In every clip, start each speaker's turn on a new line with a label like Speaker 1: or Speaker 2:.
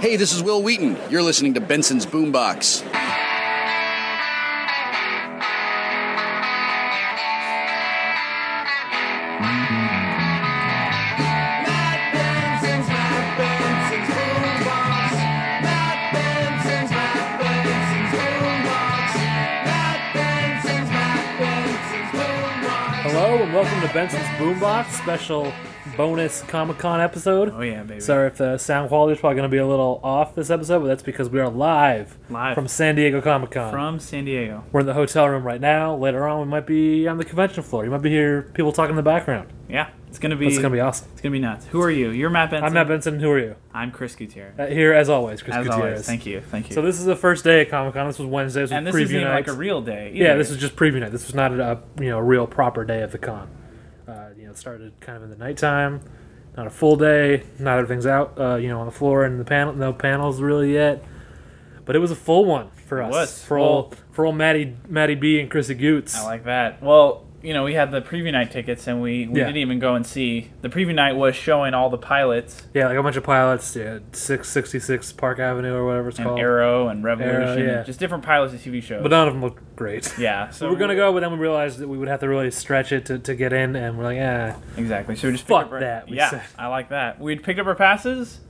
Speaker 1: Hey, this is Will Wheaton. You're listening to Benson's Boombox.
Speaker 2: Hello and welcome to Benson's Boombox special bonus Comic Con episode.
Speaker 3: Oh yeah, baby.
Speaker 2: Sorry if the sound quality is probably going to be a little off this episode, but that's because we are live,
Speaker 3: Live.
Speaker 2: from San Diego Comic Con.
Speaker 3: From San Diego.
Speaker 2: We're in the hotel room right now. Later on, we might be on the convention floor. You might be hear people talking in the background.
Speaker 3: Yeah, it's gonna be.
Speaker 2: It's going to be awesome.
Speaker 3: It's gonna be nuts. Who are you? You're Matt Benson.
Speaker 2: I'm Matt Benson. Who are you?
Speaker 3: I'm Chris Gutierrez.
Speaker 2: Uh, here, as always, Chris
Speaker 3: As
Speaker 2: Gutierrez.
Speaker 3: always, thank you, thank you.
Speaker 2: So this is the first day of Comic Con. This was Wednesday. This was
Speaker 3: and this
Speaker 2: preview
Speaker 3: isn't even
Speaker 2: night.
Speaker 3: like a real day. Either.
Speaker 2: Yeah, this was just preview night. This was not a uh, you know a real proper day of the con. Uh, you know, it started kind of in the nighttime. Not a full day. Not everything's out. Uh, you know, on the floor and the panel. No panels really yet. But it was a full one for us.
Speaker 3: was.
Speaker 2: For
Speaker 3: Well-
Speaker 2: all for old Maddie Maddie B and Chrissy Goots.
Speaker 3: I like that. Well, you know, we had the preview night tickets, and we we
Speaker 2: Yeah.
Speaker 3: didn't even go and see. The preview night was showing all the pilots
Speaker 2: yeah, like a bunch of pilots. Yeah, six sixty six Park Avenue or whatever it's
Speaker 3: and
Speaker 2: called.
Speaker 3: Arrow and Revolution,
Speaker 2: yeah.
Speaker 3: just different pilots and TV shows.
Speaker 2: But none of them looked great.
Speaker 3: yeah, so
Speaker 2: So we're gonna go, but then we realized that we would have to really stretch it to, to get in, and we're like, eh.
Speaker 3: Exactly. So we just
Speaker 2: Fuck
Speaker 3: picked up our,
Speaker 2: that, we
Speaker 3: Yeah,
Speaker 2: said.
Speaker 3: I like that. We picked up our passes,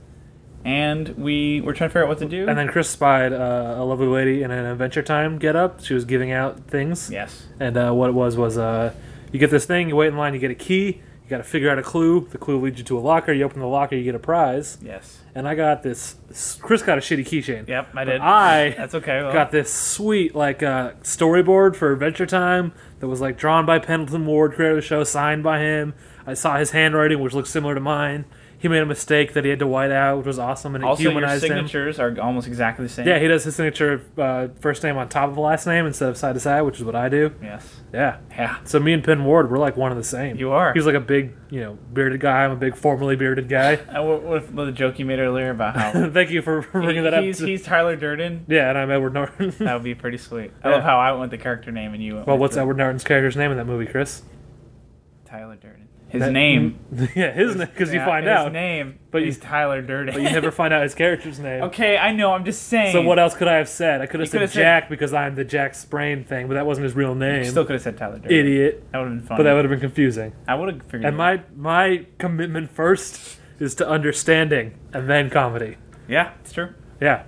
Speaker 3: and we were trying to figure out what to do.
Speaker 2: And then Chris spied uh, a lovely lady in an Adventure Time get up. She was giving out things.
Speaker 3: yes,
Speaker 2: And uh, what it was was uh, you get this thing, you wait in line, you get a key, you got to figure out a clue. The clue leads you to a locker. You open the locker, you get a prize.
Speaker 3: yes,
Speaker 2: And I got this. Chris got a shitty keychain.
Speaker 3: yep, I
Speaker 2: But
Speaker 3: did.
Speaker 2: I
Speaker 3: That's okay. Well,
Speaker 2: got this sweet like uh, storyboard for Adventure Time that was like drawn by Pendleton Ward, creator of the show, signed by him. I saw his handwriting, which looked similar to mine. He made a mistake that he had to white out, which was awesome, and it
Speaker 3: also, your
Speaker 2: humanized him.
Speaker 3: signatures are almost exactly the same.
Speaker 2: Yeah, he does his signature uh, first name on top of the last name instead of side to side, which is what I do.
Speaker 3: yes.
Speaker 2: Yeah.
Speaker 3: Yeah.
Speaker 2: So me and Penn Ward, we're like one of the same.
Speaker 3: You are.
Speaker 2: He's like a big, you know, bearded guy. I'm a big, formerly bearded guy.
Speaker 3: And what, what Uh, what the joke you made earlier about how
Speaker 2: Thank you for for bringing
Speaker 3: he-
Speaker 2: that up.
Speaker 3: he's, he's Tyler Durden?
Speaker 2: yeah, and I'm Edward Norton.
Speaker 3: That would be pretty sweet. I
Speaker 2: Yeah.
Speaker 3: love how I went with the character name and you went
Speaker 2: well,
Speaker 3: with
Speaker 2: what's
Speaker 3: the-
Speaker 2: Edward Norton's character's name in that movie, Chris?
Speaker 3: Tyler Durden. His
Speaker 2: That-
Speaker 3: name.
Speaker 2: yeah, his name, because you
Speaker 3: Yeah,
Speaker 2: find
Speaker 3: his
Speaker 2: out,
Speaker 3: name
Speaker 2: But you-
Speaker 3: is Tyler Durden.
Speaker 2: but you never find out his character's name.
Speaker 3: okay, I know. I'm just saying.
Speaker 2: So what else could I have said? I could have
Speaker 3: You could
Speaker 2: said
Speaker 3: have said-
Speaker 2: Jack because I'm the Jack Sprain thing, but that wasn't his real name.
Speaker 3: Still could have said Tyler Durden.
Speaker 2: Idiot.
Speaker 3: That would have been fun.
Speaker 2: But that would have been confusing.
Speaker 3: I would have figured.
Speaker 2: And
Speaker 3: it
Speaker 2: my my commitment first is to understanding and then comedy.
Speaker 3: Yeah, it's true.
Speaker 2: Yeah.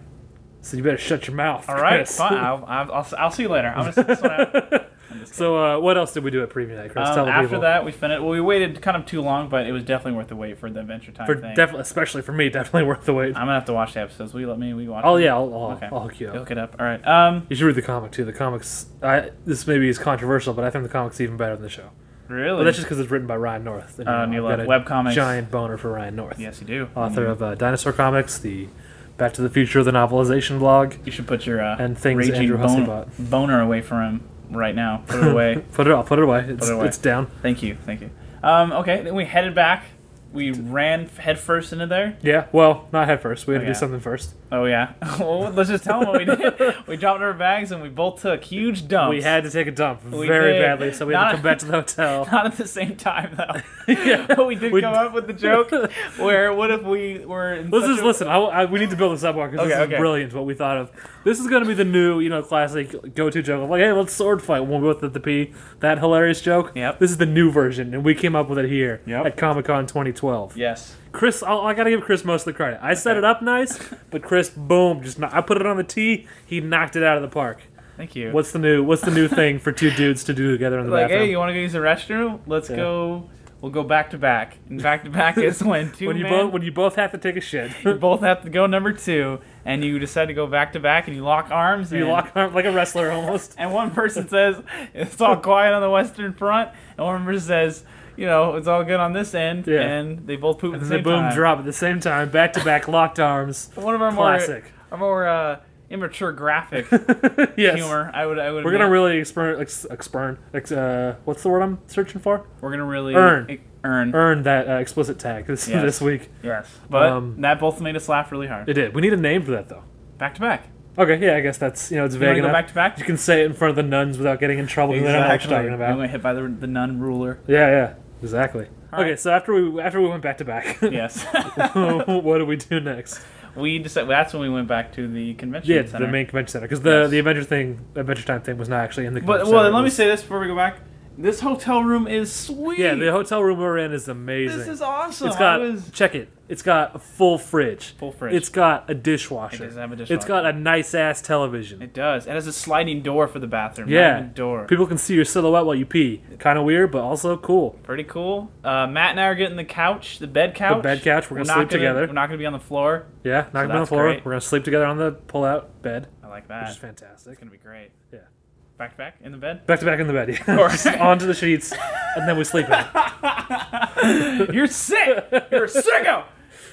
Speaker 2: So you better shut your mouth.
Speaker 3: All right,
Speaker 2: Chris.
Speaker 3: fine. I'll, I'll, I'll, I'll see you later. I'm gonna sit this one out.
Speaker 2: so uh, what else did we do at preview night, Chris? Tell
Speaker 3: Um,
Speaker 2: the
Speaker 3: after
Speaker 2: people.
Speaker 3: that, we finished. Well, we waited kind of too long, but it was definitely worth the wait for the Adventure Time
Speaker 2: for
Speaker 3: thing.
Speaker 2: definitely, especially for me, definitely worth the wait.
Speaker 3: I'm gonna have to watch the episodes. Will you let me? We watch.
Speaker 2: oh
Speaker 3: them?
Speaker 2: yeah, I'll, I'll,
Speaker 3: Um, Okay.
Speaker 2: I'll hook you up.
Speaker 3: You'll hook it up. All right. Um,
Speaker 2: You should read the comic too. The comics. I, this maybe is controversial, but I think the comic's even better than the show.
Speaker 3: really?
Speaker 2: But that's just because it's written by Ryan North. And,
Speaker 3: Oh, and you
Speaker 2: I've
Speaker 3: love
Speaker 2: got a
Speaker 3: webcomics.
Speaker 2: Giant boner for Ryan North.
Speaker 3: yes, Mm-hmm. you do.
Speaker 2: Author of uh, Dinosaur Comics, the Back to the Future, the novelization blog.
Speaker 3: You should put your uh,
Speaker 2: And things
Speaker 3: raging
Speaker 2: Andrew Hussey
Speaker 3: bone, boner away from him right now. Put it away.
Speaker 2: Put it. I'll put it away. It's,
Speaker 3: it away.
Speaker 2: it's down.
Speaker 3: thank you. Thank you. Um, okay. Then we headed back. We ran f- headfirst into there.
Speaker 2: Yeah. Well, not head first. We had to
Speaker 3: yeah.
Speaker 2: do something first.
Speaker 3: Oh yeah. well, let's just tell them what we did. we dropped our bags and we both took huge dumps.
Speaker 2: We had to take a dump
Speaker 3: We
Speaker 2: very
Speaker 3: did.
Speaker 2: badly, so we had
Speaker 3: Not-
Speaker 2: to come back to the hotel.
Speaker 3: Not at the same time, though.
Speaker 2: Yeah.
Speaker 3: but we did
Speaker 2: We-
Speaker 3: come up with the joke where what if we were in
Speaker 2: Let's
Speaker 3: such
Speaker 2: just
Speaker 3: a-
Speaker 2: listen. I, I- we need to build this up more because
Speaker 3: Okay,
Speaker 2: this is
Speaker 3: okay.
Speaker 2: brilliant. What we thought of. This is going to be the new, you know, classic go-to joke of like, hey, let's sword fight when we're both at the P. That hilarious joke.
Speaker 3: Yep.
Speaker 2: This is the new version, and we came up with it here
Speaker 3: Yep.
Speaker 2: at Comic Con 2012.
Speaker 3: Yes.
Speaker 2: Chris, I'll, I gotta give Chris most of the credit. I set it up nice, but Chris, boom, just kno- I put it on the tee. He knocked it out of the park.
Speaker 3: Thank you.
Speaker 2: What's the new? What's the new thing for two dudes to do together in the
Speaker 3: like,
Speaker 2: bathroom?
Speaker 3: hey, you want to go use the restroom? Let's
Speaker 2: Yeah.
Speaker 3: go. We'll go back to back, and back to back is when two
Speaker 2: when you
Speaker 3: men
Speaker 2: both when you both have to take a shit,
Speaker 3: you both have to go number two, and you decide to go back to back, and you lock arms.
Speaker 2: you
Speaker 3: and,
Speaker 2: lock arm like a wrestler almost.
Speaker 3: and one person says it's all quiet on the western front, and one person says. You know, it's all good on this end,
Speaker 2: Yeah.
Speaker 3: and they both poop
Speaker 2: And
Speaker 3: at the
Speaker 2: then
Speaker 3: same
Speaker 2: they boom
Speaker 3: time.
Speaker 2: drop at the same time, back to back, locked arms.
Speaker 3: One of our
Speaker 2: Classic.
Speaker 3: more, our more uh, immature graphic
Speaker 2: yes.
Speaker 3: humor. I would, I would.
Speaker 2: We're gonna
Speaker 3: admit.
Speaker 2: really expurn, ex, expurn, ex, uh, what's the word I'm searching for?
Speaker 3: We're gonna really
Speaker 2: Earn.
Speaker 3: e- earn.
Speaker 2: Earn that uh, explicit tag this,
Speaker 3: Yes.
Speaker 2: this week.
Speaker 3: Yes, but
Speaker 2: Um,
Speaker 3: that both made us laugh really hard.
Speaker 2: It did. We need a name for that though.
Speaker 3: back to back.
Speaker 2: Okay, yeah, I guess that's you know it's
Speaker 3: You
Speaker 2: vague
Speaker 3: want to go
Speaker 2: enough.
Speaker 3: back to back?
Speaker 2: You can say it in front of the nuns without getting in trouble. 'cause They don't know what you're talking about.
Speaker 3: We went hit by the, the nun ruler.
Speaker 2: Yeah, yeah, exactly.
Speaker 3: All
Speaker 2: okay,
Speaker 3: right.
Speaker 2: so after we after we went back to back,
Speaker 3: Yes.
Speaker 2: what do we do next?
Speaker 3: we decided that's when we went back to the convention
Speaker 2: Yeah,
Speaker 3: center.
Speaker 2: the main convention center because the
Speaker 3: Yes.
Speaker 2: the Adventure thing, Adventure Time thing was not actually in the.
Speaker 3: but
Speaker 2: convention
Speaker 3: well,
Speaker 2: center.
Speaker 3: then let
Speaker 2: It
Speaker 3: me
Speaker 2: was-
Speaker 3: say this before we go back. This hotel room is sweet.
Speaker 2: Yeah, the hotel room we're in is amazing.
Speaker 3: this is awesome.
Speaker 2: It's got
Speaker 3: I was-
Speaker 2: check it. It's got a full fridge.
Speaker 3: Full fridge.
Speaker 2: It's got a dishwasher.
Speaker 3: It does have a
Speaker 2: It's got a nice ass television.
Speaker 3: it does. It has a sliding door for the bathroom. not
Speaker 2: yeah,
Speaker 3: even a door.
Speaker 2: People can see your silhouette while you pee. Kind of weird, but also cool.
Speaker 3: Pretty cool. Uh, Matt and I are getting the couch, the bed couch.
Speaker 2: bed couch, we're gonna
Speaker 3: not
Speaker 2: sleep together.
Speaker 3: We're not gonna be on the floor.
Speaker 2: Yeah, knock them on the
Speaker 3: that's
Speaker 2: floor.
Speaker 3: great.
Speaker 2: We're gonna sleep together on the pull-out bed,
Speaker 3: I like that.
Speaker 2: which is
Speaker 3: It's
Speaker 2: fantastic.
Speaker 3: gonna be great.
Speaker 2: Yeah.
Speaker 3: Back to back in the bed.
Speaker 2: Back to back in the bed. Yeah.
Speaker 3: course.
Speaker 2: Just onto the sheets, and then we sleep. in.
Speaker 3: You're sick. You're a sicko.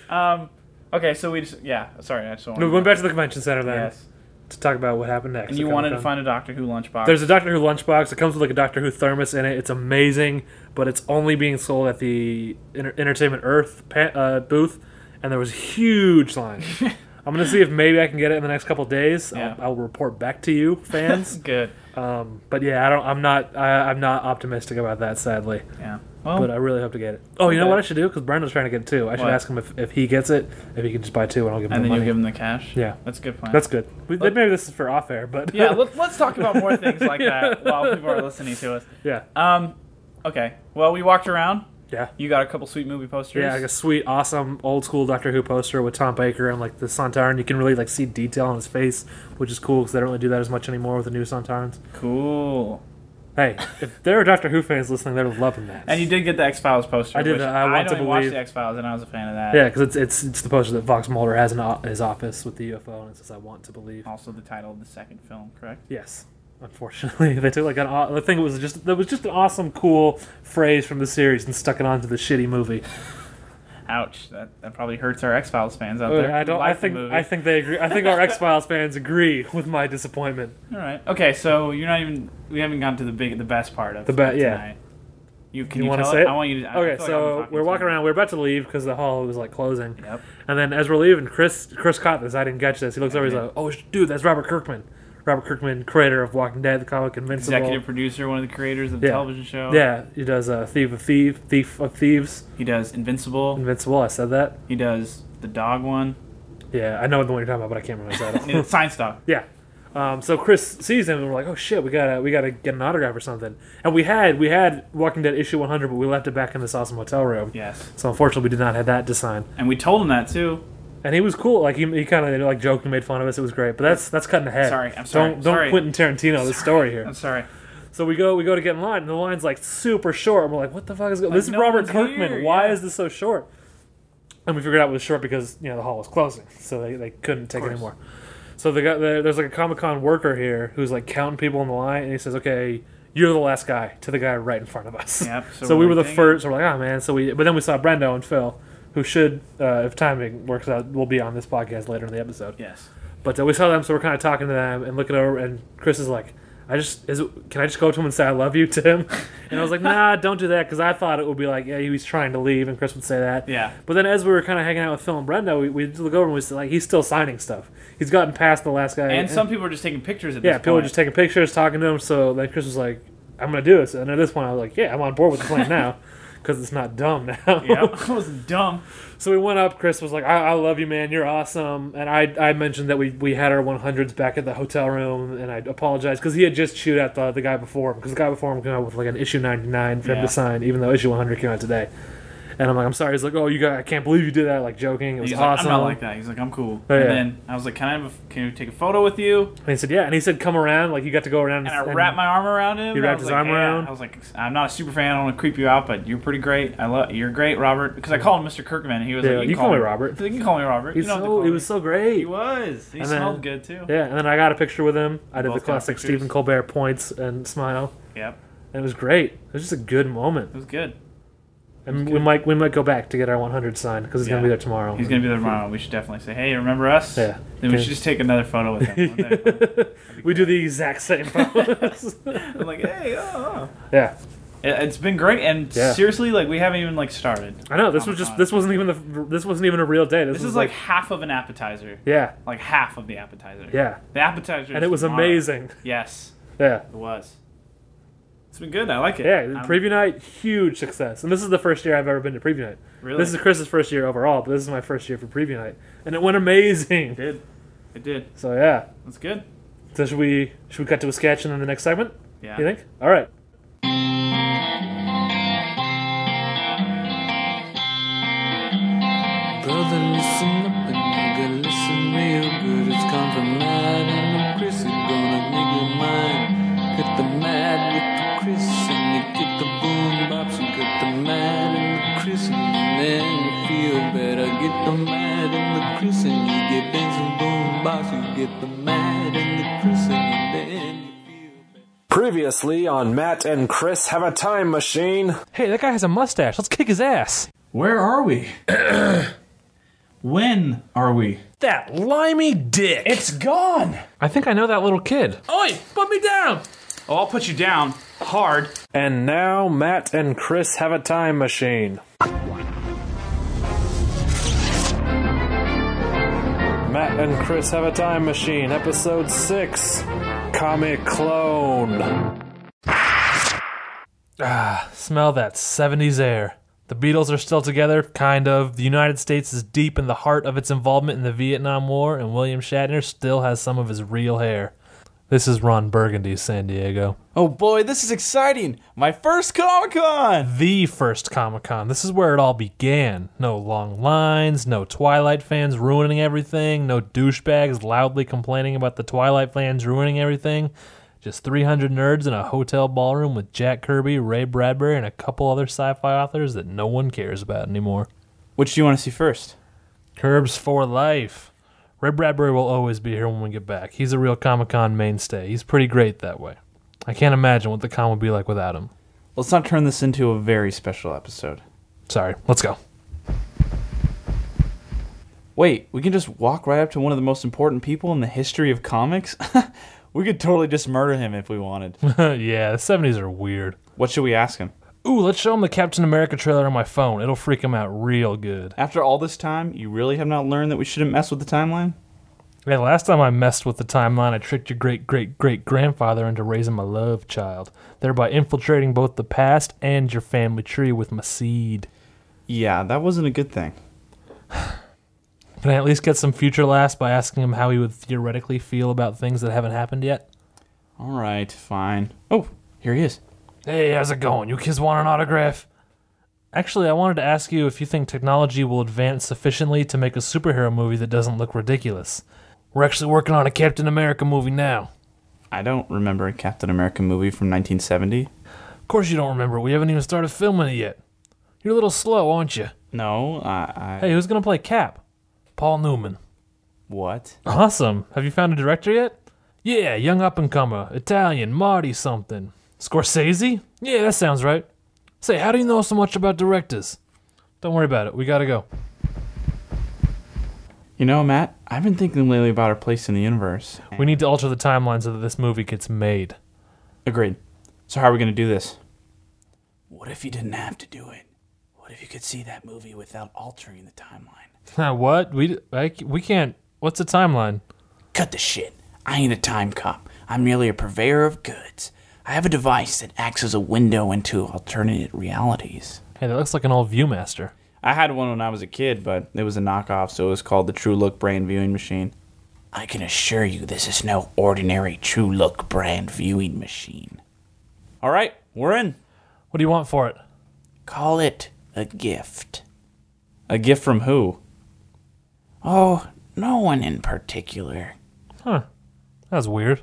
Speaker 3: Um, okay, so we just yeah. Sorry, I just wanted
Speaker 2: We went back to the convention center then
Speaker 3: Yes.
Speaker 2: to talk about what happened next.
Speaker 3: And you
Speaker 2: at
Speaker 3: wanted to
Speaker 2: Comic-Con.
Speaker 3: find a Doctor Who lunchbox.
Speaker 2: There's a Doctor Who lunchbox. It comes with like a Doctor Who thermos in it. It's amazing, but it's only being sold at the Enter- Entertainment Earth pa- uh, booth, and there was a huge line. I'm gonna see if maybe I can get it in the next couple days.
Speaker 3: Yeah.
Speaker 2: I'll, I'll report back to you, fans.
Speaker 3: good.
Speaker 2: um, but yeah, I don't. I'm not. I, I'm not optimistic about that, sadly.
Speaker 3: Yeah. Well,
Speaker 2: But I really hope to get it. Oh, you know
Speaker 3: Okay.
Speaker 2: what I should do? Because Brandon's trying to get it too. I should
Speaker 3: What?
Speaker 2: ask him if, if he gets it, if he can just buy two, and I'll give him
Speaker 3: and
Speaker 2: the
Speaker 3: then you
Speaker 2: money.
Speaker 3: give him the cash.
Speaker 2: Yeah.
Speaker 3: that's a good plan.
Speaker 2: That's good. We, maybe this is for off air, but
Speaker 3: yeah. Let, let's talk about more things like
Speaker 2: Yeah.
Speaker 3: that while people are listening to us.
Speaker 2: yeah,
Speaker 3: Um, okay. Well, we walked around.
Speaker 2: yeah.
Speaker 3: You got a couple sweet movie posters.
Speaker 2: Yeah, like a sweet, awesome, old school Doctor Who poster with Tom Baker and like the Santarin. You can really like see detail on his face, which is cool because they don't really do that as much anymore with the new Santarins.
Speaker 3: Cool.
Speaker 2: Hey, if there are Doctor Who fans listening, they're loving that.
Speaker 3: And you did get the X Files poster.
Speaker 2: I did,
Speaker 3: which
Speaker 2: uh, I want
Speaker 3: don't
Speaker 2: to
Speaker 3: even watch
Speaker 2: believe-
Speaker 3: the X Files, and I was a fan of that.
Speaker 2: yeah, because it's, it's it's the poster that Vox Mulder has in o- his office with the UFO, and it says "I want to believe."
Speaker 3: Also, the title of the second film, correct?
Speaker 2: Yes, unfortunately, they took like an aw- the thing was just that was just an awesome, cool phrase from the series and stuck it onto the shitty movie.
Speaker 3: Ouch. That, that probably hurts our X Files fans out there.
Speaker 2: Uh, I don't. I
Speaker 3: Oh, Like the
Speaker 2: think
Speaker 3: movie.
Speaker 2: I think they agree. I think our X Files fans agree with my disappointment.
Speaker 3: All right. Okay. So you're not even. We haven't gotten to the big, the best part of
Speaker 2: The be- yeah.
Speaker 3: Tonight. You can
Speaker 2: You
Speaker 3: you,
Speaker 2: wanna
Speaker 3: tell
Speaker 2: say
Speaker 3: it?
Speaker 2: it?
Speaker 3: I want you to. I
Speaker 2: Okay,
Speaker 3: feel like I've been
Speaker 2: so
Speaker 3: talking
Speaker 2: we're
Speaker 3: too
Speaker 2: walking
Speaker 3: much.
Speaker 2: around. We're about to leave because the hall was like closing.
Speaker 3: Yep.
Speaker 2: And then as we're leaving, Chris Chris caught this. I didn't catch this. He looks over. He's
Speaker 3: did.
Speaker 2: like, "Oh, sh- dude, that's Robert Kirkman. Robert Kirkman, creator of Walking Dead, the comic Invincible.
Speaker 3: Executive producer, one of the creators of the
Speaker 2: Yeah.
Speaker 3: television show.
Speaker 2: Yeah, he does uh, Thief of Thief, Thief of Thieves,
Speaker 3: He does Invincible.
Speaker 2: Invincible. I said that.
Speaker 3: He does the dog one.
Speaker 2: Yeah, I know the one you're talking about, but I can't remember his title.
Speaker 3: It's Science dog.
Speaker 2: Yeah. Um, so Chris sees him, and we're like, "Oh shit, we gotta we gotta get an autograph or something." And we had we had Walking Dead issue 100, but we left it back in this awesome hotel room.
Speaker 3: Yes.
Speaker 2: So unfortunately, we did not have that to sign.
Speaker 3: And we told him that too.
Speaker 2: And he was cool. Like he, he kind of like joked and made fun of us. It was great. But that's that's cutting ahead.
Speaker 3: Sorry, I'm sorry,
Speaker 2: Don't don't
Speaker 3: sorry.
Speaker 2: Quentin Tarantino the story here.
Speaker 3: I'm sorry.
Speaker 2: So we go we go to get in line, and the line's like super short. And we're like, what the fuck is going? this is
Speaker 3: no
Speaker 2: Robert
Speaker 3: one's
Speaker 2: Kirkman.
Speaker 3: here,
Speaker 2: Why
Speaker 3: yeah.
Speaker 2: is this so short? And we figured out it was short because you know the hall was closing, so they, they couldn't take it
Speaker 3: course.
Speaker 2: anymore. So the guy the, there's like a Comic Con worker here who's like counting people in the line, and he says, okay. You're the last guy to the guy right in front of us.
Speaker 3: Yep,
Speaker 2: So,
Speaker 3: so
Speaker 2: we
Speaker 3: we're
Speaker 2: were the
Speaker 3: like, dang
Speaker 2: first. So we're like, oh man. So we, but then we saw Brendo and Phil, who should, uh, if timing works out, will be on this podcast later in the episode.
Speaker 3: Yes.
Speaker 2: But uh, we saw them, so we're kind of talking to them and looking over. And Chris is like, "I just is it, can I just go up to him and say I love you to him?" And I was like, "Nah, don't do that," because I thought it would be like, "Yeah, he was trying to leave," and Chris would say that.
Speaker 3: Yeah.
Speaker 2: But then as we were kind of hanging out with Phil and Brenda, we, we look over and we see like he's still signing stuff. He's gotten past the last guy.
Speaker 3: And some people are just taking pictures at
Speaker 2: yeah,
Speaker 3: this
Speaker 2: people were
Speaker 3: point.
Speaker 2: just taking pictures, talking to him. So then Chris was like, "I'm gonna do this," and at this point I was like, "Yeah, I'm on board with the plan now." Because it's not dumb now.
Speaker 3: Yep. I was dumb.
Speaker 2: So we went up. Chris was like, I, "I love you, man. You're awesome." And I, I mentioned that we, we had our 100s back at the hotel room, and I apologized because he had just chewed at the the guy before him because the guy before him came out with like an issue 99 for him
Speaker 3: Yeah.
Speaker 2: to sign, even though issue 100 came out today. And I'm like, "I'm sorry." He's like, "Oh, you got? I can't believe you did that." Like joking, it was
Speaker 3: He's
Speaker 2: awesome.
Speaker 3: like, I'm not like that. He's like, I'm cool.
Speaker 2: Oh, yeah.
Speaker 3: And then I was like, Can I have a, can we take a photo with you?
Speaker 2: and he said, "Yeah," and he said, "Come around." Like you got to go around.
Speaker 3: And I wrapped my arm around him.
Speaker 2: He
Speaker 3: and I
Speaker 2: wrapped
Speaker 3: was
Speaker 2: his
Speaker 3: like,
Speaker 2: arm
Speaker 3: "Yeah."
Speaker 2: around.
Speaker 3: I was like, I'm not a super fan. I don't want to creep you out, but you're pretty great. I love you're great, Robert. Because I called him Mr. Kirkman. And he was
Speaker 2: Yeah,
Speaker 3: like,
Speaker 2: you call me Robert.
Speaker 3: He's like, You can call me Robert.
Speaker 2: He's
Speaker 3: you don't have to
Speaker 2: so,
Speaker 3: call
Speaker 2: he
Speaker 3: me."
Speaker 2: was so great.
Speaker 3: He was. He
Speaker 2: And then-
Speaker 3: smelled good too.
Speaker 2: Yeah, and then I got a picture with him. I did
Speaker 3: Both
Speaker 2: the
Speaker 3: got
Speaker 2: classic
Speaker 3: pictures.
Speaker 2: Stephen Colbert points and smile,
Speaker 3: Yep.
Speaker 2: and it was great. It was just a good moment.
Speaker 3: It was good.
Speaker 2: And we might we might go back to get our 100 signed because he's gonna
Speaker 3: Yeah.
Speaker 2: be there tomorrow.
Speaker 3: He's gonna be there tomorrow. We should definitely say, "Hey, remember us?"
Speaker 2: Yeah.
Speaker 3: Then we
Speaker 2: Yeah.
Speaker 3: should just take another photo with him. That'd
Speaker 2: we do the exact same pose.
Speaker 3: be- I'm like, "Hey, oh."
Speaker 2: yeah,
Speaker 3: It, has been great, and
Speaker 2: Yeah.
Speaker 3: seriously, like we haven't even like started.
Speaker 2: I know. This was just this wasn't even the this wasn't even a real day. This,
Speaker 3: This
Speaker 2: was
Speaker 3: is like, half of an appetizer.
Speaker 2: yeah,
Speaker 3: Like half of the appetizer.
Speaker 2: yeah,
Speaker 3: The appetizer.
Speaker 2: and
Speaker 3: is
Speaker 2: it was
Speaker 3: tomorrow.
Speaker 2: amazing.
Speaker 3: Yes,
Speaker 2: Yeah,
Speaker 3: it was. It's been good. I like it.
Speaker 2: Yeah,
Speaker 3: I'm-
Speaker 2: preview night, huge success. And this is the first year I've ever been to preview night.
Speaker 3: Really?
Speaker 2: This is Chris's first year overall, but this is my first year for preview night, and it went amazing.
Speaker 3: It did. It did.
Speaker 2: So yeah.
Speaker 3: That's good.
Speaker 2: So should we should we cut to a sketch and then the next segment?
Speaker 3: Yeah.
Speaker 2: You think? All right.
Speaker 4: Brother, listen up and nigga, listen real good. It's come from Matt and I'm Chris. You gonna nigga mine. Hit the mad with the Chris and you get the boom bops. You get the mad and the Chris and then you feel better. Get the mad and the Chris and you get dancing boom bops. You get the mad and the Chris and then you feel better.
Speaker 5: Previously on Matt and Chris Have a Time Machine.
Speaker 2: Hey, that guy has a mustache. Let's kick his ass.
Speaker 3: Where are we? when are we?
Speaker 2: That limey dick.
Speaker 3: It's gone.
Speaker 2: I think I know that little kid.
Speaker 3: Oi, put me down. Oh, I'll put you down hard.
Speaker 5: And now Matt and Chris Have a Time Machine. Matt and Chris Have a Time Machine, Episode 6 Comic Clone.
Speaker 2: Ah, Smell that 70s air. The Beatles are still together, kind of. The United States is deep in the heart of its involvement in the Vietnam War, and William Shatner still has some of his real hair. This is Ron Burgundy, San Diego.
Speaker 3: Oh boy, this is exciting. My first Comic Con.
Speaker 2: The first Comic Con. This is where it all began. No long lines, no Twilight fans ruining everything, no douchebags loudly complaining about the Twilight fans ruining everything. Just 300 nerds in a hotel ballroom with Jack Kirby, Ray Bradbury, and a couple other sci fi authors that no one cares about anymore.
Speaker 3: Which do you want to see first?
Speaker 2: Curbs for life. Ray Bradbury will always be here when we get back. He's a real Comic Con mainstay. He's pretty great that way. I can't imagine what the con would be like without him.
Speaker 3: Let's not turn this into a very special episode.
Speaker 2: Sorry, let's go.
Speaker 3: Wait, we can just walk right up to one of the most important people in the history of comics? we could totally just murder him if we wanted.
Speaker 2: yeah, the 70s are weird.
Speaker 3: what should we ask him?
Speaker 2: Ooh, let's show him the Captain America trailer on my phone. It'll freak him out real good.
Speaker 3: After all this time, you really have not learned that we shouldn't mess with the timeline?
Speaker 2: Hey, last time I messed with the timeline, I tricked your great great great grandfather into raising my love child, thereby infiltrating both the past and your family tree with my seed.
Speaker 3: Yeah, that wasn't a good thing.
Speaker 2: Can I at least get some future laughs by asking him how he would theoretically feel about things that haven't happened yet?
Speaker 3: All right, fine. Oh, here he is.
Speaker 2: Hey, how's it going? You kids want an autograph? Actually, I wanted to ask you if you think technology will advance sufficiently to make a superhero movie that doesn't look ridiculous. We're actually working on a Captain America movie now.
Speaker 3: I don't remember a Captain America movie from 1970.
Speaker 2: Of course, you don't remember. We haven't even started filming it yet. You're a little slow, aren't you?
Speaker 3: No, I. I
Speaker 2: Hey, who's going to play Cap? Paul Newman.
Speaker 3: What?
Speaker 2: Awesome. Have you found a director yet? Yeah, young up and comer. Italian, Marty something. Scorsese? Yeah, that sounds right. Say, how do you know so much about directors? Don't worry about it. We gotta go.
Speaker 3: You know, Matt, I've been thinking lately about our place in the universe.
Speaker 2: We need to alter the timeline so that this movie gets made.
Speaker 3: Agreed. So, how are we going to do this? What if you didn't have to do it? What if you could see that movie without altering the timeline?
Speaker 2: what? We I, we can't. What's the timeline?
Speaker 6: Cut the shit. I ain't a time cop. I'm merely a purveyor of goods. I have a device that acts as a window into alternate realities.
Speaker 2: Hey, that looks like an old ViewMaster.
Speaker 3: I had one when I was a kid, but it was a knockoff, so it was called the True Look Brain Viewing Machine.
Speaker 6: I can assure you this is no ordinary True Look brand viewing machine.
Speaker 3: All right, we're in.
Speaker 2: What do you want for it?
Speaker 6: Call it a gift.
Speaker 3: A gift from who?
Speaker 6: Oh, no one in particular.
Speaker 2: That was weird.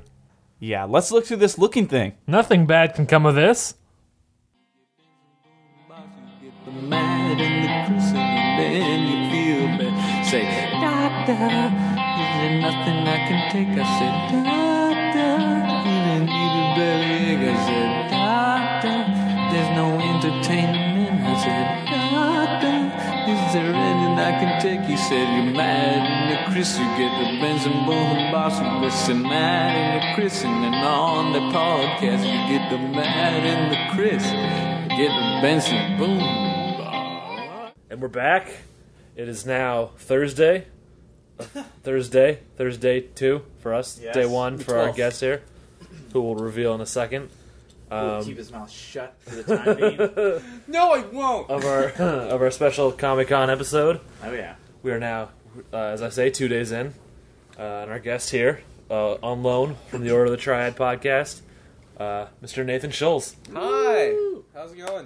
Speaker 3: Yeah, let's look through this looking thing.
Speaker 2: Nothing bad can come of this.
Speaker 4: Get the mad and the Chris and then you feel bad. Say, Doctor, is there nothing I can take? I said, Doctor, you didn't need a bellyache. I said, Doctor, there's no entertainment. I said, Doctor, is there anything I can take? He said, You're mad and the Chris, you get the Benz and boom boss. You listen, mad and the Chris, and then on the podcast, you get the mad and the Chris. Get the Benson boom.
Speaker 2: And we're back. It is now Thursday. Thursday. Thursday two for us. Day one for our guests here, who we'll reveal in a second. Um,
Speaker 6: We'll keep his mouth shut for the time being.
Speaker 7: No, I won't.
Speaker 2: of our of our special Comic Con episode.
Speaker 6: Oh yeah.
Speaker 2: We are now, uh, as I say, two days in, uh, and our guest here uh, on loan from the Order of the Triad podcast, uh, Mr. Nathan Schultz.
Speaker 4: Hi. How's it going?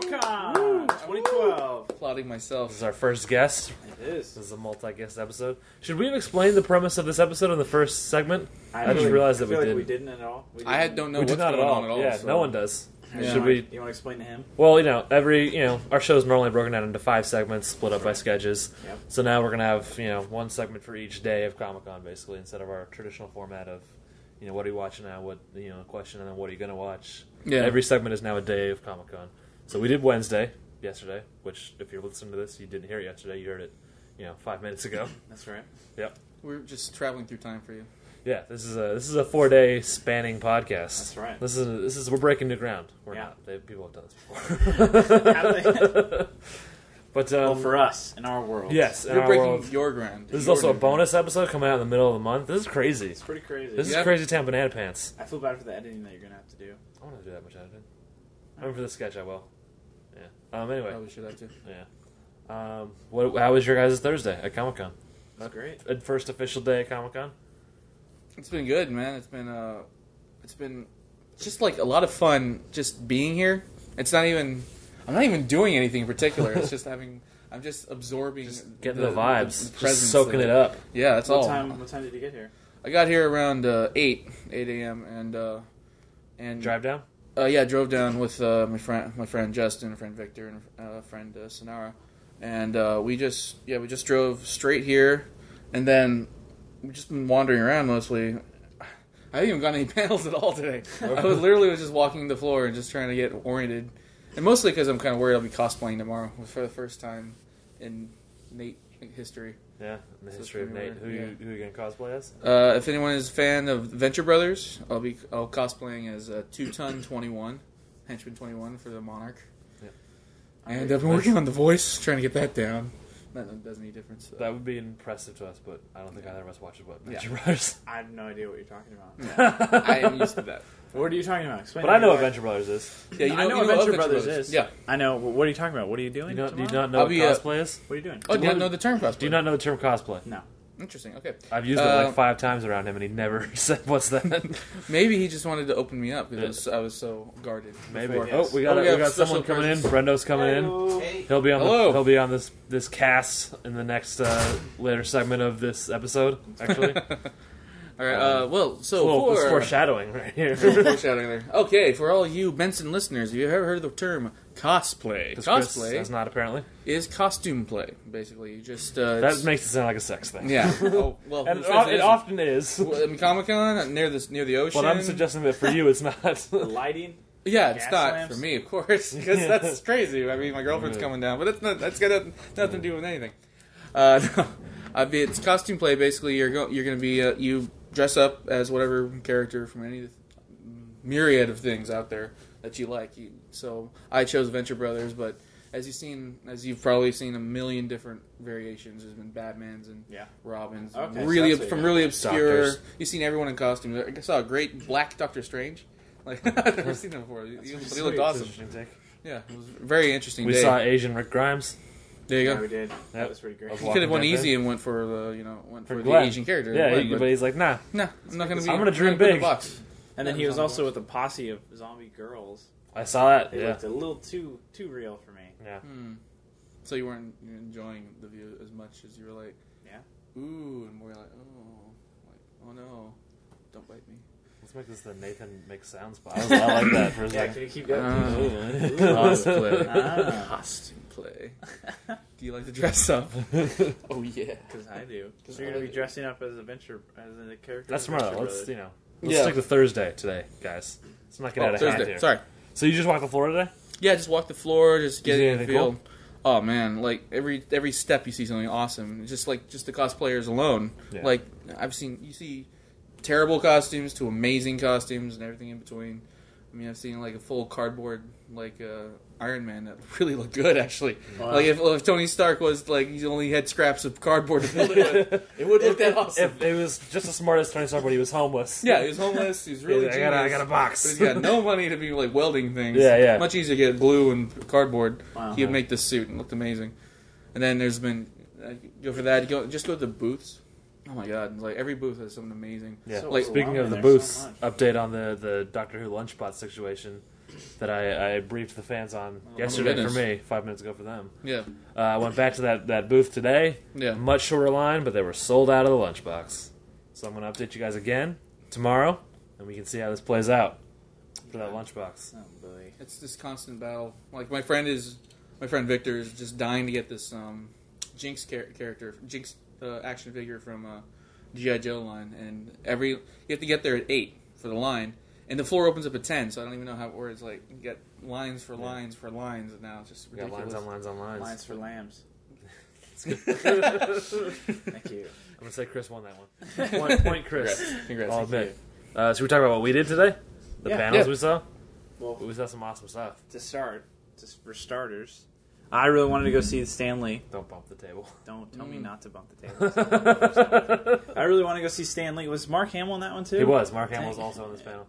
Speaker 6: Con 2012.
Speaker 4: Plotting
Speaker 2: This
Speaker 4: myself.
Speaker 2: is our first guest.
Speaker 6: It is.
Speaker 2: This is a multi-guest episode. Should we have explained the premise of this episode in the first segment?
Speaker 6: I,
Speaker 2: just
Speaker 6: feel-
Speaker 2: realized that
Speaker 6: I feel
Speaker 2: we
Speaker 6: like we
Speaker 2: didn't.
Speaker 6: didn't at all. We
Speaker 4: I had
Speaker 6: didn't.
Speaker 4: don't know
Speaker 2: we
Speaker 4: what's
Speaker 2: did not
Speaker 4: going
Speaker 2: at all.
Speaker 4: on at all.
Speaker 2: yeah,
Speaker 4: so-
Speaker 2: no one does.
Speaker 4: Yeah.
Speaker 2: Should we?
Speaker 6: You want to explain to him?
Speaker 2: Well, you know, every you know, our show's normally broken down into five segments, split up by sketches.
Speaker 6: Yep.
Speaker 2: So now we're gonna have you know one segment for each day of Comic Con, basically, instead of our traditional format of you know what are you watching now, what you know question, and then what are you gonna watch.
Speaker 4: Yeah.
Speaker 2: Every segment is now a day of Comic Con. So we did Wednesday yesterday, which if you're listening to this, you didn't hear it yesterday. You heard it, you know, five minutes ago.
Speaker 6: That's right.
Speaker 2: yep.
Speaker 4: We're just traveling through time for you.
Speaker 2: Yeah, this is a this is a four day spanning podcast.
Speaker 6: That's right.
Speaker 2: This is this is we're breaking new ground. We're
Speaker 6: Yeah.
Speaker 2: not. They, people have done this before.
Speaker 6: How do they-
Speaker 2: but um,
Speaker 6: well, for us in our world,
Speaker 2: yes, in
Speaker 4: You're
Speaker 2: our
Speaker 4: breaking
Speaker 2: world-
Speaker 4: your ground.
Speaker 2: This is
Speaker 4: Your
Speaker 2: also a
Speaker 4: new
Speaker 2: bonus episode coming out in the middle of the month. This is crazy.
Speaker 6: it's pretty crazy.
Speaker 2: This is
Speaker 4: Yeah.
Speaker 2: crazy town banana pants.
Speaker 6: I feel bad for the editing that you're gonna have to do.
Speaker 2: I don't want to do that much editing. I mean, for the sketch, I will. Yeah. Um.
Speaker 4: ground.
Speaker 2: Anyway.
Speaker 4: Probably should have to.
Speaker 2: Yeah. Um. What? How was your guys' Thursday at Comic Con?
Speaker 6: That's great.
Speaker 2: First official day at Comic Con.
Speaker 4: It's been good, man. It's been uh, it's been just like a lot of fun just being here. It's not even. I'm not even doing anything in particular. It's just having. I'm just absorbing.
Speaker 2: Getting the, vibes, just
Speaker 4: presence
Speaker 2: soaking
Speaker 4: of-
Speaker 2: it up.
Speaker 4: Yeah, that's
Speaker 6: What
Speaker 4: all.
Speaker 6: time? Um, What time did you get here?
Speaker 4: I got here around uh, eight, eight a.m. and uh, and
Speaker 2: Drive down.
Speaker 4: Uh, yeah, I drove down with uh, my friend, my friend Justin, a friend Victor, and a uh, friend uh, Sonara, and uh, we just yeah we just drove straight here, and then we just been wandering around mostly. I haven't even got any panels at all today. I was literally was just walking the floor and just trying to get oriented, and mostly because I'm kind of worried I'll be cosplaying tomorrow for the first time in Nate history.
Speaker 2: Yeah. In the
Speaker 4: So
Speaker 2: history of
Speaker 4: pretty
Speaker 2: Nate, who
Speaker 4: weird,
Speaker 2: you, who you gonna cosplay as?
Speaker 4: Uh, if anyone is a fan of Venture Brothers, I'll be I'll cosplaying as uh, Two Ton Twenty One, Henchman Twenty One for the Monarch.
Speaker 2: Yep.
Speaker 4: And I've been working on the voice, trying to get that down. That that doesn't make a difference.
Speaker 2: That would be impressive to us, but I don't think either of us watches what
Speaker 4: Yeah.
Speaker 2: Adventure Brothers.
Speaker 6: I have no idea what you're talking about.
Speaker 4: I am used to that.
Speaker 6: What are you talking about? Explain.
Speaker 2: But I know what
Speaker 6: what
Speaker 2: Adventure Brothers is.
Speaker 4: Yeah,
Speaker 6: I know what Venture Brothers is.
Speaker 4: Yeah.
Speaker 6: I know. What are you talking about? What are you doing?
Speaker 2: You know, do you
Speaker 6: tomorrow?
Speaker 2: not know
Speaker 4: I'll
Speaker 2: what
Speaker 4: be, uh,
Speaker 2: cosplay is?
Speaker 6: What are you doing?
Speaker 4: Oh, do you not know the term cosplay?
Speaker 2: Do you not know the term cosplay?
Speaker 6: No.
Speaker 4: Interesting. Okay.
Speaker 2: I've used it
Speaker 4: Uh,
Speaker 2: like five times around him, and he never said what's that.
Speaker 4: Maybe he just wanted to open me up because
Speaker 2: Yeah.
Speaker 4: I, was, I was so guarded.
Speaker 2: Maybe.
Speaker 4: before.
Speaker 2: Oh, we got
Speaker 4: Oh, we
Speaker 2: we,
Speaker 4: have
Speaker 2: got
Speaker 4: special
Speaker 2: someone coming in. Brendo's
Speaker 4: presence.
Speaker 2: coming in. He'll be on the,
Speaker 4: Hello.
Speaker 2: he'll be on this this cast in the next uh, later segment of this episode. Actually,
Speaker 4: All right. Uh, well, so
Speaker 2: well, it's
Speaker 4: for-
Speaker 2: foreshadowing right here.
Speaker 4: foreshadowing there. Okay, for all you Benson listeners, have you ever heard of the term cosplay?
Speaker 2: 'Cause Chris
Speaker 4: Cosplay
Speaker 2: does not apparently.
Speaker 4: is costume play, basically. You just uh,
Speaker 2: That
Speaker 4: it's-
Speaker 2: makes it sound like a sex thing.
Speaker 4: yeah. oh, well, who
Speaker 2: and it,
Speaker 4: says
Speaker 2: of-
Speaker 4: it
Speaker 2: it
Speaker 4: isn't?
Speaker 2: often is.
Speaker 4: Well, I mean, Comic Con near this near the ocean.
Speaker 2: But I'm suggesting that for you, it's not.
Speaker 6: Lighting.
Speaker 4: Yeah, it's
Speaker 6: gas
Speaker 4: not
Speaker 6: lamps?
Speaker 4: for me, of course, because that's crazy. I mean, my girlfriend's coming down, but that's not that's got nothing, nothing to do with anything. Uh, no. I mean, it's costume play. Basically, you're go- you're gonna be uh, you dress up as whatever character from any of the myriad of things out there that you like. You, so I chose Venture Brothers, but as you've seen, as you've probably seen a million different variations. There's been Batman's and
Speaker 6: Yeah.
Speaker 4: Robins,
Speaker 6: Okay, so
Speaker 4: really
Speaker 6: that's what
Speaker 4: from
Speaker 6: you
Speaker 4: really obscure.
Speaker 2: Doctors.
Speaker 4: You've seen everyone in costumes. I saw a great black Doctor Strange. Like I've never seen him before. He, he
Speaker 2: That's
Speaker 4: looked
Speaker 2: sweet.
Speaker 4: awesome.
Speaker 2: Interesting take.
Speaker 4: Yeah, it was a very interesting.
Speaker 2: We
Speaker 4: day.
Speaker 2: saw Asian Rick Grimes.
Speaker 4: There you
Speaker 6: Yeah,
Speaker 4: go.
Speaker 6: we did. That
Speaker 2: Yep.
Speaker 6: was pretty great.
Speaker 2: Of
Speaker 4: He could have went
Speaker 2: Walking Dead
Speaker 4: easy and went for the you know went for, the
Speaker 2: Glenn.
Speaker 4: Asian character.
Speaker 2: Yeah,
Speaker 4: Glenn,
Speaker 2: he-
Speaker 4: but,
Speaker 2: but he's like, nah.
Speaker 4: no, I'm not gonna be.
Speaker 2: I'm gonna
Speaker 4: I'm
Speaker 2: dream
Speaker 4: put in a
Speaker 2: big.
Speaker 4: box.
Speaker 6: And then
Speaker 4: That
Speaker 6: he
Speaker 4: was
Speaker 6: was
Speaker 4: on the
Speaker 6: also
Speaker 4: box.
Speaker 6: with a posse of zombie girls.
Speaker 2: I saw that.
Speaker 6: They
Speaker 2: Yeah.
Speaker 6: looked a little too too real for me.
Speaker 2: Yeah.
Speaker 4: So you weren't you were enjoying the view as much as you were like,
Speaker 6: Yeah.
Speaker 4: ooh, and we're like, oh, like, oh no, don't bite me.
Speaker 2: Let's make this the Nathan makes sound spot. I like that for a
Speaker 6: Yeah,
Speaker 2: second.
Speaker 6: can you keep going?
Speaker 4: Cosplay.
Speaker 6: Ah,
Speaker 4: Costume play. Do you like to dress up? oh yeah.
Speaker 6: because I do.
Speaker 4: Because
Speaker 6: You're
Speaker 4: I
Speaker 6: gonna be
Speaker 4: do.
Speaker 6: dressing up as a venture as a character.
Speaker 2: That's
Speaker 6: in Venture
Speaker 2: tomorrow. Let's
Speaker 6: Brothers.
Speaker 2: you know. Let's
Speaker 4: Yeah.
Speaker 2: stick to Thursday today, guys. Let's not get out
Speaker 4: Oh,
Speaker 2: of hand
Speaker 4: Thursday.
Speaker 2: here.
Speaker 4: Sorry.
Speaker 2: So you just walked the floor today?
Speaker 4: Yeah, just walk the floor, just get
Speaker 2: see
Speaker 4: in the
Speaker 2: anything
Speaker 4: field. Oh man, like every every step you see something awesome. It's Just like just the cosplayers alone.
Speaker 2: Yeah.
Speaker 4: Like I've seen you see terrible costumes to amazing costumes and everything in between. I mean, I've seen like a full cardboard like uh, Iron Man that really looked good actually. Like if, if Tony Stark was like he only had scraps of cardboard to build it with, it would look that awesome.
Speaker 2: If it was just as smart as Tony Stark, but he was homeless.
Speaker 4: yeah, he was homeless. He was really.
Speaker 2: I got I
Speaker 4: genius.
Speaker 2: got a
Speaker 4: But
Speaker 2: box.
Speaker 4: he's got no money to be like welding things.
Speaker 2: Yeah, yeah.
Speaker 4: Much easier to get glue and cardboard. He would make this suit and looked amazing. And then there's been uh, go for that. Go just go to the booths. Oh my god! Like every booth has something amazing.
Speaker 2: Yeah.
Speaker 4: Like
Speaker 2: Speaking of the booths, update on the, the Doctor Who lunchbot situation that I, I briefed the fans on yesterday for
Speaker 4: goodness.
Speaker 2: me, five minutes ago for them.
Speaker 4: yeah,
Speaker 2: Uh, I went back to that, that booth today.
Speaker 4: Yeah.
Speaker 2: Much shorter line, but they were sold out of the lunchbox. So I'm going to update you guys again tomorrow, and we can see how this plays out for that lunchbox.
Speaker 4: it's this constant battle. Like my friend is, my friend Victor is just dying to get this um, Jinx char- character, Jinx uh, action figure from uh, GI Joe line, and every you have to get there at eight for the line, and the floor opens up at ten. So I don't even know how it works. Like you get lines for lines for lines, and now it's just
Speaker 2: We got
Speaker 4: ridiculous.
Speaker 2: lines on lines on lines.
Speaker 6: Lines for lambs. Thank you.
Speaker 2: I'm going to say Chris won that one. Point, point Chris.
Speaker 4: Congrats.
Speaker 2: I'll admit. Uh, should we talk about what we did today? The
Speaker 6: Yeah.
Speaker 2: panels
Speaker 4: Yeah.
Speaker 2: we saw?
Speaker 6: Well-
Speaker 2: we saw some awesome stuff.
Speaker 6: To start, just for starters, I really wanted to go see Stanley.
Speaker 2: Don't bump the table.
Speaker 6: Don't tell
Speaker 2: Mm.
Speaker 6: me not to bump the table. I really want to go see Stanley. Was Mark Hamill in that one too?
Speaker 2: He was. Mark Hamill was also on this panel.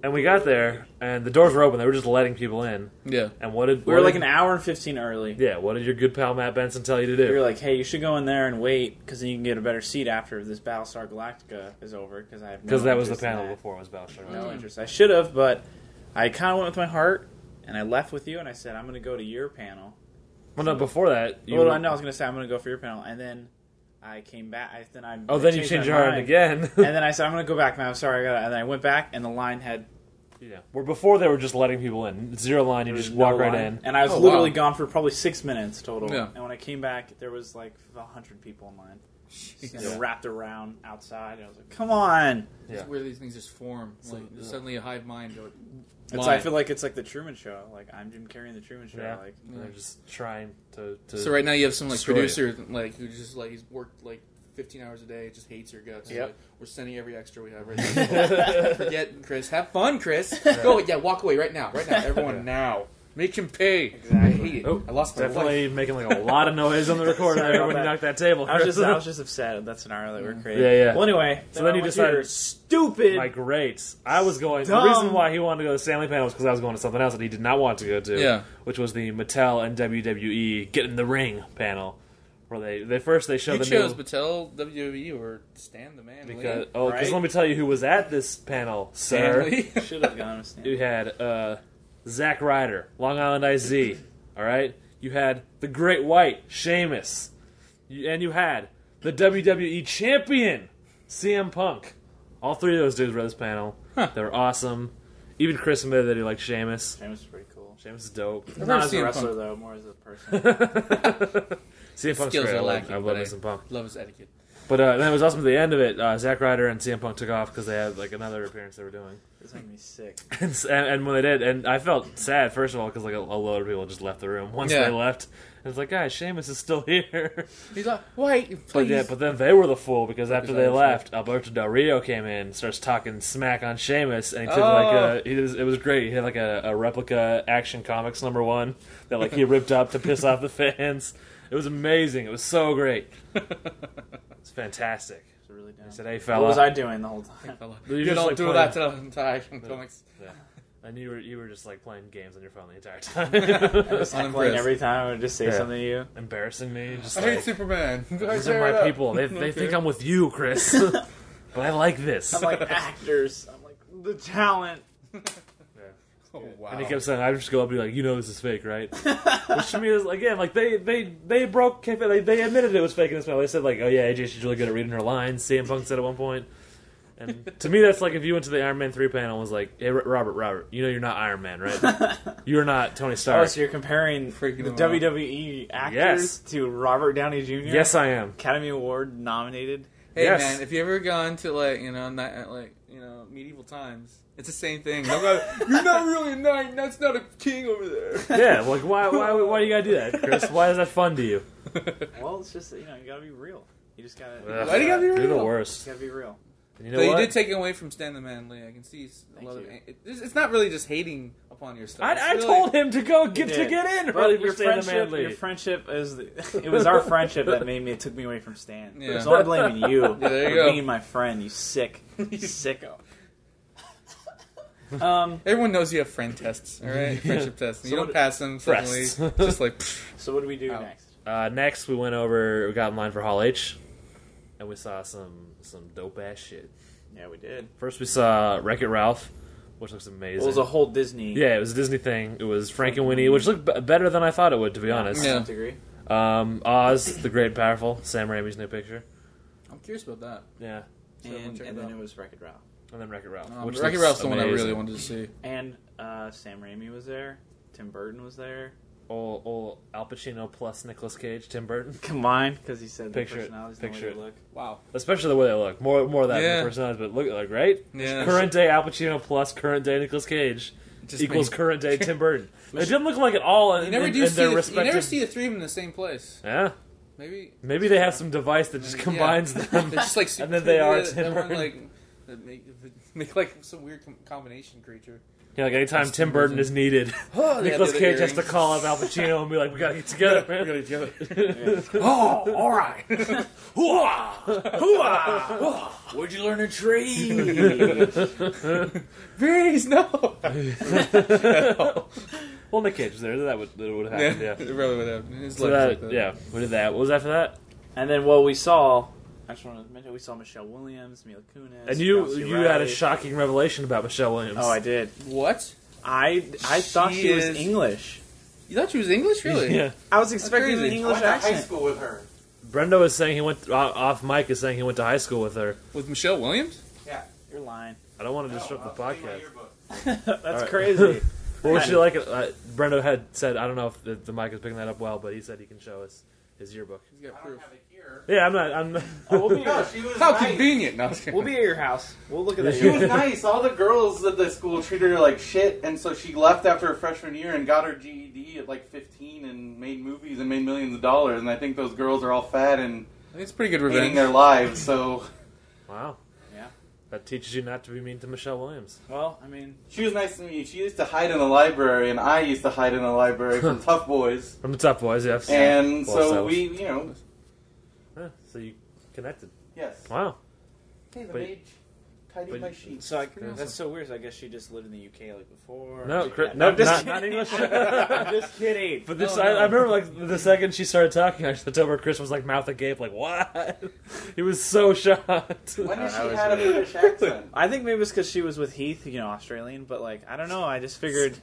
Speaker 2: And we got there, and the doors were open. They were just letting people in.
Speaker 4: Yeah.
Speaker 2: And what did
Speaker 6: We were
Speaker 2: what
Speaker 6: like
Speaker 2: did-
Speaker 6: an hour and fifteen early.
Speaker 2: yeah? What did your good pal Matt Benson tell you to do?
Speaker 6: We were like, "Hey, you should go in there and wait because then you can get a better seat after this Battlestar Galactica is over." Because I have
Speaker 2: Because
Speaker 6: because
Speaker 2: that was the panel before it was Battlestar. Galactica.
Speaker 6: No interest. I should have, but I kind of went with my heart, and I left with you, and I said, "I'm going to go to your panel."
Speaker 2: Well, no, before that. You
Speaker 6: well,
Speaker 2: were-
Speaker 6: I know I was going to say I'm going to go for your panel, and then I came back. I, then I
Speaker 2: Oh,
Speaker 6: I
Speaker 2: then you changed
Speaker 6: my
Speaker 2: your mind
Speaker 6: mind.
Speaker 2: again.
Speaker 6: and then I said I'm going to go back, man. I'm sorry, I got. And then I went back, and the line had
Speaker 2: yeah. Where before they were just letting people in. Zero line. You just
Speaker 6: no
Speaker 2: walk right
Speaker 6: line,
Speaker 2: in.
Speaker 6: and I was
Speaker 4: Oh,
Speaker 6: literally
Speaker 4: wow.
Speaker 6: gone for probably six minutes total.
Speaker 4: Yeah.
Speaker 6: And when I came back, there was like hundred people in line, and they wrapped around outside. And I was like, "Come on!"
Speaker 2: Yeah.
Speaker 4: Where these things just form, like suddenly a hive mind. Go,
Speaker 6: It's, I feel like it's like the Truman Show. Like I'm Jim Carrey in the Truman Show.
Speaker 2: Yeah.
Speaker 6: Like mm.
Speaker 2: And They're just trying to. to
Speaker 4: So right now you have some like
Speaker 2: Destroy
Speaker 4: producer like who just like he's worked like 15 hours a day, just hates your guts. He's
Speaker 6: Yep.
Speaker 4: like, We're sending every extra we have right now. "Oh, Forget Chris. Have fun, Chris. Go yeah, walk away right now, right now, everyone now. Make him pay. I hate it.
Speaker 2: Oh,
Speaker 4: I lost my
Speaker 2: definitely
Speaker 4: life.
Speaker 2: making like a lot of noise on the recorder
Speaker 6: Sorry about
Speaker 2: when you
Speaker 6: that.
Speaker 2: knocked that table.
Speaker 6: I was just, I was just upset at that scenario that we're creating.
Speaker 2: Yeah, yeah.
Speaker 6: Well, anyway,
Speaker 2: So then
Speaker 6: I
Speaker 2: you
Speaker 6: went to your
Speaker 2: decided-
Speaker 6: stupid.
Speaker 2: My greats. I was going.
Speaker 6: Dumb.
Speaker 2: The reason why he wanted to go to Stanley Panel was because I was going to something else that he did not want to go to.
Speaker 4: Yeah.
Speaker 2: Which was the Mattel and WWE Get in the Ring panel, where they they first they show
Speaker 4: You
Speaker 2: the
Speaker 4: chose
Speaker 2: new.
Speaker 4: Mattel WWE E, or Stan the Man.
Speaker 2: because,
Speaker 4: Lee.
Speaker 2: oh, because
Speaker 6: right?
Speaker 2: let me tell you who was at this panel, sir.
Speaker 4: Stanley.
Speaker 6: should have gone with Stan.
Speaker 2: You had uh, Zack Ryder, Long Island IZ. all right. You had the Great White Sheamus, you, and you had the WWE Champion CM Punk. All three of those dudes were at this panel. They were awesome. Even Chris admitted that he liked Sheamus.
Speaker 6: Stan was pretty cool.
Speaker 2: James is dope.
Speaker 4: I've
Speaker 6: Not
Speaker 4: never
Speaker 6: as
Speaker 4: seen
Speaker 6: a
Speaker 4: him
Speaker 6: wrestler
Speaker 4: punk.
Speaker 6: though, more as a person.
Speaker 2: CM Punk's
Speaker 4: Skills
Speaker 2: great. I
Speaker 4: are
Speaker 2: love-
Speaker 4: lacking.
Speaker 2: I
Speaker 4: but
Speaker 2: love me some Punk.
Speaker 4: Love his etiquette.
Speaker 2: But uh, then it was awesome at the end of it. Uh, Zack Ryder and CM Punk took off because they had like another appearance they were doing.
Speaker 6: It's making me sick.
Speaker 2: And, s- and, and when they did, and I felt sad first of all because like a, a load of people just left the room once
Speaker 4: Yeah.
Speaker 2: they left. And it's like, guys, Sheamus is still here.
Speaker 4: He's like, wait, please.
Speaker 2: but yeah, but then they were the fool because after they
Speaker 4: I was
Speaker 2: left, Alberto Del Rio came in, starts talking smack on Sheamus, and he took
Speaker 4: Oh.
Speaker 2: like a. He was, it was great. He had like a, a replica Action Comics number one that like he ripped up to piss off the fans. It was amazing. It was so great. It's fantastic.
Speaker 6: It's really down.
Speaker 2: He said, "Hey,
Speaker 6: What
Speaker 2: fella,"
Speaker 6: was I doing the whole time?
Speaker 2: You
Speaker 4: you
Speaker 2: just,
Speaker 4: don't
Speaker 2: like,
Speaker 4: do
Speaker 2: play-
Speaker 4: that to the entire comics.
Speaker 2: and you were you were just like playing games on your phone the entire time,
Speaker 6: I was heckling
Speaker 4: Unimpressed.
Speaker 6: every time I would just say
Speaker 2: Yeah.
Speaker 6: something to you.
Speaker 2: embarrassing me. Just
Speaker 4: I
Speaker 2: like,
Speaker 4: hate Superman.
Speaker 2: these are my people. They they think I'm with you, Chris, but I like this.
Speaker 6: I'm like actors. I'm like the talent.
Speaker 4: Oh, wow.
Speaker 2: And he kept saying, "I just go up and be like, you know, this is fake, right?" Which to me is again like they they they broke kayfabe. They, they admitted it was fake in this panel. They said like, "Oh yeah, AJ she's really good at reading her lines." CM Punk said at one point, and to me that's like if you went to the Iron Man three panel and was like, "Hey Ro- Robert, Robert, you know you're not Iron Man, right? you're not Tony
Speaker 6: Oh,
Speaker 2: Stark."
Speaker 6: so you're comparing
Speaker 4: Freaking
Speaker 6: the
Speaker 4: him out.
Speaker 6: WWE actors
Speaker 2: Yes.
Speaker 6: to Robert Downey Jr.
Speaker 2: yes, I am.
Speaker 6: Academy Award nominated.
Speaker 4: Hey
Speaker 2: Yes.
Speaker 4: man, if you ever gone to like you know ni- like you know medieval times, it's the same thing. Don't go, You're not really a knight. That's not a king over there.
Speaker 2: Yeah, like why why why do you gotta do that, Chris? Why is that fun to you?
Speaker 6: Well, it's just you know you gotta be real. You just gotta.
Speaker 2: Ugh.
Speaker 4: Why do you gotta be
Speaker 2: You're the
Speaker 4: real?
Speaker 2: worst.
Speaker 6: Gotta be real.
Speaker 8: And you know
Speaker 4: Though you
Speaker 8: what?
Speaker 4: did take away from Stan the Man Lee. I can see s- a lot of. an- it- It's it's not really just hating upon yourself. It's
Speaker 2: I, I
Speaker 4: really-
Speaker 2: told him to go get to
Speaker 6: did.
Speaker 2: get in.
Speaker 6: Well,
Speaker 2: Really,
Speaker 6: your
Speaker 2: for Stan the
Speaker 6: friendship,
Speaker 2: Man
Speaker 6: your
Speaker 2: Lee.
Speaker 6: friendship is the, it was our friendship that made me. It took me away from Stan.
Speaker 4: Yeah.
Speaker 6: So I'm blaming you
Speaker 4: there you
Speaker 6: for
Speaker 4: go.
Speaker 6: being my friend. You sick, sicko.
Speaker 4: Everyone knows you have friend tests, all right? Friendship tests. And you
Speaker 6: So
Speaker 4: don't
Speaker 6: what-
Speaker 4: pass them suddenly.
Speaker 2: Breasts.
Speaker 4: It's just like, pfft.
Speaker 6: So what do we do
Speaker 4: Ouch.
Speaker 6: next?
Speaker 2: Uh, next, we went over. We got in line for Hall H, and we saw some some dope ass shit.
Speaker 6: Yeah, we did.
Speaker 2: First, we saw Wreck It Ralph, which looks amazing.
Speaker 6: Well, it was a whole Disney.
Speaker 2: yeah, it was a Disney thing. It was Frank and Winnie, which looked b- better than I thought it would, to be honest.
Speaker 4: Yeah.
Speaker 6: degree.
Speaker 2: Um, Oz, the Great and Powerful, Sam Raimi's new picture.
Speaker 4: I'm curious about that.
Speaker 2: Yeah,
Speaker 4: So we'll
Speaker 6: and
Speaker 4: check
Speaker 6: and
Speaker 4: it
Speaker 6: then
Speaker 4: out.
Speaker 6: it was Wreck It Ralph.
Speaker 2: and then Wreck It Ralph.
Speaker 4: Um,
Speaker 2: which
Speaker 4: Wreck-It
Speaker 2: looks
Speaker 4: Ralph's the one I
Speaker 2: amazing.
Speaker 4: really wanted to see.
Speaker 6: And uh, Sam Raimi was there. Tim Burton was there.
Speaker 2: Ol ol Al Pacino plus Nicolas Cage, Tim Burton,
Speaker 6: Combined because he said
Speaker 2: Picture it.
Speaker 6: the personalities
Speaker 2: Picture
Speaker 6: and
Speaker 2: it.
Speaker 6: the way they look.
Speaker 4: Wow.
Speaker 2: especially the way they look. More more of that
Speaker 4: Yeah.
Speaker 2: than the personalities, but look like right.
Speaker 4: Yeah.
Speaker 2: Current day Al Pacino plus current day Nicolas Cage.
Speaker 4: Just
Speaker 2: equals
Speaker 4: make-
Speaker 2: current day Tim Burton. They didn't look like at all in,
Speaker 4: You never,
Speaker 2: in-
Speaker 4: do
Speaker 2: in
Speaker 4: see
Speaker 2: their
Speaker 4: the, you
Speaker 2: respective.
Speaker 4: never see the three of them in the same place.
Speaker 2: yeah,
Speaker 4: Maybe.
Speaker 2: maybe they have some device that just
Speaker 4: yeah.
Speaker 2: combines them.
Speaker 4: They're just like super
Speaker 2: And then they are
Speaker 4: that-
Speaker 2: Tim
Speaker 4: that one,
Speaker 2: Burton.
Speaker 4: like, that make, make like some weird com- combination creature.
Speaker 2: yeah, like anytime Tim Burton is needed, Nicholas
Speaker 4: the
Speaker 2: Cage has to
Speaker 4: earrings.
Speaker 2: call up Al Pacino and be like, "We gotta get together, man. We gotta get together."
Speaker 9: Oh, all right. Hooah! Hooah! Where'd you learn a tree?
Speaker 4: Please, no!
Speaker 2: well, Nick Cage was there. That would that would have happened. Yeah.
Speaker 4: It really would have. His
Speaker 2: So
Speaker 4: legs
Speaker 2: that,
Speaker 4: like that.
Speaker 2: yeah, we did that. What was after that?
Speaker 6: And then what we saw, I just want to mention, we saw Michelle Williams, Mila Kunis,
Speaker 2: And you
Speaker 6: Kelsey
Speaker 2: you had a
Speaker 6: Riley.
Speaker 2: shocking revelation about Michelle Williams.
Speaker 6: Oh, I did.
Speaker 4: What?
Speaker 6: I I thought she,
Speaker 4: She
Speaker 6: was
Speaker 4: is-
Speaker 6: English.
Speaker 4: You thought she was English, really?
Speaker 2: Yeah,
Speaker 6: I was expecting an
Speaker 4: crazy.
Speaker 6: English accent.
Speaker 9: school with her.
Speaker 2: Brenda was saying he went uh, off. mic is saying he went to high school with her.
Speaker 4: With Michelle Williams?
Speaker 6: You're lying.
Speaker 2: I don't want to disrupt the podcast.
Speaker 6: That's
Speaker 2: right.
Speaker 6: crazy.
Speaker 2: What would you like? Uh, Brendo had said, I don't know if the, the mic is picking that up well, but he said he can show us his yearbook.
Speaker 4: He's got proof.
Speaker 2: Yeah, I'm not. I'm. Oh,
Speaker 6: we'll, be at your,
Speaker 9: She was
Speaker 4: How
Speaker 9: nice.
Speaker 4: convenient! No, I was kidding.
Speaker 6: we'll be at your house. We'll look at that.
Speaker 9: She was nice. All the girls at the school treated her like shit, and so she left after her freshman year and got her GED at like 15 and made movies and made millions of dollars. And I think those girls are all fat and
Speaker 4: It's pretty good
Speaker 9: hating
Speaker 4: revenge.
Speaker 9: their lives. So
Speaker 2: wow.
Speaker 6: Yeah.
Speaker 2: That teaches you not to be mean to Michelle Williams.
Speaker 6: Well, I mean,
Speaker 9: she was nice to me. She used to hide in the library, and I used to hide in the library from tough boys.
Speaker 2: From the Tough Boys, yes.
Speaker 9: And
Speaker 2: Well,
Speaker 9: so
Speaker 2: so-
Speaker 9: we, you know,
Speaker 2: Huh, so you connected.
Speaker 9: yes.
Speaker 2: Wow.
Speaker 9: Hey, the
Speaker 2: But-
Speaker 9: mage tidied
Speaker 2: but-
Speaker 9: my sheets.
Speaker 6: so I, that's so weird. So I guess she just lived in the UK like before.
Speaker 2: No,
Speaker 6: She-
Speaker 2: cri-
Speaker 6: yeah,
Speaker 2: no,
Speaker 6: I'm just
Speaker 2: not,
Speaker 6: kidding.
Speaker 2: not English.
Speaker 6: I'm just kidding.
Speaker 2: But this,
Speaker 4: No,
Speaker 2: I,
Speaker 4: no.
Speaker 2: I remember, like the second she started talking, I just over Chris was like mouth agape, like what? He was so shocked.
Speaker 9: when did
Speaker 6: I
Speaker 9: she
Speaker 6: was
Speaker 9: had a
Speaker 6: really-
Speaker 9: British accent?
Speaker 6: I think maybe it's because she was with Heath, you know, Australian. But like, I don't know. I just figured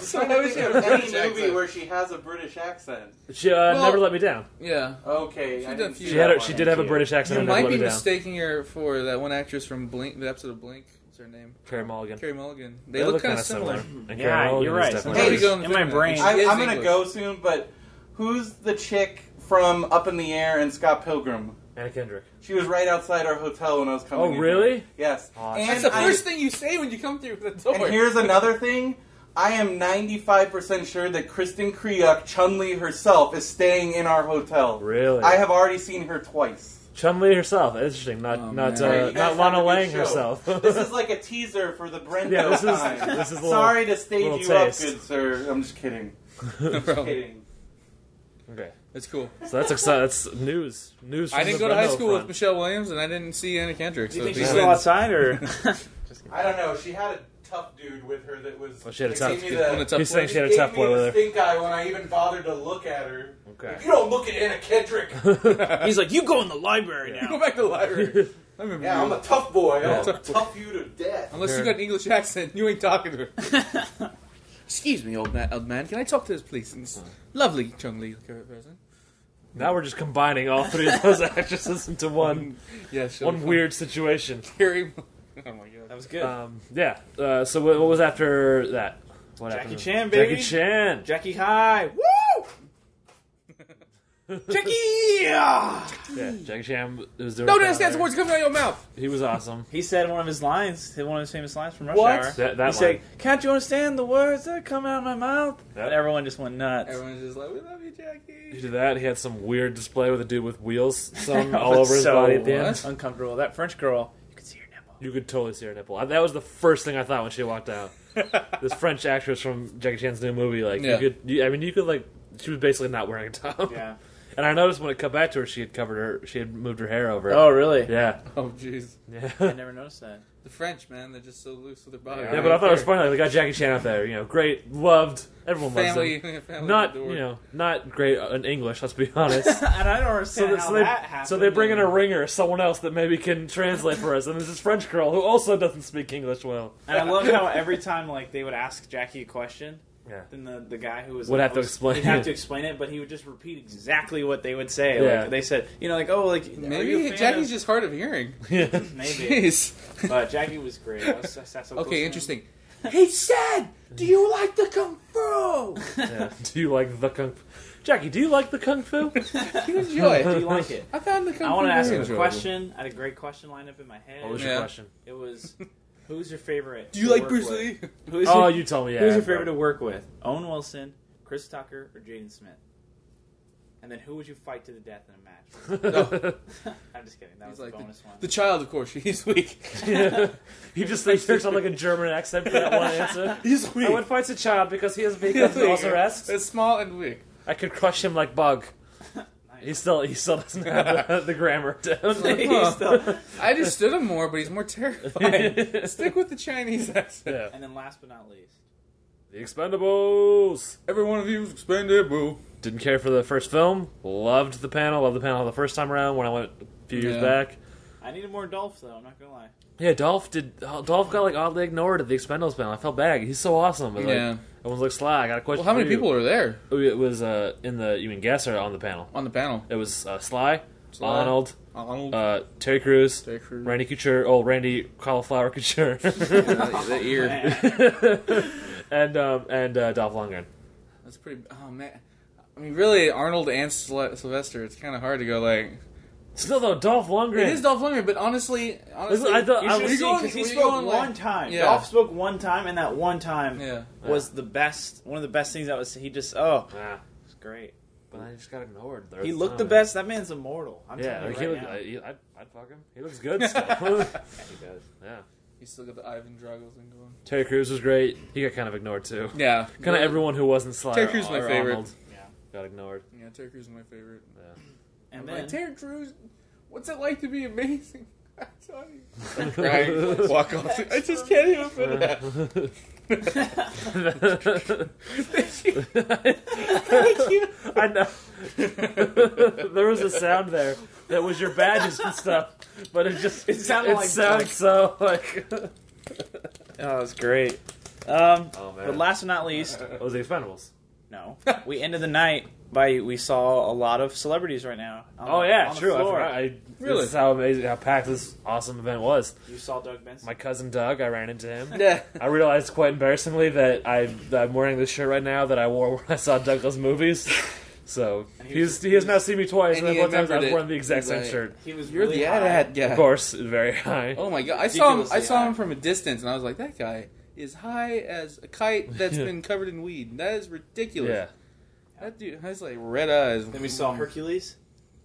Speaker 9: I'm trying to think of any movie where she has a British accent.
Speaker 2: She uh,
Speaker 4: Well-
Speaker 2: never let me down.
Speaker 4: Yeah.
Speaker 9: Okay,
Speaker 4: She's
Speaker 9: I
Speaker 4: done
Speaker 9: didn't
Speaker 4: a
Speaker 9: see
Speaker 4: few.
Speaker 2: She had.
Speaker 9: that
Speaker 2: Her, she
Speaker 9: one.
Speaker 2: did have a
Speaker 6: you.
Speaker 2: British accent.
Speaker 4: You
Speaker 2: and
Speaker 4: might
Speaker 2: never
Speaker 4: be
Speaker 2: let me down.
Speaker 4: mistaking her for that one actress from Blink, the episode of Blink. What's her name?
Speaker 2: Carey Mulligan.
Speaker 4: Carrie Mulligan. They,
Speaker 2: They
Speaker 4: look,
Speaker 2: look
Speaker 4: kind
Speaker 2: kinda
Speaker 4: of similar.
Speaker 2: And
Speaker 6: Yeah,
Speaker 2: Carey Mulligan
Speaker 6: you're
Speaker 2: is
Speaker 6: right.
Speaker 2: definitely-
Speaker 4: I'm already
Speaker 9: Hey,
Speaker 4: going
Speaker 6: in
Speaker 4: with
Speaker 6: my
Speaker 4: that.
Speaker 6: brain.
Speaker 4: She
Speaker 6: I-
Speaker 4: is
Speaker 9: I'm, I'm gonna
Speaker 4: English.
Speaker 9: go soon, but who's the chick from Up in the Air and Scott Pilgrim?
Speaker 2: Anna Kendrick.
Speaker 9: She was right outside our hotel when I was coming.
Speaker 2: Oh,
Speaker 9: in here.
Speaker 2: really?
Speaker 9: Yes.
Speaker 2: Aw,
Speaker 9: and
Speaker 4: That's the
Speaker 9: I-
Speaker 4: first thing you say when you come through the door.
Speaker 9: And here's another thing. I am 95% sure that Kristen Kreuk, Chun Li herself, is staying in our hotel.
Speaker 2: Really?
Speaker 9: I have already seen her twice.
Speaker 2: Chumley herself. Interesting. Not
Speaker 4: Oh,
Speaker 2: not
Speaker 4: man. Sorry,
Speaker 2: uh,
Speaker 9: you guys
Speaker 2: not
Speaker 9: have
Speaker 2: Lana
Speaker 9: a good
Speaker 2: Lang
Speaker 9: show.
Speaker 2: herself.
Speaker 9: This is like a teaser for the Brenda
Speaker 2: Yeah, this is-
Speaker 9: time.
Speaker 2: this is a little-
Speaker 9: Sorry to stage
Speaker 2: little
Speaker 9: you
Speaker 2: taste.
Speaker 9: up, good sir. I'm just kidding.
Speaker 4: No problem.
Speaker 9: Kidding.
Speaker 2: okay,
Speaker 4: It's cool.
Speaker 2: so that's exciting. That's news. News.
Speaker 4: I
Speaker 2: from
Speaker 4: didn't
Speaker 2: the
Speaker 4: go to high
Speaker 2: Brendo
Speaker 4: school with
Speaker 2: front.
Speaker 4: Michelle Williams, and I didn't see Anna Kendrick.
Speaker 6: Do you
Speaker 4: so
Speaker 6: think
Speaker 4: these
Speaker 6: she's still
Speaker 4: wins.
Speaker 6: outside or?
Speaker 9: I don't know. She had a tough dude with her that was.
Speaker 2: Oh, she had a
Speaker 9: that
Speaker 2: tough
Speaker 9: gave me
Speaker 2: dude.
Speaker 9: the-
Speaker 4: One of the tough
Speaker 2: He's saying
Speaker 4: boys.
Speaker 2: she had a
Speaker 9: gave
Speaker 2: tough
Speaker 9: me
Speaker 2: boy
Speaker 9: the
Speaker 2: with her.
Speaker 9: stink eye when I even bothered to look at her.
Speaker 2: Okay.
Speaker 9: If you don't look at Anna Kendrick,
Speaker 6: He's like, you go in the library
Speaker 4: Go
Speaker 6: now.
Speaker 4: back to the library. I remember
Speaker 9: yeah,
Speaker 4: you.
Speaker 9: I'm a tough boy. I'll
Speaker 4: Yeah.
Speaker 9: tough you to death.
Speaker 4: Unless you got an English accent, you ain't talking to her. Excuse me, old man. Old man, can I talk to this, please? And this lovely Chung Lee person.
Speaker 2: Now we're just combining all three of those actresses into one
Speaker 4: Yeah, she'll be
Speaker 2: one
Speaker 4: fine.
Speaker 2: weird situation.
Speaker 4: Carrie. Oh my god.
Speaker 6: That was good.
Speaker 2: Um, yeah. Uh, so what, what was after that? What
Speaker 6: Jackie
Speaker 2: happened?
Speaker 6: Chan, baby.
Speaker 2: Jackie Chan.
Speaker 6: Jackie High. Woo! Jackie! Yeah!
Speaker 2: Yeah, Jackie Chan was doing.
Speaker 4: No,
Speaker 2: it down
Speaker 4: no, that's
Speaker 2: there.
Speaker 4: words coming out of your mouth.
Speaker 2: He was awesome.
Speaker 6: He said one of his lines, one of his famous lines from Rush
Speaker 4: What?
Speaker 6: Hour.
Speaker 2: That- that
Speaker 6: he
Speaker 2: line.
Speaker 6: said, "Can't you understand the words that come out of my mouth?"
Speaker 2: Yep.
Speaker 6: And everyone just went nuts.
Speaker 4: Everyone's just like, we love you,
Speaker 2: He
Speaker 4: Jackie.
Speaker 2: did that. He had some weird display with a dude with wheels sewn
Speaker 6: Oh,
Speaker 2: all
Speaker 6: that's
Speaker 2: over his
Speaker 6: so
Speaker 2: body at the end.
Speaker 4: What?
Speaker 6: uncomfortable. That French girl, you could see her nipple.
Speaker 2: You could totally see her nipple. I, that was the first thing I thought when she walked out. this French actress from Jackie Chan's new movie, like
Speaker 4: Yeah.
Speaker 2: you could, you, I mean, you could like, she was basically not wearing a top.
Speaker 6: Yeah.
Speaker 2: And I noticed when it cut back to her, she had covered her, she had moved her hair over. it.
Speaker 6: Oh, really?
Speaker 2: Yeah,
Speaker 4: Oh, jeez.
Speaker 2: yeah.
Speaker 6: I never noticed that.
Speaker 4: The French, man, they're just so loose with their body.
Speaker 2: Yeah, but I thought it was funny. Like, they got Jackie Chan out there, you know, great, loved, everyone
Speaker 4: Family,
Speaker 2: loves him.
Speaker 4: family
Speaker 2: Not,
Speaker 4: adored.
Speaker 2: you know, not great uh, in English. Let's be honest.
Speaker 6: and I don't
Speaker 2: so,
Speaker 6: understand
Speaker 2: that,
Speaker 6: how
Speaker 2: so, they,
Speaker 6: that happened.
Speaker 2: so they bring in a ringer, someone else that maybe can translate for us. And there's this French girl who also doesn't speak English well.
Speaker 6: And I love how every time like they would ask Jackie a question,
Speaker 2: Yeah.
Speaker 6: then the, the guy who was
Speaker 2: Would
Speaker 6: like,
Speaker 2: have
Speaker 6: "Oh,
Speaker 2: to explain
Speaker 6: He'd have
Speaker 2: it.
Speaker 6: to explain it, but he would just repeat exactly what they would say.
Speaker 2: Yeah.
Speaker 6: Like they said, you know, like oh, like are you a
Speaker 4: Maybe
Speaker 6: fan
Speaker 4: Jackie's
Speaker 6: of-
Speaker 4: just hard of hearing.
Speaker 6: maybe.
Speaker 4: Jeez.
Speaker 6: But Jackie was great. I was, I sat so close to
Speaker 4: Okay,
Speaker 6: him.
Speaker 4: interesting. He said, "Do you like the kung fu?
Speaker 2: Yeah. do you like the kung fu? Jackie, do you like the kung fu?
Speaker 4: You enjoy
Speaker 6: Do you
Speaker 4: it.
Speaker 6: like it?
Speaker 4: I found the kung
Speaker 6: I
Speaker 4: fu
Speaker 6: want to ask
Speaker 4: very
Speaker 6: him a
Speaker 4: enjoyable.
Speaker 6: question. I had a great question lined up in my head.
Speaker 2: What was
Speaker 4: Yeah.
Speaker 2: your question?
Speaker 6: It was, who's your favorite?
Speaker 4: Do you
Speaker 6: to
Speaker 4: like
Speaker 6: work
Speaker 4: Bruce
Speaker 6: with?
Speaker 4: Lee?
Speaker 6: Who's
Speaker 2: Oh,
Speaker 6: your,
Speaker 2: you told me. Yeah,
Speaker 6: who's your favorite to work with? Owen Wilson, Chris Tucker, or Jaden Smith? And then who would you fight to the death in a match? with? I'm just kidding. That
Speaker 4: He's
Speaker 6: was
Speaker 4: like
Speaker 6: the
Speaker 4: the-
Speaker 6: bonus one.
Speaker 4: The child, of course, he's weak.
Speaker 6: Oh.
Speaker 2: he just thinks there's like a German accent for that one answer.
Speaker 4: He's weak.
Speaker 2: I would fight a child because he is because he also asks.
Speaker 4: It's small and weak.
Speaker 2: I could crush him like bug. He still he still doesn't have the, the grammar down.
Speaker 4: Huh. I understood him more, but he's more terrifying. Stick with the Chinese accent.
Speaker 2: yeah.
Speaker 6: and then last but not least,
Speaker 2: The Expendables.
Speaker 4: Every one of you is expendable.
Speaker 2: Didn't care for the first film. Loved the panel. Loved the panel the first time around when I went a few years
Speaker 4: Yeah.
Speaker 2: back.
Speaker 6: I needed more Dolph though. I'm not gonna lie.
Speaker 2: Yeah, Dolph did. uh, Dolph got like oddly ignored at the Expendables panel. I felt bad. He's so awesome. But, like,
Speaker 4: Yeah.
Speaker 2: Everyone's like Sly. I got a question.
Speaker 4: Well, how many
Speaker 2: for you."
Speaker 4: people are there
Speaker 2: Ooh, It was uh, in the you can guess or on the panel.
Speaker 4: on the panel?
Speaker 2: It was uh, Sly,
Speaker 4: Sly.
Speaker 2: Arnold,
Speaker 4: Arnold.
Speaker 2: uh, Terry Crews,
Speaker 4: Terry Crews.
Speaker 2: Randy Couture. Oh, Randy Cauliflower Couture,
Speaker 4: Uh, the ear.
Speaker 2: and um, and uh, Dolph Lundgren.
Speaker 4: That's pretty. Oh man. I mean, really, Arnold and Sly- Sylvester. It's kind of hard to go like.
Speaker 2: Still though, Dolph Lundgren.
Speaker 4: It is Dolph Lundgren, but honestly, honestly,
Speaker 2: I thought- I
Speaker 6: You
Speaker 2: was-
Speaker 6: should
Speaker 4: going-
Speaker 6: because he
Speaker 4: were you
Speaker 6: spoke
Speaker 4: going, like-
Speaker 6: one time.
Speaker 4: Yeah.
Speaker 6: Dolph spoke one time, and that one time
Speaker 4: yeah.
Speaker 6: was the best. One of the best things that was. He just oh,
Speaker 2: Yeah,
Speaker 6: it's great.
Speaker 2: but I just got ignored. the
Speaker 6: He
Speaker 2: rest
Speaker 6: looked
Speaker 2: of
Speaker 6: the
Speaker 2: time.
Speaker 6: best. That man's immortal. I'm
Speaker 2: Oh. Yeah, like,
Speaker 6: telling
Speaker 2: he
Speaker 6: you
Speaker 2: look,
Speaker 6: right now.
Speaker 2: I, he- I'd, I'd fuck him. He looks good still.
Speaker 6: he does.
Speaker 2: yeah.
Speaker 4: He's still got the Ivan Drago thing going.
Speaker 2: Terry Crews was great. He got kind of ignored too.
Speaker 4: Yeah,
Speaker 2: Kind of everyone who wasn't Sly
Speaker 4: Terry
Speaker 2: or-
Speaker 4: Crews is my
Speaker 2: or
Speaker 4: favorite.
Speaker 2: Arnold
Speaker 6: Yeah.
Speaker 2: got ignored.
Speaker 4: Yeah, Terry Crews is my favorite.
Speaker 6: And
Speaker 4: Like,
Speaker 6: then
Speaker 4: Terry Crews, what's it like to be amazing? I tell you. Start crying. Walk off. I just can't even fit that.
Speaker 2: I know. there was a sound there that was your badges and stuff, but it just it
Speaker 6: sounded like-
Speaker 2: sounds
Speaker 6: like-
Speaker 2: so like.
Speaker 6: oh, it was great. Um,
Speaker 2: Oh man,
Speaker 6: but last but not least,
Speaker 2: it was the Expendables.
Speaker 6: no, we ended the night by we saw a lot of celebrities right now. on
Speaker 2: Oh
Speaker 6: the-
Speaker 2: yeah,
Speaker 6: on the
Speaker 2: true. I
Speaker 6: floor.
Speaker 2: forgot. I,
Speaker 4: Really?
Speaker 2: this is how amazing, how packed this awesome event was.
Speaker 6: You saw Doug Benson.
Speaker 2: My cousin Doug, I ran into him.
Speaker 4: Yeah.
Speaker 2: I realized quite embarrassingly that I that I'm wearing this shirt right now that I wore when I saw Douglas movies. So
Speaker 6: he was-
Speaker 2: he's he has now seen me twice, and,
Speaker 4: and
Speaker 2: then
Speaker 4: he
Speaker 2: both times I
Speaker 4: remembered
Speaker 2: was
Speaker 4: it.
Speaker 2: wearing the exact
Speaker 4: He's
Speaker 2: same
Speaker 4: like-
Speaker 2: shirt.
Speaker 6: He was
Speaker 4: You're
Speaker 6: really
Speaker 4: the
Speaker 6: high.
Speaker 4: ad
Speaker 2: Of
Speaker 4: guy.
Speaker 2: course, very high.
Speaker 4: Oh my god! I saw him. I
Speaker 6: Ridiculously
Speaker 4: saw
Speaker 6: high.
Speaker 4: him from a distance, and I was like, that guy is high as a kite that's been covered in weed. That is ridiculous.
Speaker 2: yeah,
Speaker 4: That dude has like red eyes.
Speaker 6: Then we saw Hercules.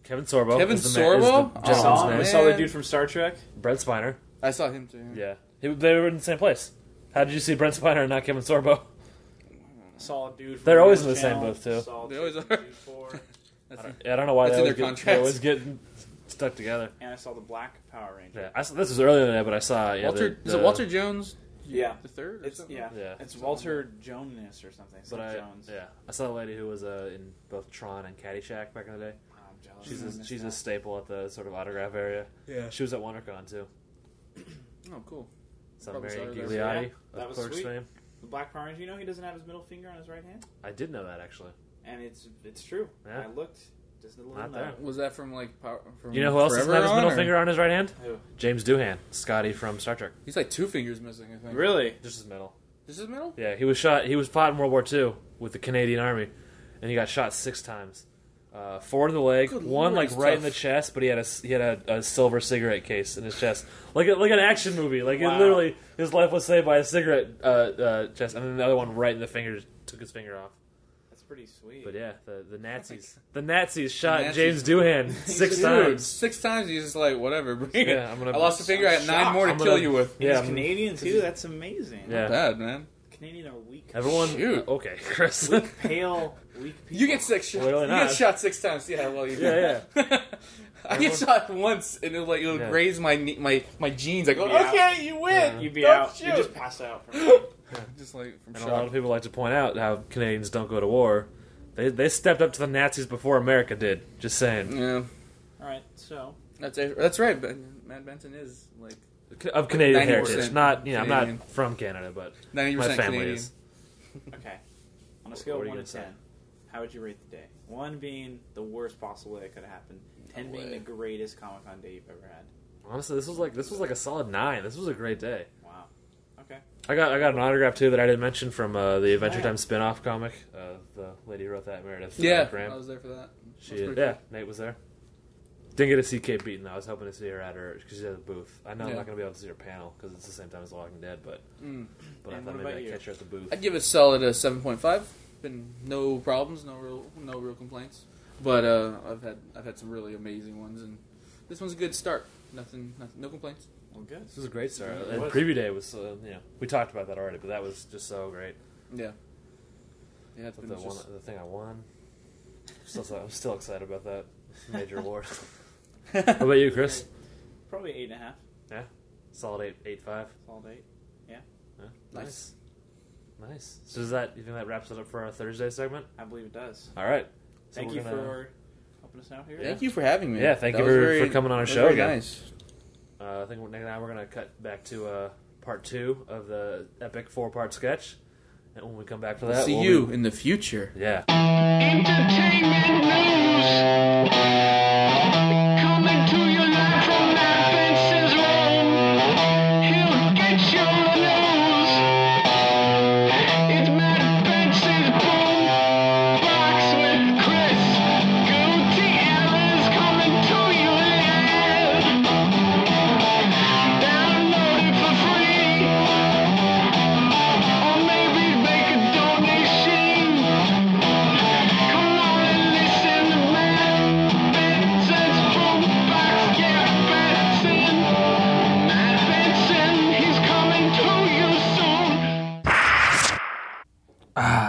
Speaker 2: Kevin Sorbo.
Speaker 4: Kevin
Speaker 2: is the man- is
Speaker 4: Sorbo?
Speaker 2: the
Speaker 4: Oh,
Speaker 6: I saw
Speaker 2: gentleman's
Speaker 6: him.
Speaker 2: name.
Speaker 6: We
Speaker 4: man.
Speaker 6: saw the dude from Star Trek.
Speaker 2: Brent Spiner.
Speaker 4: I saw him too.
Speaker 2: Yeah, He- they were in the same place. How did you see Brent Spiner and not Kevin Sorbo?
Speaker 6: Saw a dude. From
Speaker 2: They're always in the
Speaker 6: Disney
Speaker 2: same
Speaker 6: Channel.
Speaker 2: booth, too.
Speaker 6: Saw
Speaker 4: They always
Speaker 6: Jason
Speaker 4: are.
Speaker 6: Dufour.
Speaker 2: I don't know why
Speaker 4: That's
Speaker 2: they
Speaker 4: in
Speaker 2: always,
Speaker 4: their
Speaker 2: get, they always
Speaker 4: contracts.
Speaker 2: get stuck together.
Speaker 6: And I saw the Black Power Ranger.
Speaker 2: Yeah, I saw, this was earlier in the day, but I saw yeah,
Speaker 4: Walter
Speaker 2: the-
Speaker 4: is it
Speaker 2: the-
Speaker 4: Walter Jones
Speaker 6: Yeah.
Speaker 4: the third? Or
Speaker 6: It's
Speaker 4: something?
Speaker 6: yeah.
Speaker 2: Yeah.
Speaker 6: It's Walter Jonas or something. It's
Speaker 2: But
Speaker 6: not
Speaker 2: I,
Speaker 6: Jones.
Speaker 2: yeah, I saw a lady who was uh, in both Tron and Caddyshack back in the day.
Speaker 6: Oh, I'm jealous.
Speaker 2: She's
Speaker 6: I
Speaker 2: a,
Speaker 6: missed
Speaker 2: she's
Speaker 6: that.
Speaker 2: a staple at the sort of autograph area. Yeah, she was at WonderCon too.
Speaker 4: Oh, cool.
Speaker 2: So
Speaker 4: Probably saw
Speaker 2: Mary
Speaker 4: her there.
Speaker 2: Gigliotti
Speaker 6: Yeah, that
Speaker 2: of
Speaker 6: was
Speaker 2: Clerks
Speaker 6: sweet.
Speaker 2: fame.
Speaker 6: the Black Power Ranger. You know he doesn't have his middle finger on his right hand,
Speaker 2: I did know that actually.
Speaker 6: and it's it's true.
Speaker 2: Yeah.
Speaker 6: I looked. Just a little
Speaker 2: Not
Speaker 6: note.
Speaker 4: Was that from like power, from
Speaker 2: You know who else doesn't have
Speaker 4: Forever
Speaker 2: his
Speaker 4: on,
Speaker 2: middle
Speaker 4: or-
Speaker 2: finger on his right hand?
Speaker 6: Who?
Speaker 2: James Doohan, Scotty from Star Trek.
Speaker 4: He's like two fingers missing. I think.
Speaker 6: Really?
Speaker 2: Just his middle.
Speaker 4: This is middle.
Speaker 2: Yeah, he was shot. He was fought in World War II with the Canadian Army, and he got shot six times. Uh, four in the leg,
Speaker 4: Good
Speaker 2: one
Speaker 4: lord,
Speaker 2: like
Speaker 4: he's
Speaker 2: right
Speaker 4: tough.
Speaker 2: in the chest, but he had a he had a, a silver cigarette case in his chest, like a, like an action movie. Like
Speaker 6: Wow.
Speaker 2: it literally, his life was saved by a cigarette uh, uh, chest, and then the other one right in the finger took his finger off.
Speaker 6: That's pretty
Speaker 3: pretty sweet.
Speaker 10: But yeah, the, the Nazis, the Nazis shot James
Speaker 4: Nazis.
Speaker 10: Doohan six times.
Speaker 4: Six times he's just like, whatever, bring it.
Speaker 10: Yeah, I'm gonna-
Speaker 4: I lost a finger, I got nine
Speaker 3: shocked.
Speaker 4: more to
Speaker 10: I'm
Speaker 4: kill
Speaker 10: gonna-
Speaker 4: you with.
Speaker 10: Yeah,
Speaker 3: He's
Speaker 10: I'm-
Speaker 3: Canadian too. That's amazing.
Speaker 10: yeah.
Speaker 4: Bad, man.
Speaker 3: Canadian are weak.
Speaker 10: Everyone,
Speaker 2: uh,
Speaker 4: Shoot.
Speaker 10: okay, Chris.
Speaker 3: pale, weak people.
Speaker 4: You get six shots.
Speaker 10: Well,
Speaker 4: you
Speaker 10: not.
Speaker 4: get shot six times. Yeah, well, you
Speaker 10: Yeah,
Speaker 4: yeah. I get shot once, and it'll like it'll
Speaker 10: Yeah.
Speaker 4: graze my knee- my my jeans. I go,
Speaker 3: Yeah.
Speaker 4: okay, you win.
Speaker 3: You'd be
Speaker 4: Don't
Speaker 3: out. You
Speaker 4: shoot.
Speaker 3: just pass out. From
Speaker 4: Just like from
Speaker 10: And a lot
Speaker 4: shock.
Speaker 10: of people like to point out how Canadians don't go to war. They, they stepped up to the Nazis before America did. Just saying.
Speaker 4: Yeah,
Speaker 3: All right, so
Speaker 4: that's it. that's right. But Matt Benson is like
Speaker 10: Of Canadian
Speaker 4: 90%
Speaker 10: heritage. Not, you know, I'm
Speaker 4: Canadian.
Speaker 10: not from Canada, but
Speaker 4: ninety
Speaker 10: my
Speaker 4: percent
Speaker 10: family
Speaker 4: Canadian.
Speaker 10: is.
Speaker 3: okay, on a scale
Speaker 10: What do
Speaker 3: of
Speaker 10: you
Speaker 3: one
Speaker 10: guys
Speaker 3: to
Speaker 10: say?
Speaker 3: ten, how would you rate the day? One being the worst possible way that could have happened. Ten being the greatest Comic Con day you've ever had.
Speaker 10: Honestly, this was like this was like a solid nine. This was a great day.
Speaker 3: Wow. Okay.
Speaker 10: I got I got an autograph too that I didn't mention from uh, the Adventure
Speaker 3: Yeah.
Speaker 10: Time spin-off comic. Uh, the lady who wrote that Meredith. uh,
Speaker 4: Oh, Yeah,
Speaker 10: Graham.
Speaker 4: I was there for that.
Speaker 10: She
Speaker 4: That's
Speaker 10: yeah,
Speaker 4: pretty cool.
Speaker 10: Nate was there. Didn't get to see Kate Beaton. I was hoping to see her at her because she's at the booth. I know I'm
Speaker 4: Yeah.
Speaker 10: not gonna be able to see her panel because it's the same time as The Walking Dead, but
Speaker 4: Mm.
Speaker 10: but I
Speaker 3: And
Speaker 10: thought
Speaker 3: what
Speaker 10: maybe
Speaker 3: about
Speaker 10: I'd
Speaker 3: you?
Speaker 10: catch her at the booth.
Speaker 4: I'd give it a solid uh, seven point five. Been no problems, no real no real complaints. But uh, I've had I've had some really amazing ones, and this one's a good start. Nothing, nothing no complaints.
Speaker 3: Well, good.
Speaker 10: This was a great start.
Speaker 3: It
Speaker 10: And
Speaker 3: was.
Speaker 10: preview day was, uh, you know, we talked about that already, but that was just so great.
Speaker 4: Yeah, yeah, it's
Speaker 10: But
Speaker 4: been
Speaker 10: the,
Speaker 4: just,
Speaker 10: one, the thing I won, I'm still, so- I'm still excited about that major award. How about you, Chris?
Speaker 3: Probably eight and a half.
Speaker 10: Solid eight, eight five.
Speaker 3: Solid eight.
Speaker 10: Yeah.
Speaker 4: Nice.
Speaker 10: nice, nice. So does that? You think that wraps it up for our Thursday segment?
Speaker 3: I believe it does.
Speaker 10: All right. So
Speaker 3: Thank
Speaker 10: we're
Speaker 3: you
Speaker 10: gonna-
Speaker 3: for helping us out here.
Speaker 4: Thank you for having me.
Speaker 10: Yeah, thank
Speaker 4: That
Speaker 10: you
Speaker 4: was
Speaker 10: for-
Speaker 4: very-
Speaker 10: for coming on our
Speaker 4: that was
Speaker 10: show
Speaker 4: very
Speaker 10: again.
Speaker 4: Nice.
Speaker 10: Uh, I think we're- now we're gonna cut back to uh, part two of the epic four part sketch, and when we come back for that,
Speaker 4: See
Speaker 10: we'll
Speaker 4: you
Speaker 10: be-
Speaker 4: in the future.
Speaker 10: yeah.
Speaker 11: Entertainment news coming to your life from Matt Benson's room. He'll get your news. It's Matt Benson's boom box with Chris Gutierrez coming to you live. Download it for free, or maybe make a donation. Come on and listen to Matt Benson's boombox. Yeah, Benson, Matt Benson, he's coming to you soon.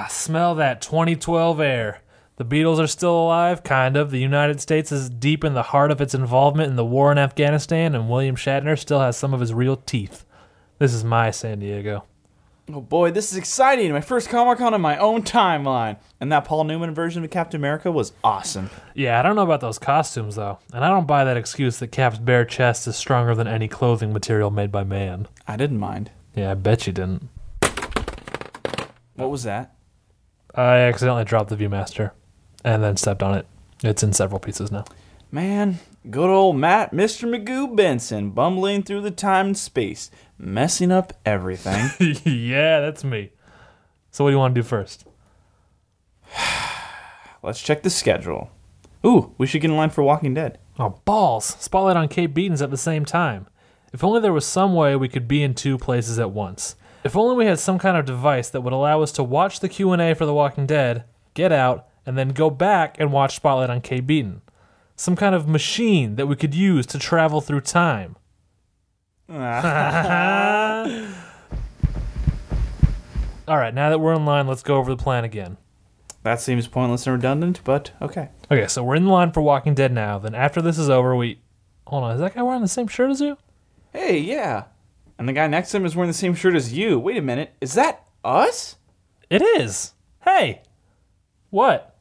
Speaker 2: Smell that 2012 air. The Beatles are still alive, kind of. The United States is deep in the heart of its involvement in the war in Afghanistan, and William Shatner still has some of his real teeth. This is my San Diego.
Speaker 6: Oh boy, this is exciting! My first Comic Con on my own timeline, and that Paul Newman version of Captain America was awesome.
Speaker 2: Yeah, I don't know about those costumes, though, and I don't buy that excuse that Cap's bare chest is stronger than any clothing material made by man.
Speaker 6: I didn't mind.
Speaker 2: Yeah, I bet you didn't.
Speaker 6: What was that?
Speaker 2: I accidentally dropped the Viewmaster and then stepped on it. It's in several pieces now.
Speaker 6: Man, good old Matt, Mr. Magoo Benson, bumbling through the time and space, messing up everything.
Speaker 2: yeah, that's me. So, what do you want to do first?
Speaker 6: Let's check the schedule. Ooh, we should get in line for Walking Dead.
Speaker 2: Oh, balls! Spotlight on Kate Beaton's at the same time. If only there was some way we could be in two places at once. If only we had some kind of device that would allow us to watch the Q&A for The Walking Dead, get out, and then go back and watch Spotlight on Kate Beaton. Some kind of machine that we could use to travel through time. All right, now that we're in line, let's go over the plan again.
Speaker 6: That seems pointless and redundant, but okay.
Speaker 2: Okay, so we're in line for Walking Dead now. Then after this is over, we Hold on, is that guy wearing the same shirt as you?
Speaker 6: Hey, yeah. And the guy next to him is wearing the same shirt as you. Wait a minute, is that us?
Speaker 2: It is. Hey, what?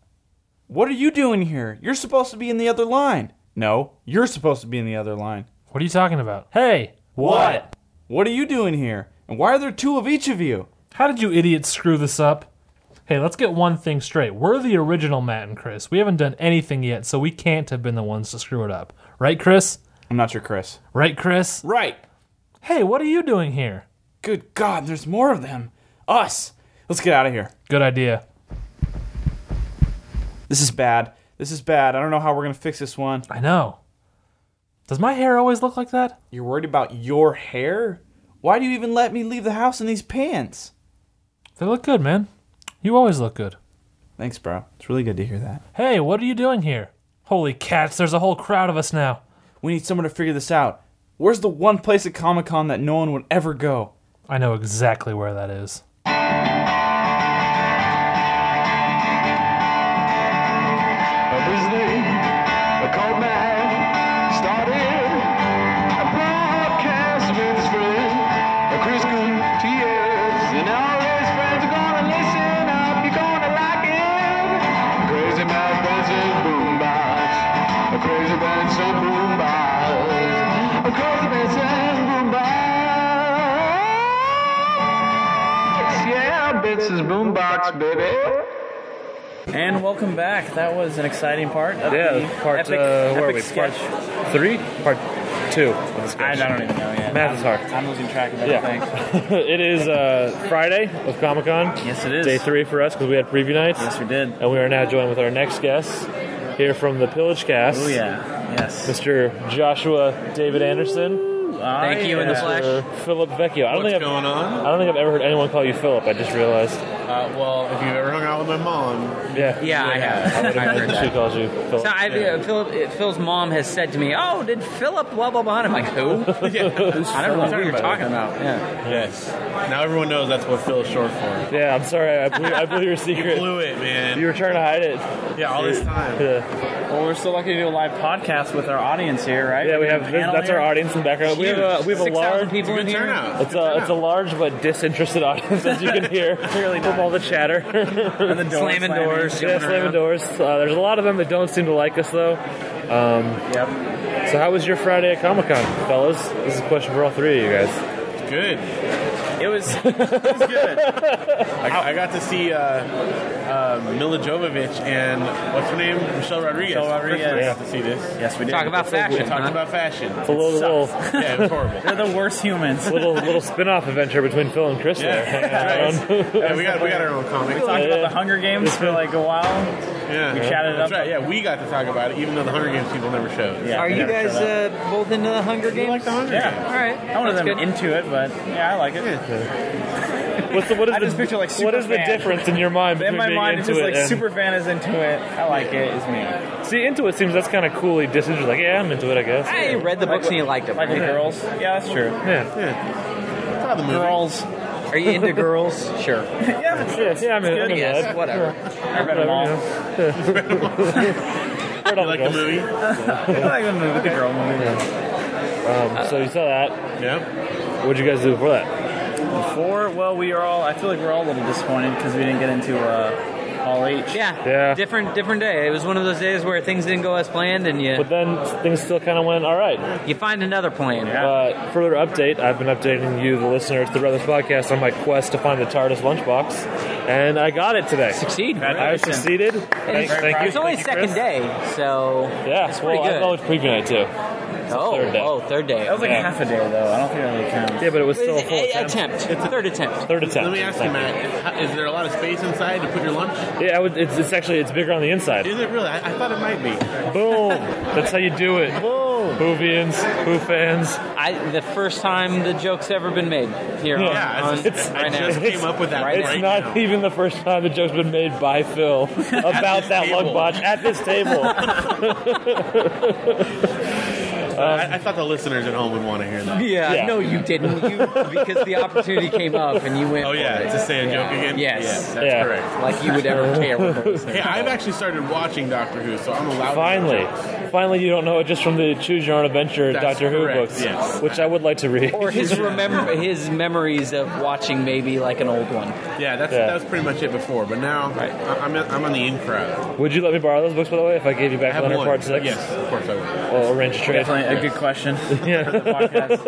Speaker 6: What are you doing here? You're supposed to be in the other line. No, you're supposed to be in the other line.
Speaker 2: What are you talking about? Hey, what?
Speaker 6: What are you doing here? And why are there two of each of you?
Speaker 2: How did you idiots screw this up? Hey, let's get one thing straight. We're the original Matt and Chris. We haven't done anything yet, so we can't have been the ones to screw it up. Right, Chris?
Speaker 6: I'm not sure, Chris.
Speaker 2: Right, Chris?
Speaker 6: Right.
Speaker 2: Hey, what are you doing here?
Speaker 6: Good God, there's more of them. Us. Let's get out of here.
Speaker 2: Good idea.
Speaker 6: This is bad. This is bad. I don't know how we're going to fix this one.
Speaker 2: I know. Does my hair always look like that?
Speaker 6: You're worried about your hair? Why do you even let me leave the house in these pants?
Speaker 2: They look good, man. You always look good.
Speaker 12: Thanks, bro. It's really good to hear that.
Speaker 13: Hey, what are you doing here? Holy cats, there's a whole crowd of us now.
Speaker 12: We need someone to figure this out. Where's the one place at Comic Con that no one would ever go?
Speaker 13: I know exactly where that is.
Speaker 11: Boombox, baby.
Speaker 3: And welcome back. That was an exciting part of the
Speaker 2: Yeah, part,
Speaker 3: epic,
Speaker 2: uh, where are
Speaker 3: epic
Speaker 2: we?
Speaker 3: sketch.
Speaker 2: Part three? Part two of the
Speaker 3: I, I
Speaker 2: sketch.
Speaker 3: don't even know yet.
Speaker 2: Math is hard.
Speaker 3: I'm losing track of
Speaker 2: Yeah.
Speaker 3: everything.
Speaker 2: it is uh, Friday of Comic Con.
Speaker 3: Yes, it is.
Speaker 2: Day three for us because we had preview nights.
Speaker 3: Yes, we did.
Speaker 2: And we are now joined with our next guest here from the Pillage Cast.
Speaker 3: Oh yeah. Yes.
Speaker 2: Mr. Joshua David Anderson.
Speaker 3: Thank you in the
Speaker 2: Mr. Philip Vecchio. I don't think I've,
Speaker 4: going on?
Speaker 2: I don't think I've ever heard anyone call you Philip. I just realized.
Speaker 4: Uh, well, if you've ever hung out with my mom,
Speaker 2: Yeah.
Speaker 6: Yeah, I
Speaker 2: I
Speaker 6: have.
Speaker 2: would
Speaker 6: I've heard
Speaker 2: imagine she
Speaker 6: that.
Speaker 2: calls you Philip.
Speaker 6: So I, uh, Phil, Phil's mom has said to me, "Oh, did Philip blah blah blah?" And I'm like, "Who?" I don't know what you're talking about. Yeah.
Speaker 4: yes. Now everyone knows that's what Phil's short for.
Speaker 2: yeah, I'm sorry. I blew, I blew your secret.
Speaker 4: Blew it, man.
Speaker 2: You were trying to hide it.
Speaker 4: Yeah, all this time.
Speaker 2: Yeah,
Speaker 3: Well, we're still lucky to do a live podcast with our audience here, right?
Speaker 2: yeah we have
Speaker 3: a
Speaker 2: this,
Speaker 3: panel
Speaker 2: that's our
Speaker 3: here.
Speaker 2: audience in the background. We have a we have a
Speaker 6: 6,000
Speaker 2: large
Speaker 6: people in
Speaker 4: Good
Speaker 6: here.
Speaker 4: turnout.
Speaker 2: It's a, it's a large but disinterested audience, as you can hear from all the chatter.
Speaker 3: And the door
Speaker 6: Slamming doors.
Speaker 2: yeah,
Speaker 6: jumping
Speaker 2: slamming
Speaker 6: around.
Speaker 2: doors. Uh, there's a lot of them that don't seem to like us, though. Um,
Speaker 3: Yep.
Speaker 2: So, how was your Friday at Comic Con, fellas? This is a question for all three of you guys.
Speaker 4: Good.
Speaker 3: It was
Speaker 4: I, I got to see uh, uh, Mila Jovovich and what's her name? Michelle Rodriguez.
Speaker 3: Michelle Rodriguez.
Speaker 4: First time I got to see this.
Speaker 3: yes, we did.
Speaker 6: Talk about
Speaker 4: We
Speaker 6: fashion.
Speaker 4: talked
Speaker 6: huh?
Speaker 4: about fashion.
Speaker 2: It's a little little,
Speaker 4: Yeah, it was horrible.
Speaker 3: They're the worst humans.
Speaker 2: little little spin off adventure between Phil and Chris.
Speaker 4: Yeah,
Speaker 2: there, hanging
Speaker 4: Nice.
Speaker 2: around.
Speaker 4: yeah, we got we got our own comic.
Speaker 3: Talked about the Hunger Games for like a while.
Speaker 4: Yeah, we
Speaker 3: chatted it
Speaker 4: That's
Speaker 3: up.
Speaker 4: right. Yeah, we got to talk about it, even though the Hunger Games people never showed.
Speaker 3: Yeah,
Speaker 6: Are
Speaker 3: they
Speaker 6: you
Speaker 3: never
Speaker 6: guys
Speaker 3: showed up.
Speaker 6: uh, both into the Hunger Games?
Speaker 4: like the Hunger
Speaker 3: Yeah.
Speaker 6: All right.
Speaker 3: I wasn't
Speaker 6: That's good.
Speaker 3: into it, but yeah, I like it.
Speaker 2: What's the, what is
Speaker 3: I just
Speaker 2: the,
Speaker 3: picture, like,
Speaker 2: what is the
Speaker 3: Superman.
Speaker 2: difference in your mind between
Speaker 3: In my
Speaker 2: being
Speaker 3: mind, it's
Speaker 2: into
Speaker 3: just
Speaker 2: it
Speaker 3: like
Speaker 2: and
Speaker 3: super fan is into it. I like it. It's me.
Speaker 2: see into it seems that's kind of cool. He disinterested like yeah, I'm into it, I guess.
Speaker 6: I read the books and you liked them.
Speaker 3: Like the
Speaker 6: right?
Speaker 3: girls. Yeah, that's true.
Speaker 4: Saw the movie.
Speaker 3: Girls.
Speaker 6: Are you into girls? Sure.
Speaker 2: yeah, yeah, I mean, I'm into
Speaker 6: Yes.
Speaker 2: that.
Speaker 6: Whatever.
Speaker 3: I read them all.
Speaker 2: Heard all
Speaker 4: You like
Speaker 2: the
Speaker 4: the
Speaker 2: girls.
Speaker 4: movie?
Speaker 3: I like the movie, the girl movie.
Speaker 2: Um, so you saw that.
Speaker 4: Yeah.
Speaker 2: What'd you guys do before that?
Speaker 3: Four. Well, we are all. I feel like we're all a little disappointed because we didn't get into uh, all H.
Speaker 6: Yeah.
Speaker 2: Yeah.
Speaker 6: Different different day. It was one of those days where things didn't go as planned, and you
Speaker 2: But then things still kind of went all right.
Speaker 6: you find another plan.
Speaker 2: Uh, further update: I've been updating you, the listeners, the Brothers Podcast, on my quest to find the TARDIS lunchbox, and I got it today.
Speaker 6: Succeed.
Speaker 2: I succeeded. Thank, thank you.
Speaker 6: It's only
Speaker 2: Thank you,
Speaker 6: second
Speaker 2: Chris.
Speaker 6: day, so
Speaker 2: Yeah,
Speaker 6: it's
Speaker 2: well, I
Speaker 6: pretty
Speaker 2: know
Speaker 6: good.
Speaker 2: it's preview night too.
Speaker 6: oh,
Speaker 2: third day.
Speaker 6: oh, third day.
Speaker 3: That was like
Speaker 2: Yeah.
Speaker 3: half a day though. I don't think that really counts.
Speaker 2: Yeah, but it was still a
Speaker 6: It's
Speaker 2: full
Speaker 6: a-
Speaker 2: attempt.
Speaker 6: attempt. Third attempt.
Speaker 2: Third attempt.
Speaker 4: Let me ask you, Matt. Is, how- is there a lot of space inside to put your lunch?
Speaker 2: Yeah, I would, it's, it's actually it's bigger on the inside.
Speaker 4: Is it really? I, I thought it might be.
Speaker 2: Boom! That's how you do it. Boom! Hoovians, Who fans.
Speaker 6: I, the first time the joke's ever been made here. on-
Speaker 4: Yeah,
Speaker 6: on,
Speaker 4: it's, it's,
Speaker 6: right
Speaker 4: I
Speaker 6: now.
Speaker 4: just came up with that
Speaker 6: Right
Speaker 4: right,
Speaker 2: It's
Speaker 4: now.
Speaker 2: not even the first time the joke's been made by Phil about that
Speaker 4: table.
Speaker 2: lug botch at this table.
Speaker 4: I, I thought the listeners at home would want to hear that.
Speaker 6: Yeah,
Speaker 2: Yeah.
Speaker 6: no, you didn't. You, because the opportunity came up and you went.
Speaker 4: Oh
Speaker 6: for
Speaker 4: yeah,
Speaker 6: it.
Speaker 4: to say a joke again.
Speaker 6: Yes.
Speaker 4: yeah, that's
Speaker 2: Yeah.
Speaker 4: correct.
Speaker 6: Like you would ever care. What those
Speaker 4: Hey, I've actually started watching Doctor Who, so I'm allowed.
Speaker 2: Finally, finally, you don't know it just from the Choose Your Own Adventure
Speaker 4: That's
Speaker 2: Doctor
Speaker 4: correct,
Speaker 2: Who books,
Speaker 4: yes.
Speaker 2: which I would like to read.
Speaker 6: or his remember his memories of watching maybe like an old one.
Speaker 4: To, yeah, that's
Speaker 2: Yeah.
Speaker 4: that was pretty much it before, but now
Speaker 6: Right.
Speaker 4: I, I'm I'm on the in crowd.
Speaker 2: Would you let me borrow those books, by the way, if I gave you
Speaker 4: I
Speaker 2: back
Speaker 4: have
Speaker 2: Leonard
Speaker 4: one.
Speaker 2: Part Six?
Speaker 4: Yes, of course I will.
Speaker 2: We'll arrange a trade.
Speaker 3: Definitely a good question.
Speaker 2: Yeah,
Speaker 3: Podcast.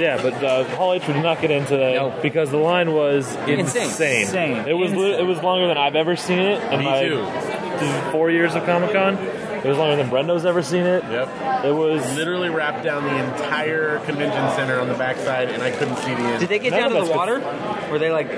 Speaker 2: yeah, but uh, Hall H we did not get in today
Speaker 6: No.
Speaker 2: because the line was
Speaker 6: Insane.
Speaker 2: insane.
Speaker 3: Insane.
Speaker 2: It was li-
Speaker 3: Insane.
Speaker 2: it was longer than I've ever seen it in
Speaker 4: Me
Speaker 2: my
Speaker 4: too.
Speaker 2: four years of Comic Con. It was longer than Brendo's ever seen it.
Speaker 6: Yep.
Speaker 2: It was
Speaker 6: literally wrapped down the entire convention center on the backside, and I couldn't see the end.
Speaker 4: Did they get down to the water? Were they like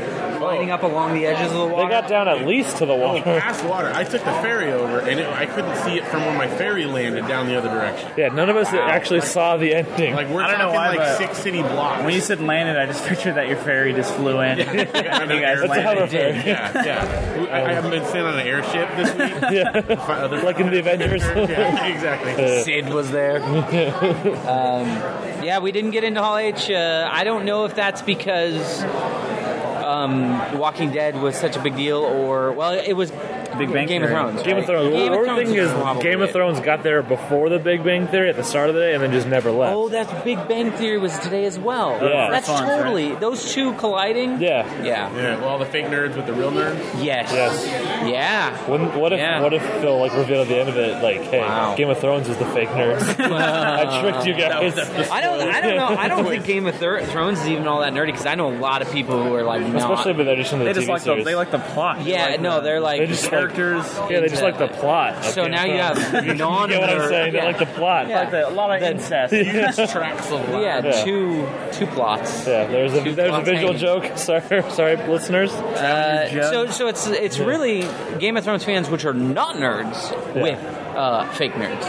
Speaker 4: lining up along the edges of the water? They got
Speaker 2: down at least to the
Speaker 6: Oh, past water. I took the ferry over, and it, I couldn't see it from where my ferry landed down the other direction.
Speaker 2: Yeah, none of us actually saw the ending.
Speaker 6: Like we're
Speaker 2: I don't know
Speaker 6: talking
Speaker 2: why,
Speaker 6: like
Speaker 2: but-
Speaker 6: six city blocks.
Speaker 3: When you said landed, I just pictured that your ferry just flew in. and you guys
Speaker 6: That's how
Speaker 3: landed.
Speaker 6: it is. Yeah, yeah. We- I, I haven't been sitting on an airship this week. yeah.
Speaker 2: Like in the Avengers.
Speaker 6: yeah, exactly.
Speaker 4: Sid was there. um, yeah, we didn't get into Hall H. Uh, I don't know if that's because um, Walking Dead was such a big deal, or well, it was
Speaker 2: Big Bang
Speaker 4: Game of
Speaker 2: Theory.
Speaker 4: Thrones.
Speaker 2: Game of
Speaker 4: right?
Speaker 2: Thrones.
Speaker 4: Game
Speaker 2: well,
Speaker 4: of
Speaker 2: the
Speaker 4: Thrones
Speaker 2: thing is,
Speaker 4: probably
Speaker 2: Game of
Speaker 4: it.
Speaker 2: Thrones got there before the Big Bang Theory at the start of the day, and then just never left.
Speaker 4: Oh, that's Big Bang Theory was today as well.
Speaker 2: Yeah.
Speaker 4: that's
Speaker 2: First ones, right?
Speaker 4: totally those two colliding.
Speaker 2: Yeah.
Speaker 4: Yeah.
Speaker 6: Yeah. Well, all the fake nerds with the real nerds.
Speaker 4: Yes. Yeah.
Speaker 2: When, what if what if Phil like revealed at the end of it like, hey, Game of Thrones is the fake nerds. I tricked you guys.
Speaker 4: I don't. I don't know. I don't think Game of Thro- Thrones is even all that nerdy because I know a lot of people who are like, no,
Speaker 2: Especially with addition to the
Speaker 4: They just
Speaker 2: TV
Speaker 4: like the-
Speaker 2: series.
Speaker 4: they
Speaker 3: like the plot.
Speaker 4: Yeah, no, they're like
Speaker 2: characters. yeah, they just like the plot. of
Speaker 4: So
Speaker 2: Game
Speaker 4: now
Speaker 2: of
Speaker 4: you
Speaker 2: Thrones.
Speaker 4: have
Speaker 2: You
Speaker 4: non-
Speaker 2: get what I'm
Speaker 4: nerd-
Speaker 2: saying? They
Speaker 4: yeah.
Speaker 2: like the plot.
Speaker 4: Yeah. Like the-
Speaker 3: A lot of incest.
Speaker 4: Huge
Speaker 3: tracks
Speaker 4: of land. Yeah, two- two plots.
Speaker 2: Yeah, there's a there's a
Speaker 4: plots
Speaker 2: visual
Speaker 4: hanging.
Speaker 2: joke. Sorry, sorry, listeners.
Speaker 4: Uh, so, so it's it's
Speaker 2: Yeah.
Speaker 4: really Game of Thrones fans, which are not nerds,
Speaker 2: Yeah.
Speaker 4: with uh, fake nerds.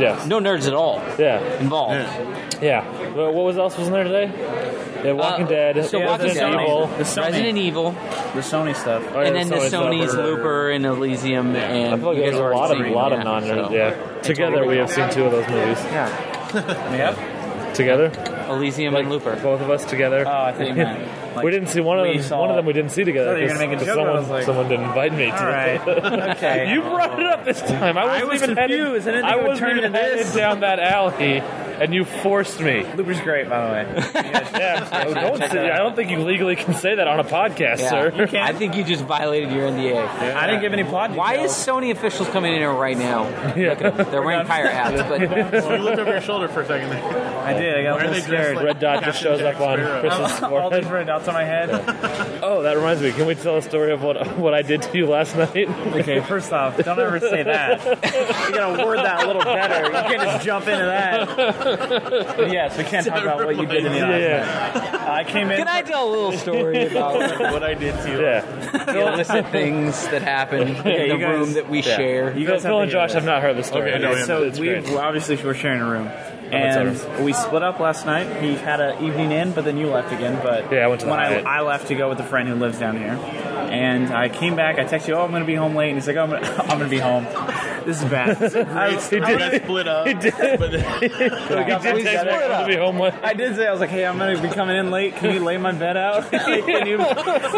Speaker 2: Yes.
Speaker 4: No nerds at all.
Speaker 2: Yeah.
Speaker 4: Involved.
Speaker 2: Yeah. Well, what was else was not there today? Yeah, Uh, Walking Dead.
Speaker 4: So Walking
Speaker 2: Resident
Speaker 4: Dead,
Speaker 2: Evil.
Speaker 4: Resident Evil,
Speaker 3: the Sony stuff,
Speaker 2: Oh, yeah,
Speaker 4: and then the
Speaker 2: Sony stuff.
Speaker 4: Sony's Looper and Elysium, and
Speaker 2: I feel like
Speaker 4: you
Speaker 2: there's
Speaker 4: guys
Speaker 2: a
Speaker 4: already
Speaker 2: lot of
Speaker 4: seen,
Speaker 2: lot
Speaker 4: yeah,
Speaker 2: of non nerds.
Speaker 4: so-
Speaker 2: Yeah. Together we have seen two of those movies. Yeah. Together.
Speaker 4: Elysium and Looper.
Speaker 2: Both of us together. Oh, I
Speaker 3: thought you meant, like,
Speaker 2: we didn't see one of
Speaker 3: we
Speaker 2: them.
Speaker 3: saw-
Speaker 2: one of them we didn't see together.
Speaker 3: I thought you were gonna
Speaker 2: 'cause-
Speaker 3: make a
Speaker 2: 'cause
Speaker 3: joke, and I
Speaker 2: someone,
Speaker 3: was like,
Speaker 2: someone didn't invite me.
Speaker 3: "All
Speaker 2: to
Speaker 3: right. Okay.
Speaker 2: you brought it up this time. I wasn't
Speaker 3: I was
Speaker 2: even
Speaker 3: confused. I
Speaker 2: Headed,
Speaker 3: didn't think
Speaker 2: I
Speaker 3: it would
Speaker 2: wasn't
Speaker 3: turn
Speaker 2: even
Speaker 3: into this.
Speaker 2: headed down that alley, and you forced me.
Speaker 3: Looper's great, by the way.
Speaker 2: yeah. Don't say- I don't think you legally can say that on a podcast,
Speaker 4: Yeah.
Speaker 2: sir.
Speaker 4: You can't. I think you just violated your NDA.
Speaker 3: I didn't give any plot.
Speaker 4: Why is Sony officials coming in here right now? Look at them. They're wearing pirate hats, but
Speaker 6: you looked over your shoulder for a second there. I
Speaker 3: did, I got a little scared.
Speaker 2: Red dot just shows up on Chris's
Speaker 3: All these red dots on my head.
Speaker 2: Oh, that reminds me. Can we tell a story of what what I did to you last night?
Speaker 3: Okay, first off, don't ever say that. You gotta word that a little better. You can't just jump into that. But yes, we can't talk about what you did to me last night. I came in.
Speaker 4: can I tell a little story about
Speaker 6: what I did to you?
Speaker 2: Yeah.
Speaker 4: the illicit things that happen in the room that we
Speaker 3: yeah.
Speaker 4: share?
Speaker 3: You guys
Speaker 2: Phil
Speaker 3: have
Speaker 2: and
Speaker 3: to hear
Speaker 2: Josh
Speaker 3: this.
Speaker 2: have not heard this story.
Speaker 3: Okay,
Speaker 2: No, we haven't.
Speaker 3: so
Speaker 2: It's
Speaker 3: we
Speaker 2: great.
Speaker 3: well, obviously we're sharing a room,
Speaker 2: it's
Speaker 3: and we split up last night. He had an evening in, but then you left again. But yeah, I went
Speaker 2: to the
Speaker 3: when I,
Speaker 2: Hyatt.
Speaker 3: I left to go with a friend who lives down here, and I came back. I texted you, "Oh, I'm going to be home late," and he's like, "Oh, I'm going to, I'm going to be home." This is bad. I,
Speaker 6: He did. I split up.
Speaker 3: He did.
Speaker 6: But
Speaker 3: We
Speaker 6: then,
Speaker 3: did text me, "I'm gonna be
Speaker 2: home late."
Speaker 3: I did say I was like, "Hey, I'm gonna be coming in late. Can you lay my bed out? Can you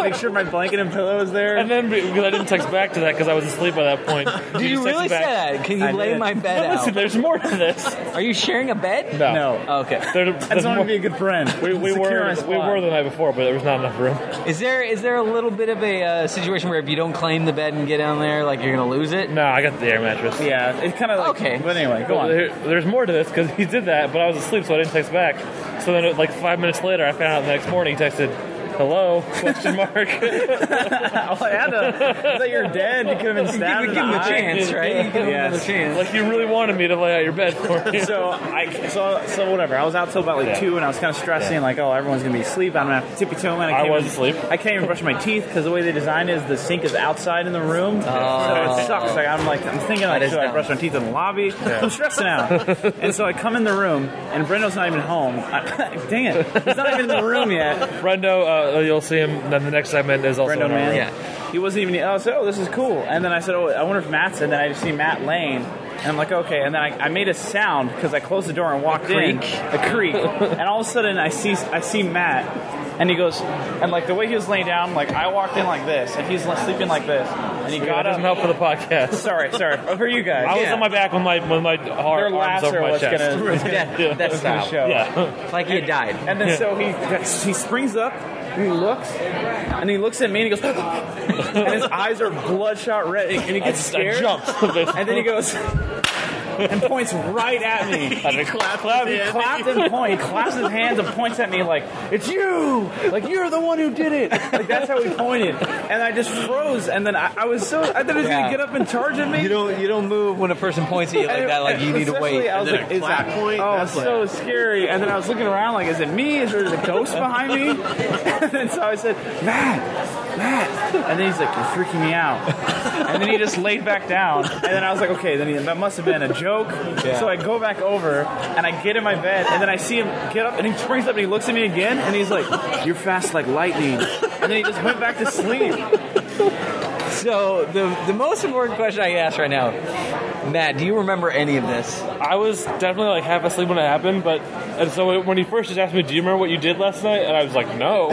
Speaker 3: make sure my blanket and pillow is there?"
Speaker 2: And then because I didn't text back to that because I was asleep by that point.
Speaker 4: Do you really say that? Can you
Speaker 2: I
Speaker 4: lay
Speaker 2: did.
Speaker 4: my bed
Speaker 2: No,
Speaker 4: out?
Speaker 2: listen, there's more to this.
Speaker 4: Are you sharing a bed?
Speaker 2: No.
Speaker 4: Okay.
Speaker 2: There,
Speaker 4: just
Speaker 2: there's
Speaker 4: wanted to
Speaker 2: more-
Speaker 4: be a good friend.
Speaker 2: We, we
Speaker 4: Secure
Speaker 2: were
Speaker 4: my
Speaker 2: we
Speaker 4: spot.
Speaker 2: were the night before, but there was not enough room.
Speaker 4: Is there is there a little bit of a uh, situation where if you don't claim the bed and get down there, like you're gonna lose it?
Speaker 2: No, I got the air mattress.
Speaker 3: Yeah, it's kind of
Speaker 4: like, okay. But
Speaker 3: anyway,
Speaker 2: But there- there's more to this because he did that, but I was asleep, so I didn't text back. So then, uh, like five minutes later, I found out the next morning he texted, "Hello?" question mark.
Speaker 3: I had to. I thought you were dead. You could have been stabbed.
Speaker 2: give
Speaker 3: in
Speaker 2: him
Speaker 3: the
Speaker 2: a
Speaker 3: eye.
Speaker 2: chance, right? You give him
Speaker 3: Yes.
Speaker 2: another chance. Like, you really wanted me to lay out your bed for you.
Speaker 3: so I so so whatever. I was out till about like
Speaker 2: Yeah.
Speaker 3: two, and I was kind of stressing,
Speaker 2: Yeah.
Speaker 3: like, oh, everyone's gonna be asleep. I'm gonna have to tippy toe in.
Speaker 2: I
Speaker 3: came
Speaker 2: was
Speaker 3: in-
Speaker 2: asleep.
Speaker 3: I can't even brush my teeth because the way they designed it is the sink is outside in the room, so it sucks. Like I'm like I'm
Speaker 2: Oh.
Speaker 3: thinking
Speaker 2: That
Speaker 3: like
Speaker 2: is
Speaker 3: should I
Speaker 2: dumb.
Speaker 3: brush my teeth in the lobby?
Speaker 2: Yeah.
Speaker 3: I'm stressing out, and so I come in the room, and Brendo's not even home. I, dang it, he's not even in the room yet.
Speaker 2: Brendo, uh, you'll see him. Then the next segment is also
Speaker 3: Brendo
Speaker 2: in our
Speaker 3: man.
Speaker 2: room.
Speaker 3: He wasn't even. I said, "Oh, this is cool." And then I said, "Oh, I wonder if Matt's." And then I just see Matt Lane, and I'm like, "Okay." And then I, I made a sound because I closed the door and walked in
Speaker 2: creak.
Speaker 3: a creak, and all of a sudden I see I see Matt. And he goes, and like the way he was laying down, like I walked in like this, and he's sleeping like this, and he
Speaker 2: Yeah,
Speaker 3: got
Speaker 2: that
Speaker 3: up.
Speaker 2: doesn't help for the podcast.
Speaker 3: Sorry, sorry. Oh, for you guys,
Speaker 2: I was
Speaker 3: Yeah.
Speaker 2: on my back with my with my har- arms
Speaker 3: Their laughter
Speaker 2: over my
Speaker 3: was
Speaker 2: chest.
Speaker 3: gonna, was gonna,
Speaker 2: Yeah.
Speaker 3: was gonna show.
Speaker 2: Yeah.
Speaker 4: It's like he had died.
Speaker 3: And then so he he springs up, and he looks, and he looks at me and he goes, and his eyes are bloodshot red, and he gets
Speaker 2: I- I
Speaker 3: scared.
Speaker 2: jumped.
Speaker 3: and then he goes, and points right at me.
Speaker 14: I did clap.
Speaker 3: Clap, he clapped and point, claps his hands and points at me like, "It's you! Like you're the one who did it!" Like that's how he pointed, and I just froze. And then I, I was so I thought he was
Speaker 6: Yeah.
Speaker 3: gonna get up and charge at me.
Speaker 6: You don't you don't move when a person points at you like that. Like you need to
Speaker 3: Especially,
Speaker 6: wait.
Speaker 3: I was like, is that point? Oh, it's so scary. And then I was looking around like, is it me? Is there a ghost behind me? and so I said, Matt, Matt. And then he's like, you're freaking me out. and then he just laid back down. And then I was like, okay, then he, that must have been a joke.
Speaker 14: Yeah.
Speaker 3: So I go back over and I get in my bed and then I see him get up and he springs up and he looks at me again and he's like, you're fast like lightning. And then he just went back to sleep.
Speaker 6: So the the most important question I can ask right now, Matt, do you remember any of this?
Speaker 2: I was definitely like half asleep when it happened, but and so when he first just asked me, "Do you remember what you did last night?" and I was like, "No,"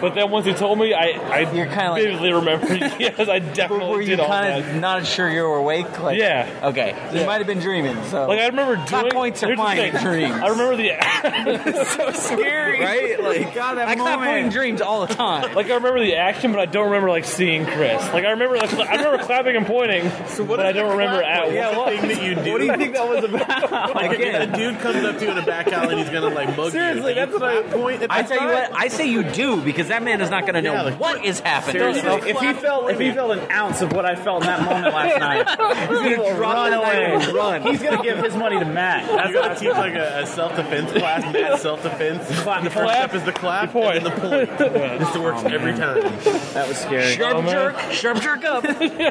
Speaker 2: but then once he told me, I I You're
Speaker 6: kinda like-
Speaker 2: vividly remember. Yes, I definitely
Speaker 6: Were you
Speaker 2: did all
Speaker 6: kind
Speaker 2: that.
Speaker 6: of not sure you were awake? Like,
Speaker 2: Yeah.
Speaker 6: Okay. You might have been dreaming. So
Speaker 2: Like I remember doing.
Speaker 6: Top points are
Speaker 2: here's the
Speaker 6: fine in
Speaker 2: thing.
Speaker 6: dreams.
Speaker 2: I remember the
Speaker 3: so scary,
Speaker 6: right? Like
Speaker 3: God, that
Speaker 6: I clap
Speaker 2: moment.
Speaker 6: point in dreams all the time.
Speaker 2: Like I remember the action, but I don't remember like seeing Chris. Like I remember, like, I remember clapping and pointing, but I don't remember at
Speaker 9: Yeah,
Speaker 2: what
Speaker 9: what-
Speaker 2: thing that you do.
Speaker 9: what do you think
Speaker 3: that was about?
Speaker 9: Like if a dude comes up to you in a back alley and he's gonna like bug you.
Speaker 6: Seriously,
Speaker 9: do you
Speaker 6: that's what
Speaker 9: clap point. at
Speaker 6: I
Speaker 9: that
Speaker 6: tell you
Speaker 9: time?
Speaker 6: what, I say you do because that man is not going to know
Speaker 9: Yeah, like-
Speaker 6: what is happening.
Speaker 3: Seriously, if he felt if he felt an ounce of what I felt in that moment last night, he's
Speaker 6: He's
Speaker 3: gonna
Speaker 6: gonna drop
Speaker 3: run
Speaker 6: the knife
Speaker 3: away.
Speaker 6: and run.
Speaker 3: He's gonna give his money to Matt.
Speaker 9: You gotta teach like a, a self defense class, mad self defense. The first step is the clap, and then the point. Oh, This works every time.
Speaker 3: That was scary.
Speaker 6: Sharp jerk, sharp jerk up,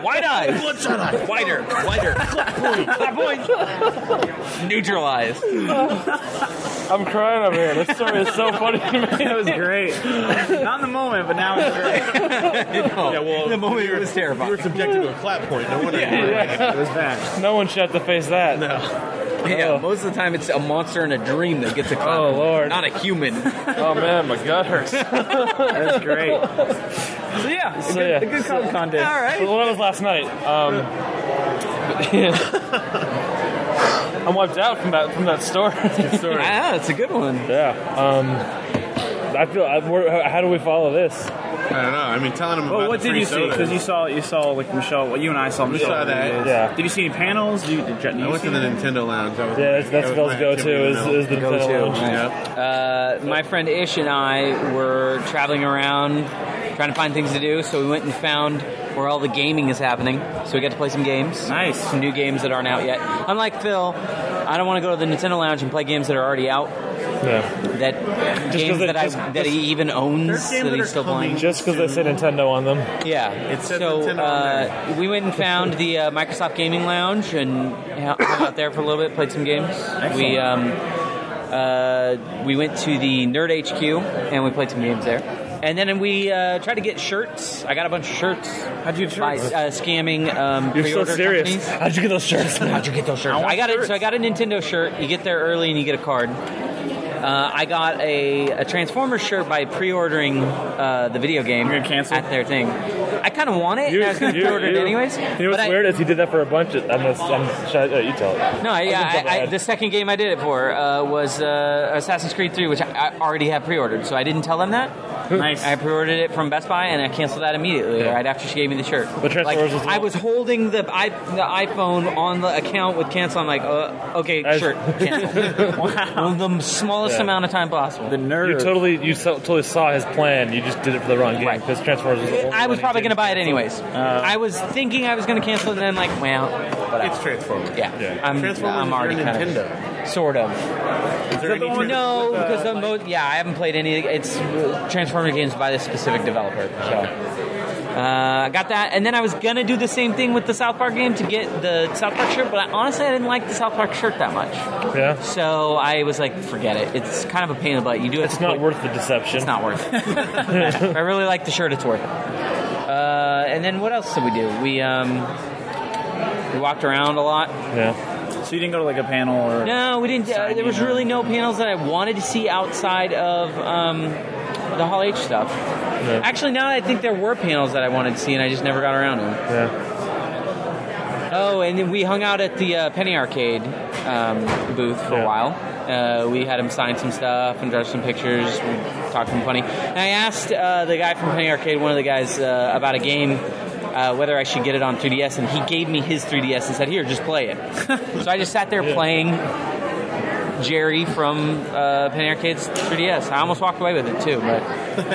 Speaker 6: wide eyes,
Speaker 9: Bloodshot eye.
Speaker 6: wider, wider, clap point, clap point, neutralized.
Speaker 2: I'm crying over here. This story is so funny to me.
Speaker 3: That was great. Not in the moment, but now it's great.
Speaker 9: yeah, well,
Speaker 6: the moment it was terrifying.
Speaker 9: You were subjected to a clap point. No wonder. you were like,
Speaker 3: It was bad.
Speaker 2: No one should have to face that.
Speaker 9: No.
Speaker 6: Yeah, most of the time it's a monster in a dream that gets a clap.
Speaker 2: Oh lord.
Speaker 6: Not a human.
Speaker 2: Oh man, my gut hurts. so
Speaker 3: That was great. So yeah, a good,
Speaker 2: yeah.
Speaker 3: a good comic contest.
Speaker 6: All
Speaker 2: So
Speaker 6: right.
Speaker 2: what was last night? Um, I'm wiped out from that from that story.
Speaker 9: Sorry.
Speaker 6: Ah, it's a good one.
Speaker 2: yeah. Um, I feel. I, we're, how do we follow this?
Speaker 9: I don't know. I mean, telling him about
Speaker 3: Well, what did
Speaker 9: the free
Speaker 3: you see?
Speaker 9: sodas.
Speaker 3: Because you saw you saw like Michelle. Well, you and I saw Michelle.
Speaker 9: saw that,
Speaker 2: yeah.
Speaker 3: Did you see any panels? Did you, did you, did you
Speaker 9: I went
Speaker 3: see
Speaker 9: to the
Speaker 3: anything?
Speaker 9: Nintendo Lounge. That was my-
Speaker 2: Yeah, that's, that's
Speaker 9: that
Speaker 2: Phil's
Speaker 9: was my
Speaker 2: go-to
Speaker 9: activity in
Speaker 2: is,
Speaker 9: the middle.
Speaker 2: is the
Speaker 6: Go-to.
Speaker 2: Nintendo Lounge.
Speaker 9: Yep.
Speaker 6: Uh, my friend Ish and I were traveling around trying to find things to do, so we went and found where all the gaming is happening. So we got to play some games.
Speaker 3: Nice.
Speaker 6: Some new games that aren't out yet. Unlike Phil, I don't want to go to the Nintendo Lounge and play games that are already out.
Speaker 2: Yeah.
Speaker 6: That games
Speaker 2: 'cause they-
Speaker 6: that I
Speaker 2: just-
Speaker 6: that he even owns that he's still playing.
Speaker 2: Just because they say Nintendo on them.
Speaker 6: Yeah.
Speaker 9: It says
Speaker 6: so
Speaker 9: Nintendo on
Speaker 6: uh, we went and found the uh, Microsoft Gaming Lounge and hung out there for a little bit, played some games. We um, uh, we went to the Nerd HQ and we played some games there. And then we uh, tried to get shirts. I got a bunch of shirts. How'd you get shirts? By uh, scamming um,
Speaker 2: You're so
Speaker 6: pre-order
Speaker 2: serious.
Speaker 6: companies.
Speaker 2: How'd you get those shirts?
Speaker 6: How'd you get those shirts? I, got it. So I got a Nintendo shirt. You get there early and you get a card. Uh, I got a, a Transformers shirt by pre-ordering uh, the video game
Speaker 3: You're gonna cancel?
Speaker 6: at their thing. I kind of want it. and I was going to pre-order it anyways.
Speaker 2: You know what's
Speaker 6: but I-
Speaker 2: weird is he did that for a bunch of. I'm, gonna, I'm should I, uh, you tell it.
Speaker 6: No, yeah,
Speaker 2: That's
Speaker 6: I, I,
Speaker 2: bad.
Speaker 6: the second game I did it for uh, was uh, Assassin's Creed 3, which I, I already had pre-ordered, so I didn't tell them that.
Speaker 3: Nice.
Speaker 6: I pre-ordered it from Best Buy, and I canceled that immediately right after she gave me the shirt.
Speaker 2: But Transformers
Speaker 6: like,
Speaker 2: was-
Speaker 6: I was holding the, I, the iPhone on the account with cancel. I'm like, uh, okay,
Speaker 2: I-
Speaker 6: shirt, cancel. wow. The smallest
Speaker 2: Yeah.
Speaker 6: amount of time possible.
Speaker 3: The nerd.
Speaker 2: You totally, you so, totally saw his plan. You just did it for the wrong game
Speaker 6: Right.
Speaker 2: because Transformers was. The only
Speaker 6: I
Speaker 2: one
Speaker 6: was
Speaker 2: he
Speaker 6: probably going to
Speaker 2: didn't
Speaker 6: buy it anyways. I was thinking I was going to cancel it, and then like, well, whatever.
Speaker 9: It's Transformers.
Speaker 6: Yeah,
Speaker 2: Yeah.
Speaker 6: I'm,
Speaker 9: Transformers
Speaker 6: I'm
Speaker 9: is
Speaker 6: already
Speaker 9: your
Speaker 6: kind
Speaker 9: Nintendo.
Speaker 6: of, sort of.
Speaker 9: Is there any Transformers
Speaker 6: No,
Speaker 9: with, uh,
Speaker 6: because the mo- yeah, I haven't played any. It's uh, Transformer games by this specific developer. So uh, got that, and then I was gonna do the same thing with the South Park game to get the South Park shirt, but I, honestly, I didn't like the South Park shirt that much.
Speaker 2: Yeah.
Speaker 6: So I was like, forget it. It's kind of a pain in the butt. You do have
Speaker 2: It's
Speaker 6: to
Speaker 2: not
Speaker 6: put-
Speaker 2: worth the deception.
Speaker 6: It's not worth. it. if I really like the shirt. It's worth it. Uh, and then what else did we do? We um, we walked around a lot.
Speaker 2: Yeah.
Speaker 3: So you didn't go to like a panel or
Speaker 6: No, we didn't. Uh,
Speaker 3: Sign
Speaker 6: there
Speaker 3: me
Speaker 6: was
Speaker 3: up.
Speaker 6: really no panels that I wanted to see outside of um, the Hall H stuff. Actually, now that I think there were panels that I wanted to see, and I just never got around to them.
Speaker 2: Yeah.
Speaker 6: Oh, and then we hung out at the uh, Penny Arcade um, booth for
Speaker 2: Yeah.
Speaker 6: a while. Uh, we had him sign some stuff and draw some pictures, we talked to him funny. And I asked uh, the guy from Penny Arcade, one of the guys, uh, about a game. Uh, uh, whether I should get it on 3DS, and he gave me his 3DS and said, "Here, just play it." so I just sat there playing Jerry from uh, Pan Arcade's 3DS. I almost walked away with it too, but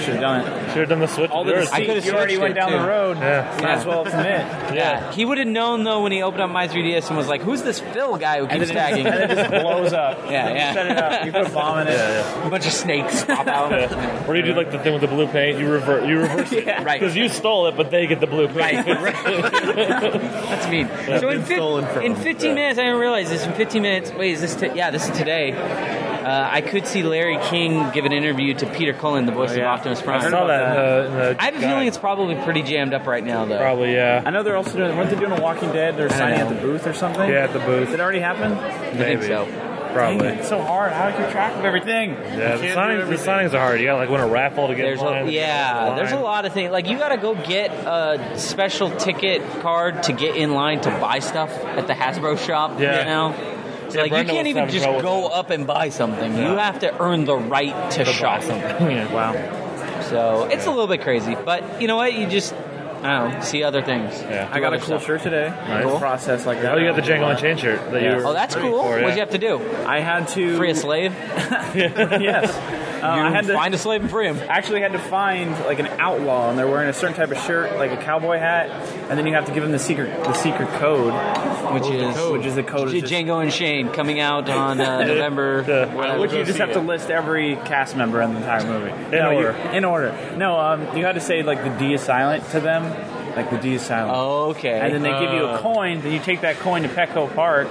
Speaker 6: should have done it.
Speaker 2: Should have done the switch.
Speaker 6: All the
Speaker 2: yours.
Speaker 6: deceit.
Speaker 2: I could've
Speaker 6: You already
Speaker 2: switched
Speaker 6: went
Speaker 2: it,
Speaker 6: down
Speaker 2: too.
Speaker 6: the road.
Speaker 2: Yeah.
Speaker 6: Might as well
Speaker 3: commit.
Speaker 6: Yeah, he would have known though when he opened up my 3DS and was like, "Who's this Phil guy who
Speaker 3: And
Speaker 6: keeps
Speaker 3: then it-
Speaker 6: tagging?"
Speaker 3: and it just blows up.
Speaker 6: Yeah,
Speaker 3: You
Speaker 6: yeah.
Speaker 3: set it up. You put a bomb in it. Yeah,
Speaker 6: A bunch of snakes pop out.
Speaker 2: Yeah. Or you do like the thing with the blue paint, you revert, you reverse it,
Speaker 6: right?
Speaker 2: Because you stole it, but they get the blue paint.
Speaker 6: That's mean. so in, fif- in 15 minutes, I didn't realize this. In 15 minutes, wait, is this? T- yeah, this is today. Uh, I could see Larry King give an interview to Peter Cullen, the voice
Speaker 3: Oh, yeah.
Speaker 6: of Optimus
Speaker 3: I
Speaker 6: Prime.
Speaker 3: heard about that in the- in the
Speaker 6: I have a
Speaker 3: guide.
Speaker 6: feeling it's probably pretty jammed up right now, though.
Speaker 2: Probably, yeah.
Speaker 3: I know they're also doing. Weren't they doing a Walking Dead? They're
Speaker 6: don't
Speaker 3: signing at
Speaker 6: know.
Speaker 3: the booth or something.
Speaker 6: Yeah, at
Speaker 2: the booth.
Speaker 3: Did it already happen?
Speaker 6: I think so.
Speaker 3: Dang it, it's so hard. How do you keep track of everything?
Speaker 2: Yeah, the signings, the signings are hard. You got like win a raffle to get
Speaker 6: There's
Speaker 2: in line.
Speaker 6: a, yeah, there's a lot of things. Like you got to go get a special ticket card to get in line to buy stuff at the Hasbro shop.
Speaker 2: Yeah.
Speaker 6: You know, so
Speaker 2: Yeah,
Speaker 6: like
Speaker 2: Brenda
Speaker 6: you can't
Speaker 2: was
Speaker 6: even
Speaker 2: having
Speaker 6: just
Speaker 2: trouble
Speaker 6: go up and buy something.
Speaker 2: Yeah.
Speaker 6: You have to earn the right to, shop. Wow. So it's a little bit crazy, but you know what? You just I don't know, see other things. Yeah.
Speaker 3: I got a cool shirt today. Cool. Process like that.
Speaker 2: Oh, you got the Django Unchained shirt that you were
Speaker 6: Oh, that's
Speaker 2: rooting
Speaker 6: cool.
Speaker 2: for, yeah.
Speaker 6: What'd you have to do?
Speaker 3: I had to
Speaker 6: free a slave.
Speaker 3: yes. Uh, I had to
Speaker 6: find a slave and free him.
Speaker 3: Actually, had to find like an outlaw, and they're wearing a certain type of shirt, like a cowboy hat, and then you have to give them the secret, the secret code,
Speaker 6: which is
Speaker 3: which is the code.
Speaker 6: J-
Speaker 3: is just- uh,
Speaker 6: Django and Shane coming out on uh, November. whatever.
Speaker 3: Which you just have to list every cast member in the entire movie. In
Speaker 6: order.
Speaker 3: in order. No, um, you had to say like the D is silent to them. Like the D is silent.
Speaker 6: okay.
Speaker 3: And then they give you a
Speaker 6: Oh.
Speaker 3: coin, then you take that coin to Petco Park,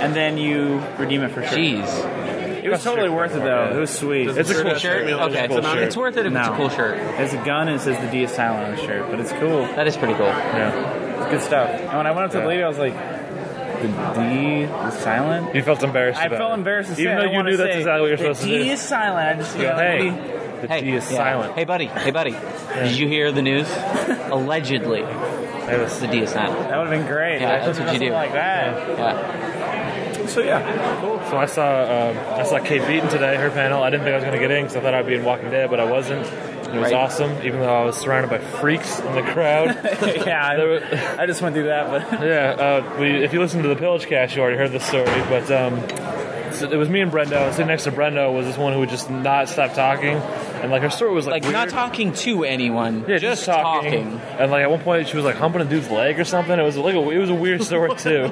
Speaker 3: and then you redeem it for sure.
Speaker 6: Jeez.
Speaker 3: It was totally worth it though. It was sweet.
Speaker 6: Does the It's a shirt cool have shirt? Samuel Okay, L. Jackson it's- on it? it's worth it if it's a cool shirt.
Speaker 3: It's a gun and it says the D is silent on the shirt, but it's cool.
Speaker 6: That is pretty cool.
Speaker 3: Yeah. It's good stuff. And when I went up to the
Speaker 2: Yeah.
Speaker 3: lady, I was like, the D is silent?
Speaker 2: You felt embarrassed.
Speaker 3: I
Speaker 2: about
Speaker 3: felt
Speaker 2: it.
Speaker 3: embarrassed to say
Speaker 2: Even
Speaker 3: it. I
Speaker 2: though you
Speaker 3: wanna
Speaker 2: knew that's
Speaker 3: say
Speaker 2: exactly what you're
Speaker 3: the
Speaker 2: supposed to
Speaker 3: D
Speaker 2: do.
Speaker 3: is silent. I just
Speaker 2: Yeah, hey, the
Speaker 6: hey,
Speaker 2: D is
Speaker 6: yeah.
Speaker 2: silent.
Speaker 6: Hey, buddy. Hey, buddy. Did you hear the news? Allegedly, the D is silent.
Speaker 3: That would have been great.
Speaker 6: Yeah, that's what you do.
Speaker 3: Like that.
Speaker 6: Yeah.
Speaker 3: So yeah, cool.
Speaker 2: So I saw um, I saw Kate Beaton today, her panel. I didn't think I was going to get in because I thought I'd be in Walking Dead, but I wasn't. It was
Speaker 3: Right.
Speaker 2: awesome, even though I was surrounded by freaks in the crowd.
Speaker 3: yeah, I, I just went through that, but
Speaker 2: yeah, uh, we, if you listen to the Pillage Cast, you already heard this story. But um, so it was me and Brendo. Sitting next to Brendo was this one who would just not stop talking, and like her story was like,
Speaker 6: Like not
Speaker 2: weird.
Speaker 6: talking to anyone.
Speaker 2: Yeah, just, talking. And like at one point, she was like humping a dude's leg or something. It was like a, it was a weird story too.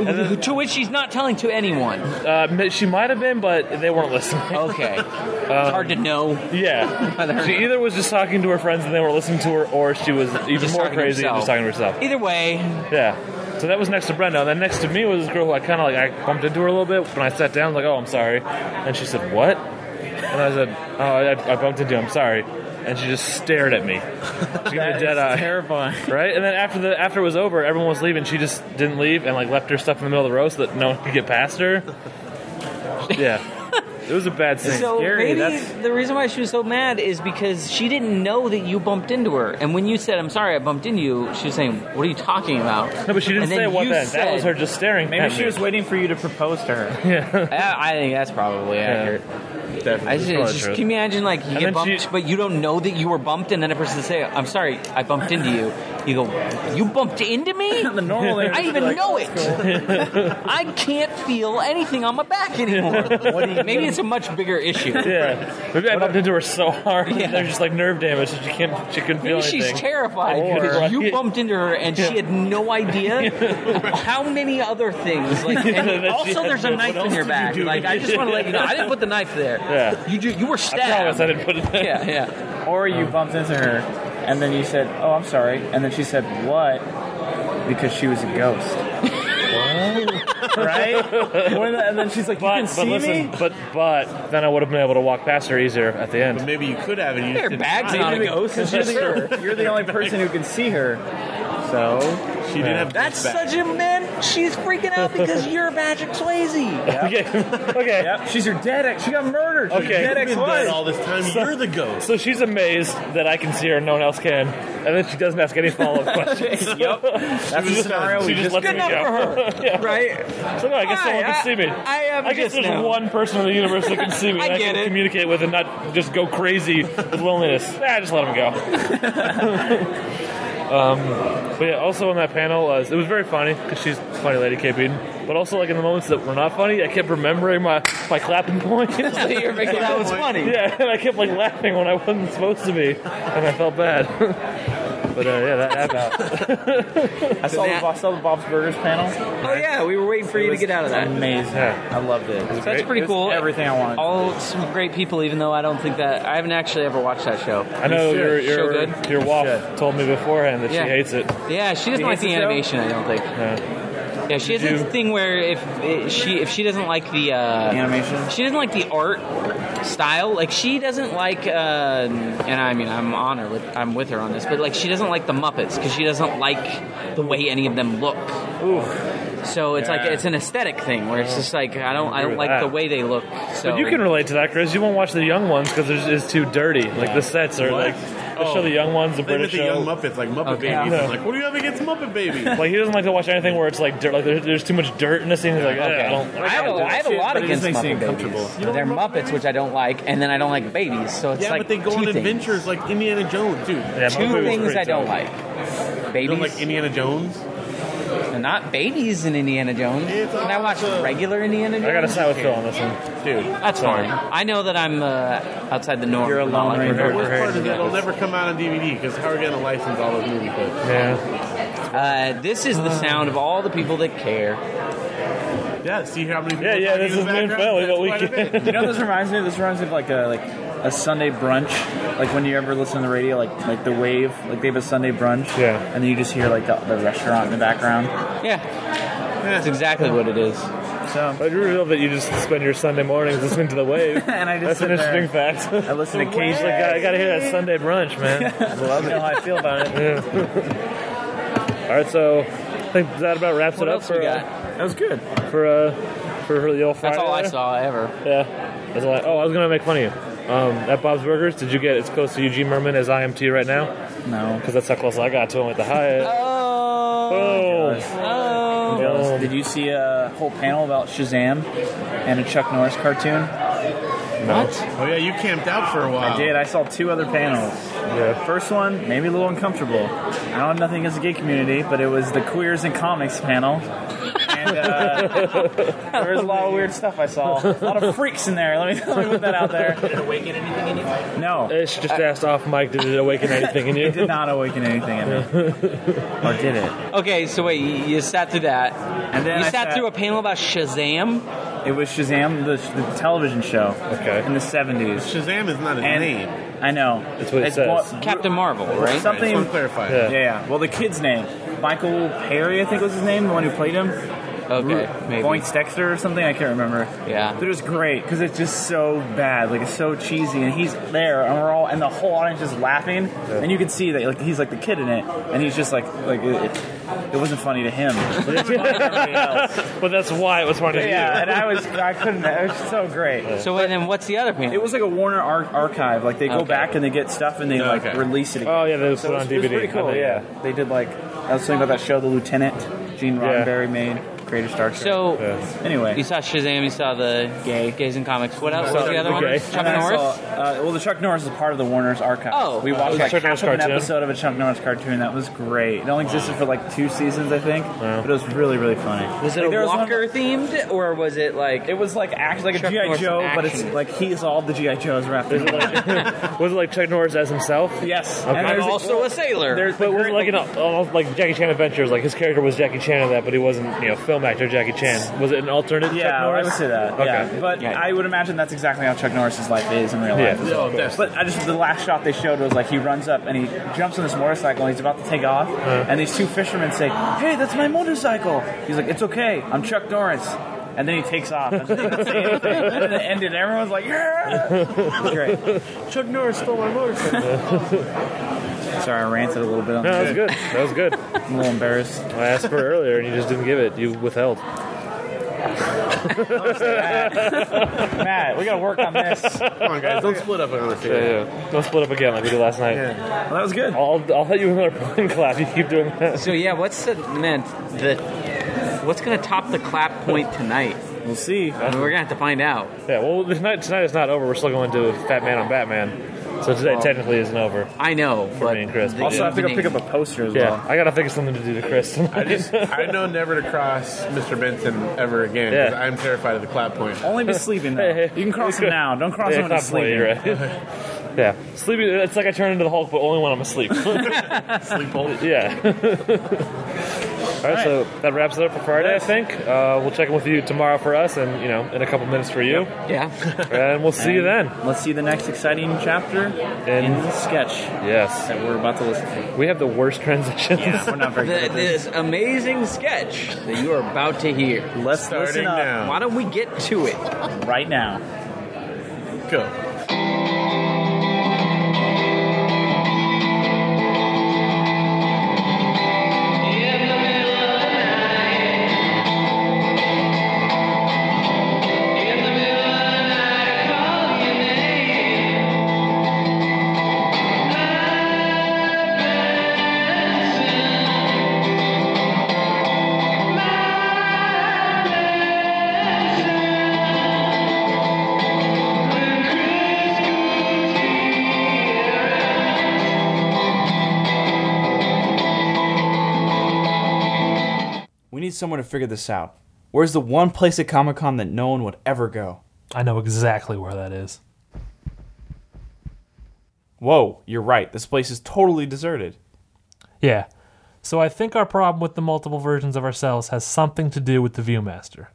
Speaker 2: And then,
Speaker 6: to which she's not telling to anyone.
Speaker 2: Uh, ma- she might have been, but they weren't listening.
Speaker 6: Okay, it's hard to
Speaker 2: Um,
Speaker 6: know.
Speaker 2: Yeah, she either was just talking to her friends and they weren't listening to her, or she was even
Speaker 6: Just
Speaker 2: more
Speaker 6: talking to
Speaker 2: crazy and just talking to herself.
Speaker 6: Either way.
Speaker 2: Yeah. So that was next to Brenda, and then next to me was this girl who I kind of like. I bumped into her a little bit when I sat down. Like, oh, I'm sorry, and she said, "What?" And I said, "Oh, I, I bumped into. you, I'm sorry." And she just stared at me. She gave me a
Speaker 3: That
Speaker 2: dead
Speaker 3: is
Speaker 2: eye.
Speaker 3: terrifying.
Speaker 2: Right? And then after the after it was over, everyone was leaving. She just didn't leave and like left her stuff in the middle of the road so that no one could get past her. Yeah. It was a bad scene.
Speaker 6: So maybe the reason why she was so mad is because she didn't know that you bumped into her, and when you said "I'm sorry, I bumped into you," she was saying, "What are you talking about?"
Speaker 2: No, but she didn't
Speaker 6: And then
Speaker 2: say what
Speaker 6: you
Speaker 2: then. that
Speaker 6: said-
Speaker 2: was her just staring.
Speaker 3: maybe
Speaker 2: at
Speaker 3: she
Speaker 2: me.
Speaker 3: was waiting for you to propose to her.
Speaker 6: Yeah, I think that's probably accurate.
Speaker 2: Definitely.
Speaker 6: I
Speaker 2: It's
Speaker 6: just,
Speaker 2: probably
Speaker 6: just-
Speaker 2: true.
Speaker 6: can you imagine like you
Speaker 2: And
Speaker 6: get
Speaker 2: then
Speaker 6: bumped, but you don't know that you were bumped, and then a person say, "I'm sorry, I bumped into you." You go, "You bumped into me?"
Speaker 3: the normal thing
Speaker 6: I
Speaker 3: is
Speaker 6: even
Speaker 3: like,
Speaker 6: know it. I can't feel anything on my back anymore. Maybe it's a much bigger issue.
Speaker 2: Yeah, maybe I bumped into her so hard that there's just like nerve damage that she can't, she couldn't feel
Speaker 6: Maybe
Speaker 2: anything.
Speaker 6: she's terrified
Speaker 2: Or-
Speaker 6: because you bumped into her and she had no idea how many other things. Like, and
Speaker 2: That she
Speaker 6: also,
Speaker 2: had
Speaker 6: there's a
Speaker 2: to-
Speaker 6: knife
Speaker 2: what
Speaker 6: in
Speaker 2: else
Speaker 6: your
Speaker 2: did you
Speaker 6: back.
Speaker 2: do?
Speaker 6: Like, I just want to let you know, I didn't put the knife there.
Speaker 2: Yeah.
Speaker 6: you ju- you were stabbed.
Speaker 2: promise I didn't put it there.
Speaker 6: Yeah, yeah.
Speaker 3: Or you
Speaker 2: Oh.
Speaker 3: bumped into her, and then you said, "Oh, I'm sorry," and then she said, "What?" Because she was a ghost. right? When the- and then she's like, "You
Speaker 2: But,
Speaker 3: can
Speaker 2: but
Speaker 3: see
Speaker 2: listen,
Speaker 3: me."
Speaker 2: but but then I would have been able to walk past her easier at the end. But
Speaker 4: maybe you could have, and you
Speaker 6: Their bag's
Speaker 3: Maybe
Speaker 6: not a
Speaker 3: the-
Speaker 6: ghost.
Speaker 3: Because you're, the- you're the only person who can see her. So
Speaker 4: she did have.
Speaker 6: That's such a man. She's freaking out because you're Magic Swayze.
Speaker 2: okay, okay.
Speaker 3: Yep. She's her dead ex. She got murdered. She's
Speaker 2: Okay.
Speaker 3: Dead ex
Speaker 4: But
Speaker 3: wife.
Speaker 4: all this time, you're the ghost.
Speaker 2: So she's amazed that I can see her and no one else can, and then she doesn't ask any follow up questions.
Speaker 3: Yep. That's the scenario.
Speaker 2: She
Speaker 3: We
Speaker 2: just
Speaker 3: just
Speaker 2: lets me
Speaker 6: Good enough
Speaker 2: go.
Speaker 6: for her,
Speaker 2: Yeah.
Speaker 6: right?
Speaker 2: So no, I guess
Speaker 6: Hi,
Speaker 2: someone
Speaker 6: I-
Speaker 2: can see me.
Speaker 6: I am
Speaker 2: I guess
Speaker 6: just
Speaker 2: there's
Speaker 6: now.
Speaker 2: one person in the universe that can see me.
Speaker 6: I
Speaker 2: and I
Speaker 6: get
Speaker 2: can
Speaker 6: it.
Speaker 2: communicate with and not just go crazy with loneliness. Ah, just let him go. Um, but yeah, also on that panel, uh, it was very funny because she's a funny lady, Kate Beaton. But also, like in the moments that were not funny, I kept remembering my, my clapping point.
Speaker 6: So you were making that was funny.
Speaker 2: Yeah, and I kept like laughing when I wasn't supposed to be, and I felt bad. but uh, yeah, that happened.
Speaker 3: I saw, the, I saw the Bob's Burgers panel.
Speaker 6: Oh yeah, we were waiting for you to get out of that.
Speaker 3: Amazing.
Speaker 2: Yeah.
Speaker 3: I loved it. It was
Speaker 6: That's pretty cool.
Speaker 3: Everything I wanted.
Speaker 6: All some great people, even though I don't think that I haven't actually ever watched that show.
Speaker 2: I know your
Speaker 6: should. So
Speaker 2: your
Speaker 6: good.
Speaker 2: your wife told me beforehand that
Speaker 6: Yeah.
Speaker 2: she hates it.
Speaker 6: Yeah, she doesn't
Speaker 3: You
Speaker 6: like
Speaker 3: hate
Speaker 6: the
Speaker 3: the show?
Speaker 6: animation. I don't think.
Speaker 2: Yeah.
Speaker 6: Yeah, she has
Speaker 2: Did
Speaker 6: this
Speaker 2: you-
Speaker 6: thing where if if she if she doesn't like the uh,
Speaker 3: Animation?
Speaker 6: she doesn't like the art style. Like she doesn't like, uh, and I mean I'm on her with I'm with her on this, but like she doesn't like the Muppets because she doesn't like the way any of them look. So it's like it's an aesthetic thing where it's just like I don't I don't
Speaker 2: with
Speaker 6: like
Speaker 2: that.
Speaker 6: the way they look. So
Speaker 2: But you can relate to that, Chris. You won't watch the young ones because it's too dirty. Like the sets are
Speaker 9: What?
Speaker 2: like the
Speaker 9: Oh.
Speaker 2: show the young ones, the
Speaker 9: They
Speaker 2: British
Speaker 9: with the
Speaker 2: show.
Speaker 9: young Muppets, like Muppet
Speaker 6: Okay.
Speaker 9: Babies.
Speaker 2: Yeah.
Speaker 9: I'm like, what do you have against Muppet Babies?
Speaker 2: like he doesn't like to watch anything where it's like dirt. Like there, there's too much dirt in a scene. He's like, eh,
Speaker 6: Okay.
Speaker 2: I don't.
Speaker 6: I have a, I have a lot
Speaker 3: But it just
Speaker 6: against
Speaker 3: makes you
Speaker 6: Muppet
Speaker 3: uncomfortable.
Speaker 6: babies. They're Muppets, which I don't like, and then I don't like babies. So it's
Speaker 9: yeah,
Speaker 6: like
Speaker 9: but they go
Speaker 6: two
Speaker 9: on
Speaker 6: things.
Speaker 9: adventures like Indiana Jones, dude.
Speaker 2: Yeah, my
Speaker 6: Two
Speaker 2: movie was
Speaker 6: things
Speaker 2: pretty
Speaker 6: I don't
Speaker 2: dope.
Speaker 6: like. Babies.
Speaker 9: You don't like Indiana Jones?
Speaker 6: They're not babies in Indiana Jones.
Speaker 9: It's
Speaker 6: Can I watch
Speaker 9: awesome.
Speaker 6: regular Indiana Jones?
Speaker 2: I gotta side with Phil on this one.
Speaker 9: Dude,
Speaker 6: That's
Speaker 2: Sorry.
Speaker 6: fine. I know that I'm uh, outside the norm.
Speaker 3: You're a
Speaker 6: I'm not
Speaker 3: lone
Speaker 6: like
Speaker 3: ranger.
Speaker 2: Her-
Speaker 9: the worst
Speaker 2: her
Speaker 9: part is
Speaker 2: hand-
Speaker 9: that it'll never come out on DVD because how are we going to license all those movie clips?
Speaker 2: Yeah.
Speaker 6: Uh, this is the sound of all the people that care.
Speaker 9: Yeah, see how many people
Speaker 2: Yeah,
Speaker 9: are
Speaker 2: yeah,
Speaker 9: talking
Speaker 2: this
Speaker 9: in
Speaker 2: is
Speaker 9: the
Speaker 2: me and
Speaker 9: background?
Speaker 2: Phil. We got
Speaker 9: That's quite a
Speaker 2: weekend.
Speaker 9: bit.
Speaker 3: You know, what this reminds me. This reminds me of like a like a Sunday brunch, like when you ever listen to the radio, like like the wave, like they have a Sunday brunch,
Speaker 2: Yeah.
Speaker 3: and then you just hear like the, the restaurant in the background.
Speaker 6: Yeah. That's exactly what it is.
Speaker 3: So,
Speaker 2: I do reveal that you just spend your Sunday mornings listening to the wave.
Speaker 3: and I just
Speaker 2: That's an
Speaker 3: sit there.
Speaker 2: interesting fact.
Speaker 3: I listen
Speaker 2: It's
Speaker 3: occasionally.
Speaker 2: like, I I gotta hear that Sunday brunch, man.
Speaker 3: I love it. You know how I feel about it.
Speaker 2: All right, so I think that about wraps
Speaker 6: What
Speaker 2: it up
Speaker 6: else we
Speaker 2: for
Speaker 6: got?
Speaker 2: uh,
Speaker 3: That was good.
Speaker 2: for uh, for her the old Friday
Speaker 6: That's all I
Speaker 2: there.
Speaker 6: saw ever.
Speaker 2: Yeah. That's all I, oh, I was gonna make fun of you. Um, at Bob's Burgers, did you get as close to Eugene Merman as I am to you right now?
Speaker 3: No.
Speaker 2: Because that's how close I got to him at the Hyatt.
Speaker 6: Oh.
Speaker 2: Boom.
Speaker 6: Oh.
Speaker 2: Boom.
Speaker 3: Did you see a whole panel about Shazam and a Chuck Norris cartoon?
Speaker 6: What?
Speaker 9: Oh, yeah, you camped out for a while.
Speaker 3: I did. I saw two other panels.
Speaker 2: Yeah.
Speaker 3: First one, maybe a little uncomfortable. I don't have nothing against the gay community, but it was the queers and comics panel. And uh, there was a lot of weird stuff I saw. A lot of freaks in there. Let me, let me put that out there. Did it awaken anything in you? No.
Speaker 2: Ish just asked off mic, did it awaken anything in
Speaker 3: It did
Speaker 2: you?
Speaker 3: not awaken anything in me. or did it?
Speaker 6: Okay, so wait, you, you sat through that.
Speaker 3: And then
Speaker 6: you
Speaker 3: I
Speaker 6: sat, through a panel about Shazam?
Speaker 3: It was Shazam, the, the television show.
Speaker 2: Okay.
Speaker 3: In the 70s.
Speaker 9: Shazam is not his
Speaker 3: And
Speaker 9: name.
Speaker 3: I know.
Speaker 2: That's what it says.
Speaker 3: what-
Speaker 6: Captain Marvel, right?
Speaker 9: I just
Speaker 3: Something
Speaker 9: want to clarify.
Speaker 2: Yeah.
Speaker 3: Yeah, yeah. Well, the kid's name, Michael Perry, I think was his name, the one who played him.
Speaker 6: Okay, maybe.
Speaker 3: Boinks Dexter or something. I can't remember.
Speaker 6: Yeah.
Speaker 3: They're just great because it's just so bad, like it's so cheesy, and he's there, and we're all, and the whole audience is laughing, and you can see that like he's like the kid in it, and he's just like like it, it, it wasn't funny to him. But it's funny to everybody else.
Speaker 2: but that's why it was funny to
Speaker 3: yeah, and I was I couldn't. It was so great.
Speaker 6: So wait, then what's the other panel?
Speaker 3: It was like a Warner ar- archive. Like they go
Speaker 6: Okay.
Speaker 3: back and they get stuff and they like
Speaker 9: Okay.
Speaker 3: release it.
Speaker 2: you. Oh, yeah, they
Speaker 3: So
Speaker 2: put
Speaker 3: it
Speaker 2: on
Speaker 3: was- it was
Speaker 2: DVD.
Speaker 3: pretty cool,
Speaker 2: I think.
Speaker 3: yeah. They did like I was thinking about that show, The Lieutenant. Gene
Speaker 2: Yeah.
Speaker 3: Roddenberry made creator Star Trek.
Speaker 6: so
Speaker 3: anyway,
Speaker 6: you saw Shazam, you saw the
Speaker 3: Gay.
Speaker 6: gays in comics. What else
Speaker 2: saw
Speaker 6: was the other one?
Speaker 2: gay.
Speaker 6: Chuck
Speaker 3: And then I
Speaker 6: Norris?
Speaker 3: saw- uh, well, the Chuck Norris is part of the Warner's archive.
Speaker 6: Oh.
Speaker 3: we
Speaker 6: Uh,
Speaker 3: watched
Speaker 2: the
Speaker 3: like
Speaker 2: Chuck
Speaker 3: half
Speaker 2: Norris
Speaker 3: of an
Speaker 2: cartoon.
Speaker 3: episode of a Chuck Norris cartoon. That was great. It only existed for like two seasons, I think, but it was really, really funny.
Speaker 6: Was it
Speaker 3: Like, there
Speaker 6: a
Speaker 3: one-
Speaker 6: Walker themed, or was it like
Speaker 3: It was like act like a
Speaker 6: Chuck
Speaker 3: GI
Speaker 6: Norris in
Speaker 3: Joe, but it's
Speaker 6: action.
Speaker 3: like he's all the GI Joes wrapped in. one.
Speaker 2: Was it like Chuck Norris as himself?
Speaker 3: yes,
Speaker 2: Okay.
Speaker 3: and
Speaker 6: I'm
Speaker 3: there's
Speaker 6: also a sailor?
Speaker 3: there's the
Speaker 2: But was it
Speaker 3: great-
Speaker 2: like an almost like Jackie Chan Adventures? Like his character was Jackie Chan in that, but he wasn't, you know, film actor Jackie Chan. Was it an alternate Chuck
Speaker 3: Yeah, I
Speaker 2: Norris?
Speaker 3: would say that.
Speaker 2: Okay.
Speaker 3: Yeah. Oh, But
Speaker 6: Yeah.
Speaker 3: I would imagine that's exactly how Chuck Norris's life is in real life.
Speaker 2: Yeah.
Speaker 3: as well. But I just the last shot they showed was like he runs up and he jumps on this motorcycle and he's about to take off, and these two fishermen say, "Hey, that's my motorcycle." He's like, "It's okay, I'm Chuck Norris." And then he takes off. And then they say anything. And then it ended. Everyone's like, "Yeah!" It was Great. Chuck Norris stole my motorcycle. Sorry, I ranted a little bit. On
Speaker 2: No, that was
Speaker 3: that.
Speaker 2: good. That was good.
Speaker 3: I'm a little embarrassed.
Speaker 2: I asked for it earlier and you just didn't give it. You withheld.
Speaker 3: Matt, we got to work on this. Well,
Speaker 9: Come on, guys, don't split up on this
Speaker 2: Yeah,
Speaker 9: here.
Speaker 2: yeah. Don't split up again like we did last night.
Speaker 3: that was good.
Speaker 2: I'll, I'll hit you another point clap. You keep doing that.
Speaker 6: so yeah, what's the man the what's gonna top the clap point tonight?
Speaker 3: We'll see.
Speaker 6: I mean, we're gonna have to find out.
Speaker 2: Yeah, well, tonight, tonight is not over. We're still going to Fat Man on Batman. So today
Speaker 3: Oh.
Speaker 2: technically isn't over.
Speaker 6: I know.
Speaker 2: For me and Chris. but
Speaker 11: Also, I have to go
Speaker 6: evening.
Speaker 11: pick up a poster as
Speaker 2: Yeah,
Speaker 11: well.
Speaker 2: I gotta think of something to do to Chris.
Speaker 9: I just I know never to cross Mr. Benson ever again. 'cause
Speaker 2: Yeah.
Speaker 9: I'm terrified of the clap point.
Speaker 11: Only be sleeping though.
Speaker 2: Hey,
Speaker 11: You
Speaker 2: hey.
Speaker 11: can cross him now. Don't cross him when he's
Speaker 2: Clap point,
Speaker 11: sleeping.
Speaker 2: you're right. yeah, sleepy. It's like I turn into the Hulk, but only when I'm asleep.
Speaker 9: Sleep hold.
Speaker 2: yeah. All right, so that wraps it up for Friday, I think. Uh, we'll check in with you tomorrow for us, and you know, in a couple minutes for you,
Speaker 6: Yeah.
Speaker 2: and we'll see you then.
Speaker 11: Let's see the next exciting chapter in
Speaker 2: And
Speaker 11: the sketch
Speaker 2: yes,
Speaker 11: that we're about to listen to.
Speaker 2: we have the worst transitions.
Speaker 11: Yeah, we're not very good
Speaker 6: The,
Speaker 11: at this.
Speaker 6: this amazing sketch that you are about to hear.
Speaker 11: Let's listen
Speaker 9: Starting
Speaker 11: up
Speaker 9: now.
Speaker 6: Why don't we get to it?
Speaker 11: right now.
Speaker 9: Go.
Speaker 3: We need someone to figure this out. Where's the one place at Comic Con that no one would ever go?
Speaker 4: I know exactly where that is.
Speaker 3: Whoa, you're right. This place is totally deserted.
Speaker 4: Yeah. So I think our problem with the multiple versions of ourselves has something to do with the Viewmaster.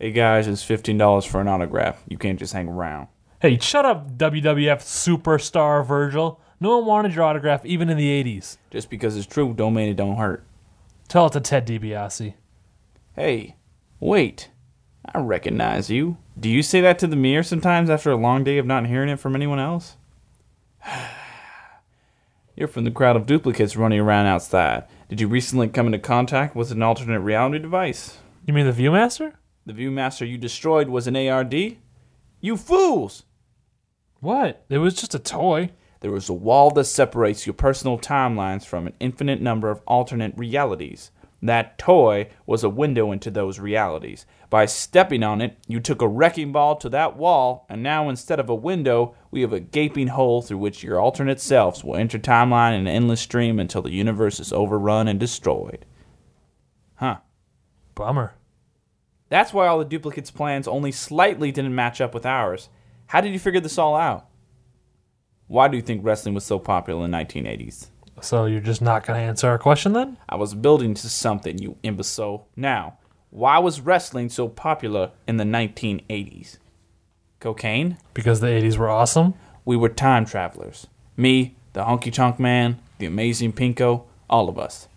Speaker 3: Hey guys, it's $15 for an autograph. You can't just hang around.
Speaker 4: Hey, shut up, WWF superstar Virgil. No one wanted your autograph even in the 80s.
Speaker 3: Just because it's true don't mean it don't hurt.
Speaker 4: Tell it to Ted DiBiase.
Speaker 3: Hey, wait. I recognize you. Do you say that to the mirror sometimes after a long day of not hearing it from anyone else? You're from the crowd of duplicates running around outside. Did you recently come into contact with an alternate reality device?
Speaker 4: You mean the Viewmaster?
Speaker 3: The Viewmaster you destroyed was an ARD? You fools!
Speaker 4: What? It was just a toy.
Speaker 3: There is a wall that separates your personal timelines from an infinite number of alternate realities. That toy was a window into those realities. By stepping on it, you took a wrecking ball to that wall, and now instead of a window, we have a gaping hole through which your alternate selves will enter timeline in an endless stream until the universe is overrun and destroyed. Huh.
Speaker 4: Bummer.
Speaker 3: That's why all the duplicates' plans only slightly didn't match up with ours. How did you figure this all out? Why do you think wrestling was so popular in the 1980s?
Speaker 4: So you're just not going to answer our question then?
Speaker 3: I was building to something, you imbecile. Now, why was wrestling so popular in the 1980s? Cocaine?
Speaker 4: Because the 80s were awesome?
Speaker 3: We were time travelers. Me, the honky tonk man, the amazing Pinko, all of us.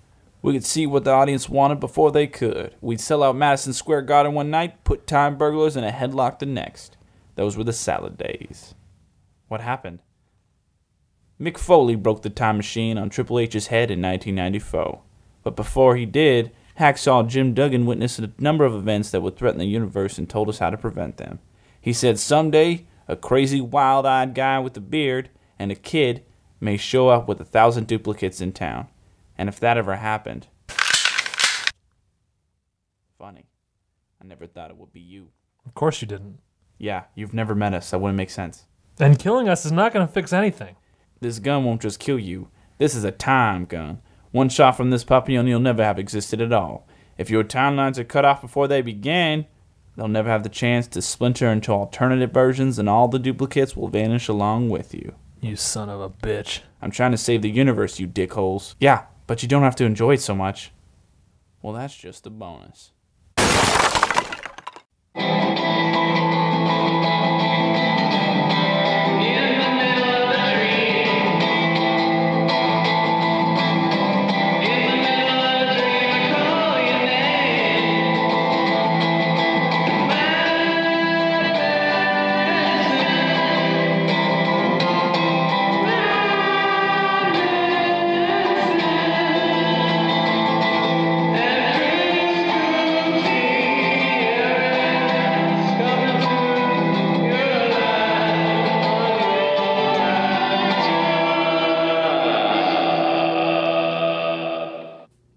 Speaker 3: We could see what the audience wanted before they could. We'd sell out Madison Square Garden one night, put time burglars in a headlock the next. Those were the salad days. What happened? Mick Foley broke the time machine on Triple H's head in 1994. But before he did, Hacksaw Jim Duggan witnessed a number of events that would threaten the universe and told us how to prevent them. He said someday, a crazy, wild eyed guy with a beard and a kid may show up with a thousand duplicates in town. And if that ever happened. Funny. I never thought it would be you.
Speaker 4: Of course you didn't.
Speaker 3: Yeah, you've never met us. That wouldn't make sense.
Speaker 4: And killing us is not going to fix anything.
Speaker 3: This gun won't just kill you. This is a time gun. One shot from this puppy and you'll never have existed at all. If your timelines are cut off before they begin, they'll never have the chance to splinter into alternative versions and all the duplicates will vanish along with you.
Speaker 4: You son of a bitch.
Speaker 3: I'm trying to save the universe, you dickholes. Yeah, but you don't have to enjoy it so much. Well, that's just a bonus.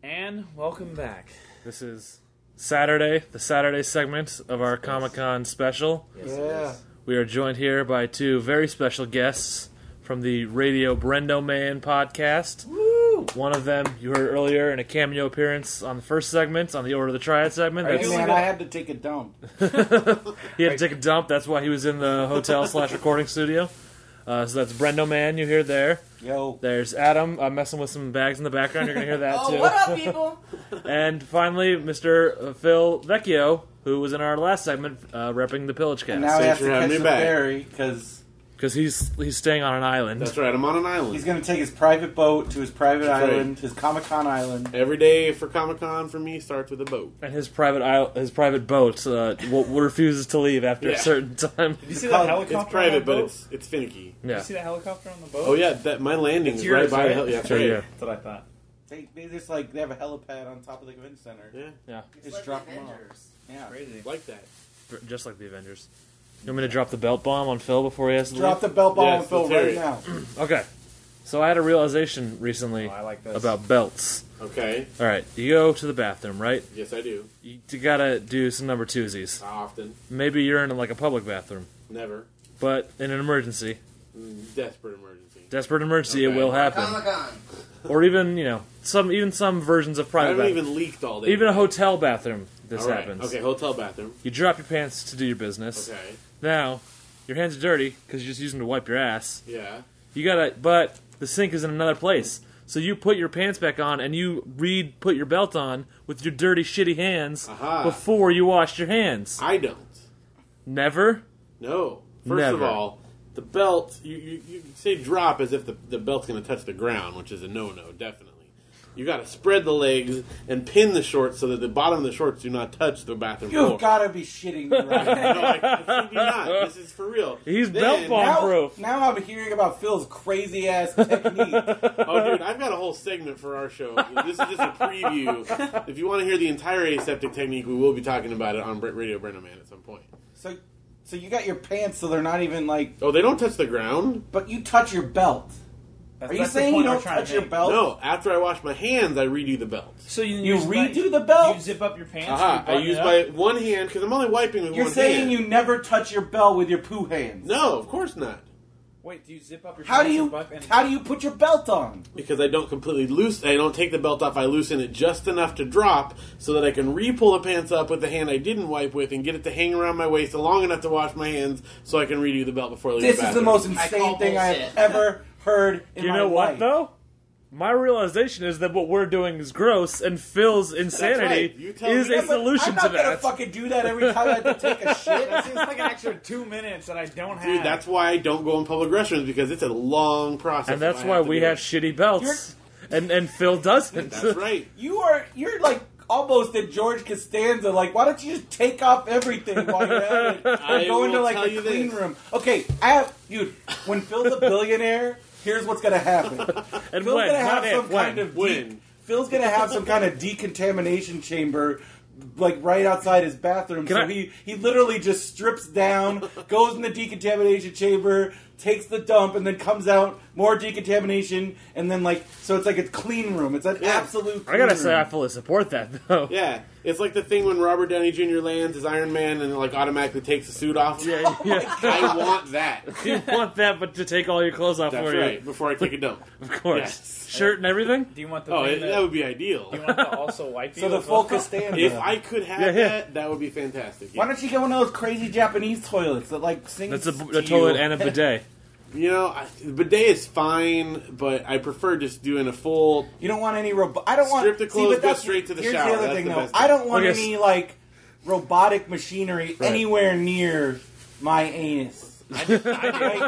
Speaker 11: And welcome back.
Speaker 2: This is Saturday, the Saturday segment of our Comic Con special.
Speaker 15: Yeah.
Speaker 2: We are joined here by two very special guests from the Radio Brendo Man podcast. One of them you heard earlier in a cameo appearance on the first segment, on the Order of the Triad segment.
Speaker 9: Hey,
Speaker 2: That's-
Speaker 9: man, I had to take a dump.
Speaker 2: he had to take a dump. That's why he was in the hotel slash recording studio. Uh, so that's Brendo Man you hear there.
Speaker 9: Yo.
Speaker 2: There's Adam uh, messing with some bags in the background. You're gonna hear that too.
Speaker 16: people?
Speaker 2: and finally, Mr. Phil Vecchio, who was in our last segment, uh, repping the Pillage Cast.
Speaker 9: And now he has to catch the ferry because
Speaker 2: because he's he's staying on an island.
Speaker 11: That's right. I'm on an island.
Speaker 9: He's going to take his private boat to his private
Speaker 11: That's right.
Speaker 9: island, his Comic Con island.
Speaker 11: Every day for Comic Con for me starts with a boat.
Speaker 2: And his private isle, his private boat uh, will, will refuses to leave after
Speaker 11: Yeah.
Speaker 2: a certain time.
Speaker 11: Did you see that helicopter It's private, on that but boat? it's- it's finicky.
Speaker 2: Yeah.
Speaker 11: You see that
Speaker 9: helicopter on the
Speaker 11: boat? Oh, yeah, that- my landing is right by the heli- yeah, that's right.
Speaker 9: That's
Speaker 11: That's
Speaker 9: what I thought. They, they just like they have a helipad on top of the convention center. Yeah,
Speaker 2: yeah.
Speaker 9: Just drop them off. Yeah, crazy.
Speaker 11: Like that.
Speaker 2: Just like the Avengers. You want me to drop the belt bomb on Phil before he has to
Speaker 9: Drop
Speaker 2: leave?
Speaker 9: the belt bomb Yes, on Phil let's hear right it.
Speaker 2: now. okay. So I had a realization recently
Speaker 11: this.
Speaker 2: about belts.
Speaker 11: Okay.
Speaker 2: All right. You go to the bathroom, right?
Speaker 11: Yes, I do.
Speaker 2: You, you gotta do some number twosies.
Speaker 11: Often.
Speaker 2: Maybe you're in like a public bathroom.
Speaker 11: Never.
Speaker 2: But in an emergency,
Speaker 11: Mm, Desperate emergency.
Speaker 2: desperate emergency,
Speaker 11: Okay.
Speaker 2: it will happen. or even you know some even some versions of private.
Speaker 11: I haven't
Speaker 2: bathroom.
Speaker 11: even leaked all day.
Speaker 2: Even a hotel bathroom. This
Speaker 11: All right.
Speaker 2: happens.
Speaker 11: Okay, hotel bathroom.
Speaker 2: You drop your pants to do your business.
Speaker 11: Okay.
Speaker 2: Now, your hands are dirty because you just use them to wipe your ass.
Speaker 11: Yeah.
Speaker 2: You gotta, but the sink is in another place. So you put your pants back on and you read put your belt on with your dirty, shitty hands
Speaker 11: Aha.
Speaker 2: before you wash your hands.
Speaker 11: I don't.
Speaker 2: Never?
Speaker 11: No. First of
Speaker 2: Never.
Speaker 11: all, the belt, you, you, you say drop as if the, the belt's going to touch the ground, which is a no no, definitely. You got to spread the legs and pin the shorts so that the bottom of the shorts do not touch the bathroom floor.
Speaker 9: You've got to be shitting me right now.
Speaker 11: no, I, I kid you not. This is for real.
Speaker 2: He's
Speaker 11: Then-
Speaker 9: now, Now I'm hearing about Phil's crazy ass technique.
Speaker 11: Oh, dude, I've got a whole segment for our show. This is just a preview. if you want to hear the entire aseptic technique, we will be talking about it on Brit Radio Brenneman at some point.
Speaker 9: So, so you got your pants, so they're not even like.
Speaker 11: Oh, they don't touch the ground.
Speaker 9: But you touch your belt. Are you
Speaker 11: That's the
Speaker 9: saying you
Speaker 11: point I'm
Speaker 9: don't
Speaker 11: trying to
Speaker 9: touch your
Speaker 11: make.
Speaker 9: belt?
Speaker 11: No, after I wash my hands, I redo the belt.
Speaker 9: So you, redo the belt. You
Speaker 3: zip up your pants.
Speaker 11: Aha, I use my one hand because I'm only wiping with
Speaker 9: You're
Speaker 11: one
Speaker 9: saying
Speaker 11: hand.
Speaker 9: you never touch your belt with your poo hands.
Speaker 11: No, of course not.
Speaker 3: Wait, do you zip up your
Speaker 9: How do
Speaker 3: pants
Speaker 9: you-
Speaker 3: and buck- and-
Speaker 9: How do you put your belt on?
Speaker 11: Because I don't completely loose, I don't take the belt off. I loosen it just enough to drop, so that I can re-pull the pants up with the hand I didn't wipe with, and get it to hang around my waist long enough to wash my hands, so I can redo the belt before I leave.
Speaker 9: This
Speaker 11: the
Speaker 9: is the
Speaker 11: bathroom.
Speaker 9: most insane thing I have ever heard in
Speaker 2: you
Speaker 9: my
Speaker 2: know what
Speaker 9: life.
Speaker 2: though? My realization is that what we're doing is gross, and Phil's
Speaker 9: right.
Speaker 2: insanity
Speaker 9: You tell
Speaker 2: is
Speaker 9: me. Yeah,
Speaker 2: a
Speaker 9: but
Speaker 2: solution
Speaker 9: I'm not
Speaker 2: to
Speaker 9: gonna
Speaker 2: that.
Speaker 9: fucking do that every time I have to take a shit.
Speaker 3: That seems like an extra two minutes that I don't have.
Speaker 11: Dude, that's why I don't go in public restrooms because it's a long process.
Speaker 2: and that's
Speaker 11: I
Speaker 2: why
Speaker 11: to
Speaker 2: we
Speaker 11: do
Speaker 2: have shitty belts, and and Phil doesn't.
Speaker 11: That's right.
Speaker 9: You are you're like almost at George Costanza. Like, why don't you just take off everything while you're at it?
Speaker 11: I
Speaker 9: Or go into
Speaker 11: will
Speaker 9: like
Speaker 11: tell
Speaker 9: the
Speaker 11: you
Speaker 9: clean
Speaker 11: this.
Speaker 9: room. Okay, I have dude. When Phil's a billionaire, here's what's gonna happen.
Speaker 2: And
Speaker 9: Phil's
Speaker 2: when,
Speaker 9: gonna
Speaker 2: not
Speaker 9: have
Speaker 2: if,
Speaker 9: some
Speaker 2: when,
Speaker 9: kind of
Speaker 11: when.
Speaker 9: de- Phil's gonna have some kind of decontamination chamber. Like right outside his bathroom,
Speaker 2: Can
Speaker 9: so
Speaker 2: I-
Speaker 9: he he literally just strips down, goes in the decontamination chamber, takes the dump, and then comes out more decontamination, and then like so it's like a clean room. It's an absolute.
Speaker 2: I gotta
Speaker 9: clean
Speaker 2: say,
Speaker 9: room.
Speaker 2: I fully support that though.
Speaker 11: Yeah, it's like the thing when Robert Downey Jr. lands as Iron Man and like automatically takes the suit off. Yeah,
Speaker 2: yeah.
Speaker 11: I want that.
Speaker 2: you want that, but to take all your clothes off
Speaker 11: That's
Speaker 2: for
Speaker 11: right.
Speaker 2: you,
Speaker 11: Before I take a dump,
Speaker 2: of course. Shirt and everything. Do
Speaker 3: you want
Speaker 11: Oh, it, that would be ideal. You
Speaker 3: want the also white
Speaker 9: So the full Costanza.
Speaker 11: If I could have
Speaker 9: Yeah, yeah.
Speaker 11: that, that would be fantastic.
Speaker 9: Why don't you get one of those crazy Japanese toilets that like sings?
Speaker 11: That's a-
Speaker 9: to
Speaker 11: a toilet
Speaker 9: you?
Speaker 11: and a bidet. You know, I, bidet is fine, but I prefer just doing a full.
Speaker 9: You don't want any robot. I don't want
Speaker 11: Strip the
Speaker 9: See,
Speaker 11: clothes,
Speaker 9: but
Speaker 11: go
Speaker 9: that's-
Speaker 11: straight to the
Speaker 9: here's
Speaker 11: shower.
Speaker 9: the other
Speaker 11: That's
Speaker 9: thing,
Speaker 11: the
Speaker 9: though.
Speaker 11: best
Speaker 9: I don't want
Speaker 11: Okay,
Speaker 9: any like robotic machinery
Speaker 11: Right.
Speaker 9: anywhere near my anus.
Speaker 11: Once
Speaker 9: I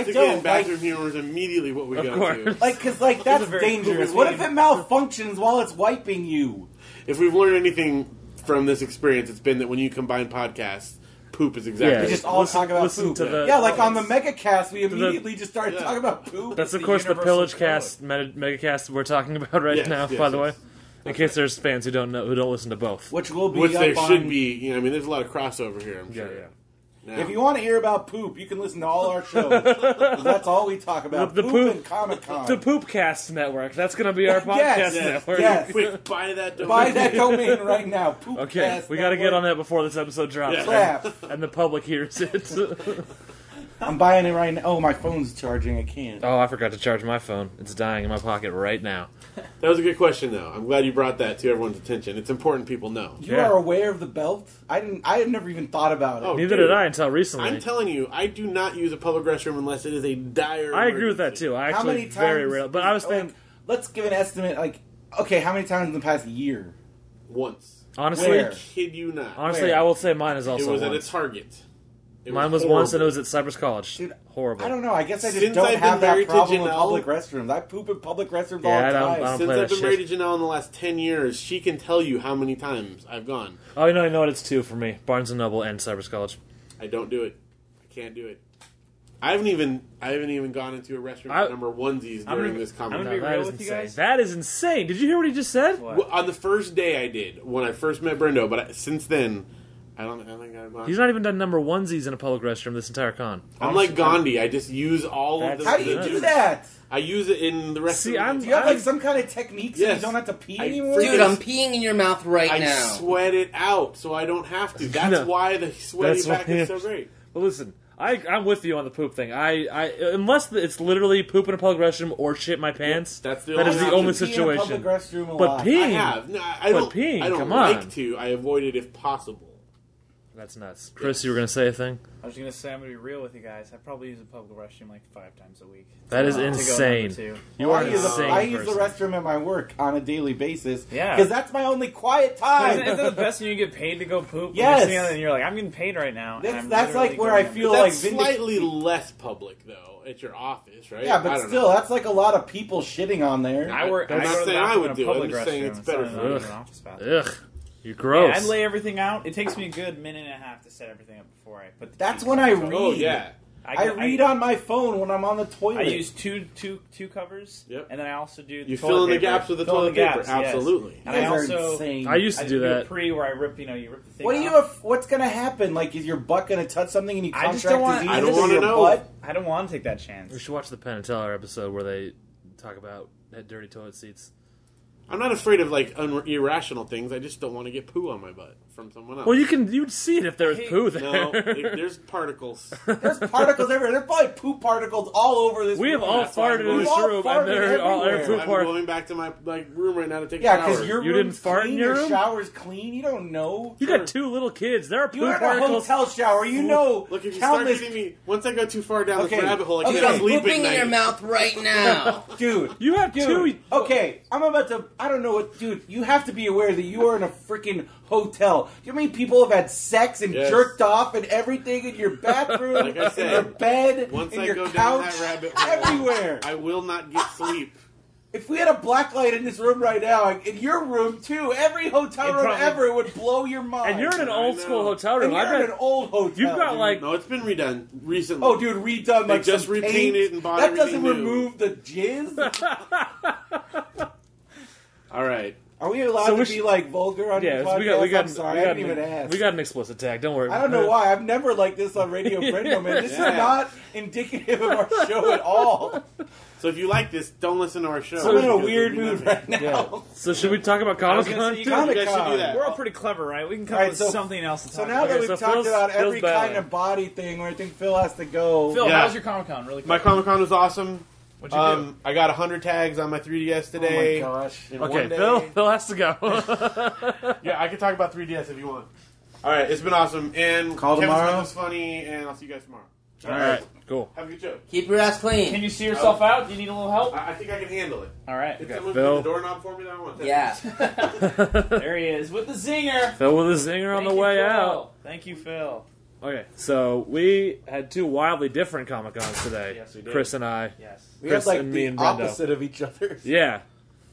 Speaker 11: again,
Speaker 9: don't,
Speaker 11: bathroom humor is immediately what we
Speaker 9: Of
Speaker 11: go to.
Speaker 9: Like, cause like that's dangerous. What if it malfunctions while it's wiping you?
Speaker 11: If we've learned anything from this experience, it's been that when you combine podcasts, poop is exactly.
Speaker 9: we just all talk about poop. yeah, like on the megacast, we immediately just started talking about poop.
Speaker 2: That's of course the Pillage Cast, meta, Megacast we're talking about right
Speaker 11: Yes,
Speaker 2: now.
Speaker 11: yes,
Speaker 2: by the way,
Speaker 11: yes.
Speaker 2: in case there's fans who don't know who don't listen to both,
Speaker 9: which will
Speaker 11: which there should be. You know, I mean, there's a lot of crossover here. I'm sure. Now-
Speaker 9: If you want to hear about poop, you can listen to all our shows. 'Cause that's all we talk about.
Speaker 2: The- the
Speaker 9: poop,
Speaker 2: poop-
Speaker 9: and Comic Con.
Speaker 2: the Poopcast Network. That's gonna be our podcast
Speaker 9: Yes, yes,
Speaker 2: network.
Speaker 9: yes.
Speaker 11: Quick, buy that domain.
Speaker 9: Buy that domain right now. Poopcast
Speaker 2: Okay, we got to get on that before this episode drops.
Speaker 9: Yeah.
Speaker 2: And the public hears it.
Speaker 9: I'm buying it right now. Oh, my phone's charging. I can't.
Speaker 2: Oh, I forgot to charge my phone. It's dying in my pocket right now.
Speaker 11: That was a good question, though. I'm glad you brought that to everyone's attention. It's important people know.
Speaker 9: You are aware of the belt? I didn't. I had never even thought about it.
Speaker 11: Oh,
Speaker 2: Neither
Speaker 11: dude.
Speaker 2: did I until recently.
Speaker 11: I'm telling you, I do not use a public restroom unless it is a dire.
Speaker 2: I agree with that too. I
Speaker 9: How
Speaker 2: actually
Speaker 9: many times?
Speaker 2: very rare. But I
Speaker 11: Oh,
Speaker 2: was thinking,
Speaker 9: like, let's give an estimate. Like, okay, how many times in the past year?
Speaker 11: Once.
Speaker 2: honestly,
Speaker 9: Where?
Speaker 11: Kid you not.
Speaker 2: honestly,
Speaker 9: Where?
Speaker 2: I will say mine is also
Speaker 11: it was at a
Speaker 2: once.
Speaker 11: Target. It
Speaker 2: mine was
Speaker 11: horrible.
Speaker 2: once, and it was at Cypress College.
Speaker 9: Dude,
Speaker 2: Horrible.
Speaker 9: I don't know. I guess I just
Speaker 11: Since
Speaker 9: don't
Speaker 11: I've been
Speaker 9: have that
Speaker 11: married to
Speaker 9: problem with
Speaker 11: Janelle-
Speaker 9: public restrooms. I poop in public restrooms
Speaker 2: Yeah, I don't-
Speaker 9: all the time.
Speaker 2: I don't-
Speaker 11: Since
Speaker 2: play
Speaker 11: I've
Speaker 2: that
Speaker 11: been married to Janelle in the last ten years, she can tell you how many times I've gone.
Speaker 2: Oh, you know, you know what? It's two for me: Barnes and Noble and Cypress College.
Speaker 11: I don't do it. I can't do it. I haven't even I haven't even gone into a restroom
Speaker 2: I-
Speaker 11: for number onesies during this
Speaker 2: No,
Speaker 11: conversation.
Speaker 2: that is insane. That is insane. Did you hear what he just said?
Speaker 11: Well, on the first day I did when I first met Brendo, but I, since then I don't. I don't think I've gone.
Speaker 2: He's not even done number onesies in a public restroom this entire con.
Speaker 11: I'm like Gandhi. I just use all of
Speaker 2: That's-
Speaker 11: the.
Speaker 9: How do you
Speaker 11: the-
Speaker 9: do that?
Speaker 11: I use it in the restroom.
Speaker 2: See, I'm-
Speaker 9: Do you have
Speaker 2: I'm-
Speaker 9: like some kind of technique so
Speaker 11: Yes.
Speaker 9: you don't have to pee
Speaker 11: I
Speaker 9: anymore?
Speaker 11: freaking-
Speaker 6: Dude, I'm peeing in your mouth right
Speaker 11: I
Speaker 6: now.
Speaker 11: sweat it out so I don't have to. That's
Speaker 2: No.
Speaker 11: why the sweaty
Speaker 2: That's
Speaker 11: back
Speaker 2: why-
Speaker 11: is so great.
Speaker 2: Well, listen, I, I'm with you on the poop thing. I, I unless it's literally poop in a public restroom or shit my pants.
Speaker 11: that's the
Speaker 2: that
Speaker 11: only
Speaker 2: is the
Speaker 11: option.
Speaker 2: only
Speaker 9: Pee in a
Speaker 2: situation.
Speaker 9: public restroom a
Speaker 2: But
Speaker 9: lot.
Speaker 11: I
Speaker 2: peeing,
Speaker 11: have. No, I I
Speaker 2: But
Speaker 11: don't.
Speaker 2: peeing,
Speaker 11: I don't
Speaker 2: come
Speaker 11: like
Speaker 2: on.
Speaker 11: to. I avoid it if possible.
Speaker 2: that's nuts. Chris, you were gonna say a thing.
Speaker 3: I was gonna say I'm gonna be real with you guys. I probably use a public restroom like five times a week.
Speaker 2: That is
Speaker 3: To go number
Speaker 2: insane.
Speaker 3: two.
Speaker 2: You are
Speaker 9: I
Speaker 2: an
Speaker 9: use, the,
Speaker 2: insane
Speaker 9: I use the
Speaker 2: person.
Speaker 9: restroom at my work on a daily basis.
Speaker 3: Yeah.
Speaker 9: Because that's my only quiet time.
Speaker 3: Isn't, isn't it the best when you get paid to go poop? when You're
Speaker 9: Yes.
Speaker 3: sitting there and you're like, I'm getting paid right now. and
Speaker 9: That's-
Speaker 3: I'm
Speaker 9: that's
Speaker 3: literally
Speaker 9: like where
Speaker 3: going
Speaker 9: I
Speaker 3: in.
Speaker 9: feel-
Speaker 11: That's
Speaker 9: like vindic-
Speaker 11: slightly less public though at your office, right?
Speaker 9: yeah,
Speaker 11: I
Speaker 9: but
Speaker 11: don't
Speaker 9: still,
Speaker 11: know.
Speaker 9: that's like a lot of people shitting on there.
Speaker 3: I work.
Speaker 11: I'm
Speaker 3: I
Speaker 11: not
Speaker 3: go to the
Speaker 11: saying I
Speaker 3: bathroom
Speaker 11: would
Speaker 3: in a
Speaker 11: do it,
Speaker 3: public
Speaker 11: I'm just saying
Speaker 3: restroom,
Speaker 11: it's better
Speaker 3: not-
Speaker 11: for
Speaker 3: not
Speaker 11: you.
Speaker 3: even an office bathroom.
Speaker 2: Ugh, you're
Speaker 3: Yeah,
Speaker 2: gross.
Speaker 3: I lay everything out. It takes me a good minute and a half to set everything up before I put. The
Speaker 9: That's
Speaker 3: sheets
Speaker 9: when
Speaker 3: on
Speaker 9: I
Speaker 3: the phone.
Speaker 9: read.
Speaker 11: Oh yeah.
Speaker 9: I, read on my phone when I'm on the toilet.
Speaker 3: I use two two two covers.
Speaker 11: Yep.
Speaker 3: And then I also do. The
Speaker 11: You
Speaker 3: toilet
Speaker 11: fill in the
Speaker 3: paper.
Speaker 11: gaps with the
Speaker 3: Fill in
Speaker 11: toilet paper.
Speaker 3: gaps, yes.
Speaker 11: Absolutely.
Speaker 3: And I
Speaker 9: You guys are
Speaker 3: also
Speaker 9: insane.
Speaker 2: I used to
Speaker 3: I
Speaker 2: do
Speaker 3: A
Speaker 2: that.
Speaker 3: pre where I rip. You know, you rip the thing.
Speaker 9: What do you?
Speaker 3: off.
Speaker 9: Af- what's gonna happen? Like, is your butt gonna touch something and you
Speaker 3: I
Speaker 9: contract
Speaker 3: just don't want-
Speaker 9: disease
Speaker 3: I don't
Speaker 9: into
Speaker 11: wanna
Speaker 9: your
Speaker 11: know.
Speaker 9: butt?
Speaker 3: I don't want to take that
Speaker 2: We
Speaker 3: chance.
Speaker 2: should watch the Penn and Teller episode where they talk about that dirty toilet seats.
Speaker 11: I'm not afraid of like un- irrational things. I just don't want to get poo on my butt from someone else.
Speaker 2: Well, you can you'd see it if there was
Speaker 3: Hey,
Speaker 2: poo there.
Speaker 11: no, it- there's particles.
Speaker 9: There's particles everywhere. There's probably poop particles all over this.
Speaker 2: we have
Speaker 9: room.
Speaker 2: all
Speaker 11: That's why I'm
Speaker 2: farted in
Speaker 11: going-
Speaker 2: this
Speaker 9: We've all
Speaker 2: room, and
Speaker 9: farted
Speaker 2: there all
Speaker 9: everywhere.
Speaker 2: air
Speaker 11: I'm
Speaker 2: poop farted.
Speaker 11: going back to my like room right now to take
Speaker 9: Yeah,
Speaker 11: a shower.
Speaker 9: because your
Speaker 2: You
Speaker 9: room's
Speaker 2: didn't fart in
Speaker 9: clean,
Speaker 2: your
Speaker 9: your,
Speaker 2: room?
Speaker 9: shower's clean. You don't know.
Speaker 2: You got two little kids. There are poo
Speaker 9: You're in a
Speaker 2: particles.
Speaker 9: hotel shower. You know.
Speaker 11: Look, if you start
Speaker 9: countless
Speaker 11: getting me, once I go too far down
Speaker 9: Okay,
Speaker 11: this rabbit hole, I
Speaker 9: okay.
Speaker 11: can't sleep
Speaker 6: Pooping in
Speaker 11: at
Speaker 6: your
Speaker 11: night.
Speaker 6: mouth right now.
Speaker 9: dude.
Speaker 2: You have
Speaker 9: Dude,
Speaker 2: two.
Speaker 9: okay, I'm about to. I don't know what, dude. You have to be aware that you are in a freaking hotel. Do you know how many people have had sex and
Speaker 11: Yes.
Speaker 9: jerked off and everything in your bathroom,
Speaker 11: Like I
Speaker 9: in
Speaker 11: said,
Speaker 9: your bed,
Speaker 11: Once
Speaker 9: in
Speaker 11: I
Speaker 9: your
Speaker 11: go down
Speaker 9: couch,
Speaker 11: that rabbit hole,
Speaker 9: everywhere?
Speaker 11: I will not get sleep.
Speaker 9: If we had a black light in this room right now, like, in your room too, every hotel room
Speaker 2: probably-
Speaker 9: ever would blow your mind.
Speaker 2: And you're in an
Speaker 11: I
Speaker 2: old
Speaker 11: know.
Speaker 2: school hotel room.
Speaker 9: Oh, And you're
Speaker 2: I
Speaker 9: in
Speaker 2: bet
Speaker 9: an old hotel.
Speaker 2: you've got
Speaker 9: dude.
Speaker 2: like
Speaker 11: No, it's been redone recently.
Speaker 9: Oh, dude, redone.
Speaker 11: They
Speaker 9: Like
Speaker 11: just
Speaker 9: some
Speaker 11: repainted
Speaker 9: paint.
Speaker 11: and bought
Speaker 9: That doesn't
Speaker 11: everything new.
Speaker 9: remove the jizz.
Speaker 11: all right.
Speaker 9: Are we allowed
Speaker 2: So we
Speaker 9: to
Speaker 2: should-
Speaker 9: be like vulgar on
Speaker 2: yeah.
Speaker 9: your podcast?
Speaker 2: We got we got
Speaker 9: I'm sorry,
Speaker 2: we got
Speaker 9: I didn't even
Speaker 2: an,
Speaker 9: ask.
Speaker 2: we got an explicit tag. Don't worry.
Speaker 9: I don't know why. I've never liked this on Radio Brendo, man. This is
Speaker 11: Yeah.
Speaker 9: not indicative of our show at all.
Speaker 11: So if you like this, don't listen to our show.
Speaker 9: I'm in a
Speaker 11: Because
Speaker 9: weird
Speaker 11: we'll be
Speaker 9: mood
Speaker 11: done.
Speaker 9: right now.
Speaker 2: So should we talk about Comic
Speaker 3: gonna
Speaker 2: Con?
Speaker 3: say, you
Speaker 2: too?
Speaker 11: You
Speaker 9: Comic
Speaker 11: guys should do
Speaker 9: Con.
Speaker 11: that.
Speaker 3: We're all pretty clever, right? We can come
Speaker 9: All right,
Speaker 3: up with
Speaker 9: so-
Speaker 3: something else to talk
Speaker 9: So now
Speaker 3: about.
Speaker 9: that
Speaker 2: so
Speaker 9: we've talked
Speaker 2: Phil's-
Speaker 9: about every
Speaker 2: Phil's battling.
Speaker 9: kind of body thing, where I think Phil has to go.
Speaker 3: Phil,
Speaker 11: Yeah.
Speaker 3: how was your Comic Con? Really quick.
Speaker 11: My Comic Con was awesome.
Speaker 3: What'd you do?
Speaker 11: Um, I got 100 tags on my 3DS
Speaker 9: oh my
Speaker 11: today.
Speaker 9: gosh.
Speaker 11: In
Speaker 2: Okay,
Speaker 11: one day.
Speaker 2: Phil. Phil has to go.
Speaker 11: Yeah, I can talk about 3DS if you want. All right, it's been awesome. And
Speaker 9: Call
Speaker 11: Kevin
Speaker 9: tomorrow?
Speaker 11: Smith was funny, and I'll see you guys tomorrow.
Speaker 2: All right, cool.
Speaker 11: Have a good show.
Speaker 6: Keep your ass
Speaker 3: Can
Speaker 6: clean.
Speaker 3: you see yourself out? Do you need a little help?
Speaker 11: I, I think I can handle it.
Speaker 3: All right.
Speaker 11: Did someone
Speaker 2: Phil.
Speaker 11: put the doorknob for me that I want?
Speaker 6: Yeah.
Speaker 3: There he is with the zinger.
Speaker 2: Phil with a zinger on
Speaker 3: Thank
Speaker 2: the
Speaker 3: you,
Speaker 2: way
Speaker 3: Phil.
Speaker 2: out.
Speaker 3: Thank you, Phil.
Speaker 2: Okay, so we had two wildly different Comic Cons today.
Speaker 3: Yes, we did.
Speaker 2: Chris and I.
Speaker 3: Yes.
Speaker 9: We
Speaker 2: Chris
Speaker 9: have like
Speaker 2: and me
Speaker 9: the
Speaker 2: and Brendo.
Speaker 9: opposite of each other.
Speaker 2: Yeah.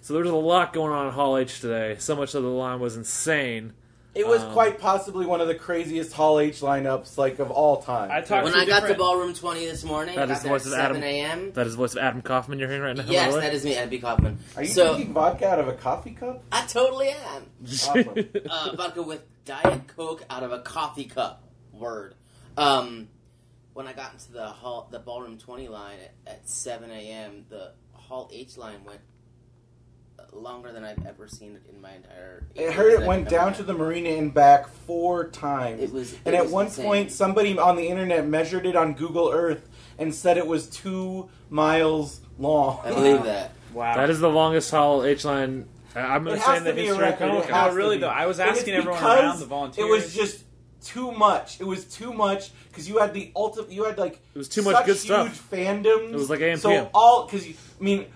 Speaker 2: So there was a lot going on at Hall H today. So much of the line was insane.
Speaker 9: It was
Speaker 2: Um,
Speaker 9: quite possibly one of the craziest Hall H lineups like of all time.
Speaker 3: I talked
Speaker 6: When
Speaker 3: to
Speaker 6: I got to
Speaker 3: different-
Speaker 6: ballroom 20 this morning,
Speaker 2: That
Speaker 6: got
Speaker 2: is the
Speaker 6: there at
Speaker 2: voice of Adam.
Speaker 6: 7 a.m.
Speaker 2: That is the voice of Adam Kaufman you're hearing right now.
Speaker 6: Yes,
Speaker 2: by
Speaker 6: that is me, Abby Kaufman.
Speaker 9: Are you
Speaker 6: so
Speaker 9: drinking vodka out of a coffee cup?
Speaker 6: I totally am.
Speaker 2: the way.
Speaker 9: Awesome.
Speaker 6: uh, vodka with diet coke out of a coffee cup. Word. Um, when I got into the hall, the ballroom twenty line at, at seven a.m., the hall H line went uh, longer than I've ever seen it in my entire.
Speaker 9: I heard it went down to the marina and back four times. It was,
Speaker 6: "Oh, it
Speaker 9: and at
Speaker 6: was
Speaker 9: one
Speaker 6: insane.
Speaker 9: point, somebody on the internet measured it on Google Earth and said it was two miles long.
Speaker 6: I believe that.
Speaker 2: Wow. That is the longest haul H line. uh, I'm going
Speaker 9: It
Speaker 2: to
Speaker 9: has
Speaker 2: say
Speaker 9: to
Speaker 2: in the
Speaker 9: be a
Speaker 2: history of
Speaker 9: record.
Speaker 2: Comic
Speaker 9: It
Speaker 2: Con.
Speaker 9: has to be. And it's because It was just too much. It was too much because you had the ultimate. You had like it
Speaker 2: was too much good
Speaker 9: huge
Speaker 2: stuff.
Speaker 9: fandoms.
Speaker 2: It was like AMPM.
Speaker 9: So all because I mean,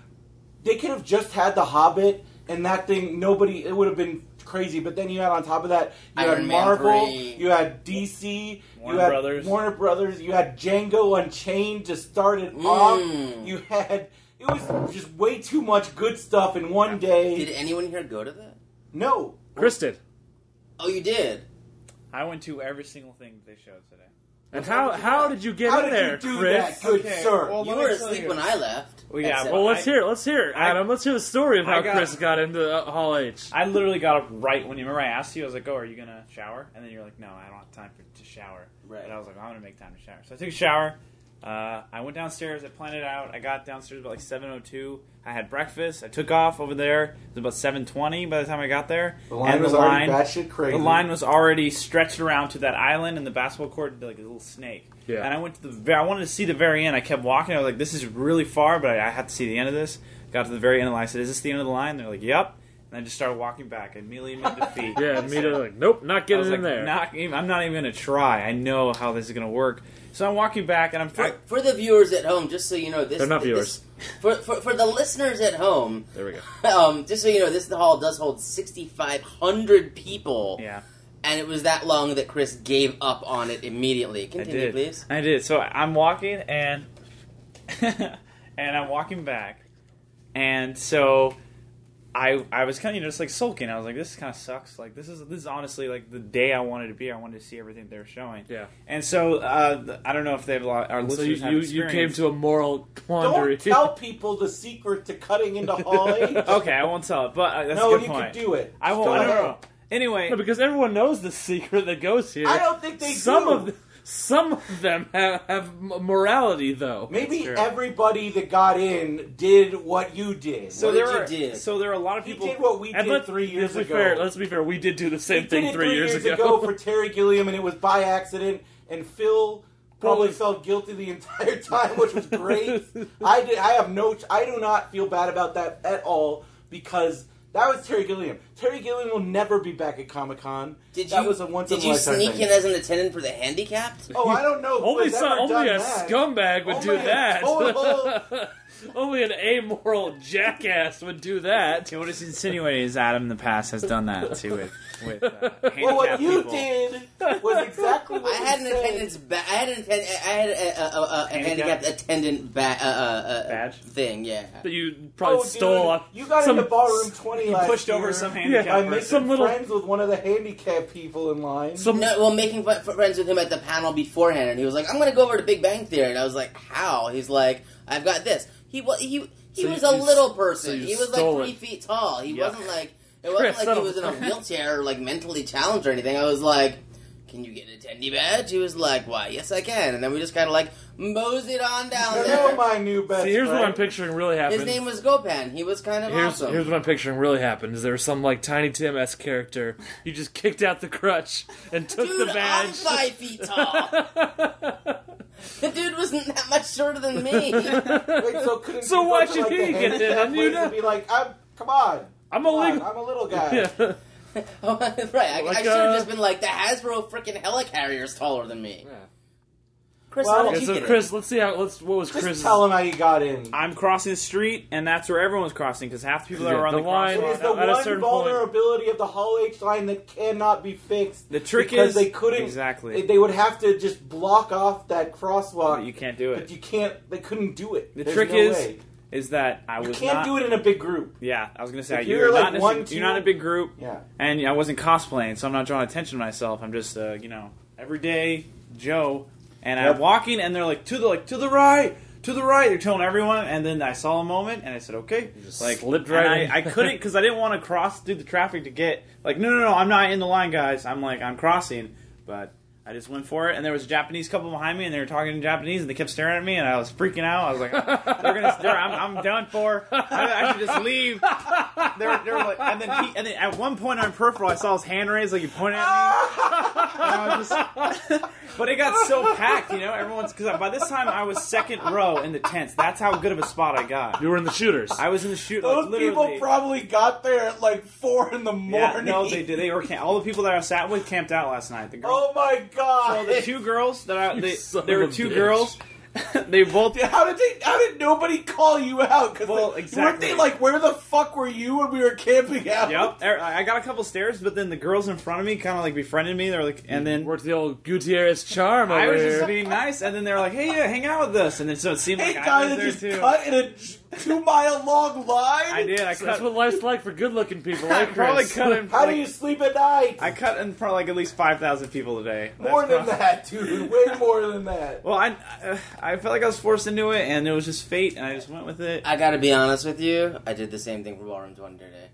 Speaker 9: they could have just had the Hobbit and that thing. Nobody. It would have been crazy. But then you had on top of that, you
Speaker 6: Iron
Speaker 9: had
Speaker 6: Man
Speaker 9: Marvel,
Speaker 6: 3.
Speaker 9: you had DC,
Speaker 6: Warner
Speaker 9: you had
Speaker 6: Brothers.
Speaker 9: Warner Brothers, you had Django Unchained to start it off.
Speaker 6: Mm.
Speaker 9: You had. It was just way too much good stuff in one day.
Speaker 6: Did anyone here go to that?
Speaker 9: No.
Speaker 2: Chris did.
Speaker 6: Oh, you did.
Speaker 3: I went to every single thing they showed today.
Speaker 2: And how how did you get in there, Chris?
Speaker 6: you were asleep when I left.
Speaker 3: Well, yeah,
Speaker 2: well, let's hear it. Let's hear it, Adam. let's hear the story of
Speaker 3: I
Speaker 2: how
Speaker 3: got-
Speaker 2: Chris got into uh, Hall H.
Speaker 3: I literally got up right when you remember I asked you. I was like, "Oh, are you gonna shower?" And then you're like, "No, I don't have time for, to shower." Right. And I was like, "I'm gonna make time to shower." So I took a shower. Uh, I went downstairs. I planned it out. I got downstairs about like 7:02. I had breakfast. I took off over there. It was about 7:20 by the time I got there.
Speaker 9: The line
Speaker 3: and
Speaker 9: was
Speaker 3: the
Speaker 9: already
Speaker 3: line,
Speaker 9: batshit crazy.
Speaker 3: The line was already stretched around to that island, and the basketball court did like a little snake.
Speaker 2: Yeah.
Speaker 3: And I went to the. ve- I wanted to see the very end. I kept walking. I was like, "This is really far," but I, I had to see the end of this. Got to the very end of the line. I said, "Is this the end of the line?" They're like, "Yep." And I just started walking back. I immediately made the feet.
Speaker 2: Yeah, and Mita's like, "Nope, not getting
Speaker 3: I was
Speaker 2: in
Speaker 3: like,
Speaker 2: there."
Speaker 3: Not even, I'm not even gonna try. I know how this is gonna work. So I'm walking back, and I'm.
Speaker 6: For, for the viewers at home, just so you know, this
Speaker 3: They're not
Speaker 6: this-
Speaker 3: viewers.
Speaker 6: For, for for the listeners at home,
Speaker 2: There we go.
Speaker 6: um, just so you know, this hall does hold 6,500 people.
Speaker 3: Yeah.
Speaker 6: And it was that long that Chris gave up on it immediately. Continue,
Speaker 3: I did.
Speaker 6: please.
Speaker 3: I did. So I'm walking and and I'm walking back, and so I I was kind of you know, just like sulking. I was like, this kind of sucks. Like this is this is honestly like the day I wanted to be. here. I wanted to see everything they were showing.
Speaker 2: Yeah.
Speaker 3: And so uh, th- I don't know if they have a lot. Our
Speaker 2: And so you,
Speaker 3: listeners have
Speaker 2: you, you came
Speaker 3: experience.
Speaker 2: to a moral quandary.
Speaker 9: Don't tell people the secret to cutting into Hall H.
Speaker 3: okay, I won't tell it, but uh, that's
Speaker 9: No,
Speaker 3: a good
Speaker 9: you
Speaker 3: point.
Speaker 9: could do it.
Speaker 3: I won't.
Speaker 9: Just
Speaker 3: I
Speaker 9: don't
Speaker 3: don't
Speaker 9: know.
Speaker 3: know. Anyway,
Speaker 2: No, because everyone knows the secret that goes here.
Speaker 9: I don't think they
Speaker 2: some
Speaker 9: do.
Speaker 2: of th- some of them have, have m- morality though.
Speaker 9: Maybe everybody that got in did what you did.
Speaker 3: So there are so there are a lot of people.
Speaker 9: did what we
Speaker 2: And
Speaker 9: did
Speaker 2: let-
Speaker 9: three years
Speaker 2: let's
Speaker 9: ago.
Speaker 2: Be fair, let's be fair. We did do the same
Speaker 9: We
Speaker 2: thing
Speaker 9: did it
Speaker 2: three, years,
Speaker 9: ago for Terry Gilliam, and it was by accident. And Phil probably felt guilty the entire time, which was great. I did. I have no. I do not feel bad about that at all because that was Terry Gilliam. Terry Gilliam will never be back at Comic Con.
Speaker 6: Did
Speaker 9: that
Speaker 6: you,
Speaker 9: was a once
Speaker 6: did
Speaker 9: in a
Speaker 6: you
Speaker 9: lifetime
Speaker 6: sneak
Speaker 9: thing.
Speaker 6: in as an attendant for the handicapped?
Speaker 9: Oh, I don't know.
Speaker 2: only
Speaker 9: I've
Speaker 2: some,
Speaker 9: never
Speaker 2: only
Speaker 9: done
Speaker 2: a
Speaker 9: that.
Speaker 2: scumbag would do
Speaker 9: Only a
Speaker 2: that.
Speaker 9: total-
Speaker 2: only an amoral jackass would do that.
Speaker 3: what is insinuating is Adam in the past has done that too with with uh,
Speaker 9: Well,
Speaker 3: handicapped
Speaker 9: what you
Speaker 3: people.
Speaker 9: did was exactly what
Speaker 6: I
Speaker 9: we
Speaker 6: had an
Speaker 9: said.
Speaker 6: attendance. Ba- I had an atten- I had a, a, a, a, a handicapped attendant ba- uh, uh, uh, badge thing. Yeah.
Speaker 2: That you probably
Speaker 9: Oh, dude,
Speaker 2: stole off.
Speaker 9: You got
Speaker 2: some,
Speaker 9: into ballroom twenty.
Speaker 3: you
Speaker 9: last
Speaker 3: pushed over
Speaker 9: year
Speaker 3: some handicapped
Speaker 9: by making
Speaker 3: person. Some little-
Speaker 9: friends with one of the handicapped people in line.
Speaker 6: no, well, making fun, friends with him at the panel beforehand, and he was like, "I'm going to go over to Big Bang Theory," and I was like, "How?" He's like, "I've got this." He was he he
Speaker 2: So
Speaker 6: was
Speaker 2: you-
Speaker 6: a
Speaker 2: you
Speaker 6: little
Speaker 2: s- so
Speaker 6: person.
Speaker 2: you
Speaker 6: he was like
Speaker 2: stole
Speaker 6: three
Speaker 2: it.
Speaker 6: feet tall. He
Speaker 2: Yuck.
Speaker 6: wasn't like it wasn't
Speaker 2: Chris,
Speaker 6: like
Speaker 2: I
Speaker 6: he was in
Speaker 2: don't-
Speaker 6: a wheelchair or like mentally challenged or anything. I was like. Can you get an attendee badge? He was like, "Why? Yes, I can." And then we just kind of like moseyed on down
Speaker 9: I
Speaker 6: there.
Speaker 9: know my new best.
Speaker 2: See, here's what
Speaker 9: friend.
Speaker 2: I'm picturing really happened.
Speaker 6: His name was Gopan. He was kind of
Speaker 2: Here's
Speaker 6: awesome.
Speaker 2: here's what I'm picturing really happened is there was some like Tiny Tim s character. You just kicked out the crutch and took
Speaker 6: Dude,
Speaker 2: the
Speaker 6: I'm
Speaker 2: badge.
Speaker 6: five feet tall. the dude wasn't that much shorter than me.
Speaker 9: Wait, so couldn't
Speaker 2: So
Speaker 9: you go
Speaker 2: why
Speaker 9: to,
Speaker 2: should
Speaker 9: like,
Speaker 2: he
Speaker 9: the
Speaker 2: get
Speaker 9: handicapped
Speaker 2: in? I'm- you
Speaker 3: uh,
Speaker 9: place and
Speaker 2: know-
Speaker 9: Be like, I'm, come on.
Speaker 2: I'm
Speaker 9: come
Speaker 2: a
Speaker 9: on,
Speaker 2: legal-
Speaker 9: I'm a little guy.
Speaker 2: Yeah.
Speaker 6: Oh, right, I,
Speaker 2: Like,
Speaker 6: I should have
Speaker 2: uh,
Speaker 6: just been like the Hasbro freaking helicarrier's taller than me. Chris,
Speaker 9: Well,
Speaker 6: how
Speaker 2: Okay,
Speaker 6: did you
Speaker 2: so
Speaker 6: get
Speaker 2: Chris, let's see how let's what was Chris's
Speaker 9: Tell him how you got in.
Speaker 3: I'm crossing the street, and that's where everyone's crossing because half the people that
Speaker 2: Yeah,
Speaker 3: were on
Speaker 2: the
Speaker 3: the,
Speaker 2: line-
Speaker 3: line.
Speaker 9: It is
Speaker 2: at-
Speaker 9: the
Speaker 2: at a
Speaker 9: one
Speaker 2: certain point-
Speaker 9: vulnerability of the Hall H line that cannot be fixed.
Speaker 3: The trick
Speaker 9: because
Speaker 3: is-
Speaker 9: they couldn't
Speaker 3: exactly.
Speaker 9: They, they would have to just block off that crosswalk.
Speaker 3: you can't do
Speaker 9: But
Speaker 3: it.
Speaker 9: you can't. They couldn't do it.
Speaker 3: The
Speaker 9: There's
Speaker 3: trick
Speaker 9: no
Speaker 3: is
Speaker 9: way.
Speaker 3: is that I
Speaker 9: you
Speaker 3: was
Speaker 9: can't
Speaker 3: not.
Speaker 9: do it in a big group.
Speaker 3: yeah, I was gonna say
Speaker 9: If
Speaker 3: you're,
Speaker 9: you're, like,
Speaker 3: not in a-
Speaker 9: one, two-
Speaker 3: you're not in a big group,
Speaker 9: Yeah.
Speaker 3: and I wasn't cosplaying, so I'm not drawing attention to myself. I'm just uh, you know everyday Joe, and
Speaker 9: Yep.
Speaker 3: I'm walking, and they're like to the like to the right. To the right, they're telling everyone, and then I saw a moment, and I said, "Okay." Like,
Speaker 2: slipped
Speaker 3: and
Speaker 2: right
Speaker 3: I,
Speaker 2: in.
Speaker 3: I couldn't because I didn't want to cross through the traffic to get like, no, no, no, I'm not in the line, guys. I'm like, I'm crossing, but I just went for it, and there was a Japanese couple behind me, and they were talking in Japanese, and they kept staring at me, and I was freaking out. I was like, "They're gonna, they're, I'm, I'm done for. I, I should just leave." They were, they were like, and then, he, and then at one point on peripheral, I saw his hand raised, like he pointed at me. And I was just- but it got so packed, you know, everyone's because by this time I was second row in the tents. That's how good of a spot I got. You were in the shooters. I was in the shooters.
Speaker 9: Those
Speaker 3: like, literally.
Speaker 9: people probably got there at like four in the morning.
Speaker 3: Yeah, no, they did. They were camp- all the people that I sat with camped out last night. The girl,
Speaker 9: Oh my god!
Speaker 3: so the two girls that I,
Speaker 9: You
Speaker 3: they,
Speaker 9: son
Speaker 3: there were
Speaker 9: of a
Speaker 3: two
Speaker 9: bitch.
Speaker 3: girls. they both.
Speaker 9: how did they? How did nobody call you out? Because well, weren't
Speaker 3: exactly.
Speaker 9: they like, where the fuck were you when we were camping out?
Speaker 3: Yep, er- I got a couple stairs, but then the girls in front of me kind of like befriended me. They're like, and then worked the old Gutierrez charm. I
Speaker 9: over
Speaker 3: was
Speaker 9: here.
Speaker 3: just being nice, and then they're like, "Hey, yeah, hang out with us." And then so it seemed
Speaker 9: Hey,
Speaker 3: like I
Speaker 9: guy
Speaker 3: was
Speaker 9: that
Speaker 3: there
Speaker 9: just
Speaker 3: too.
Speaker 9: cut in a two mile long line.
Speaker 3: I did. I cut.
Speaker 9: That's
Speaker 3: what life's like for good looking people.
Speaker 9: like
Speaker 3: probably
Speaker 9: Chris.
Speaker 3: cut in.
Speaker 9: How do you sleep at night?
Speaker 3: I cut in front of like at least five thousand people today.
Speaker 9: More than that, dude. Way more than that.
Speaker 3: Well, I I felt like I was forced into it, and it was just fate, and I just went with it.
Speaker 6: I gotta be honest with you, I did the same thing for Ballroom 20 today.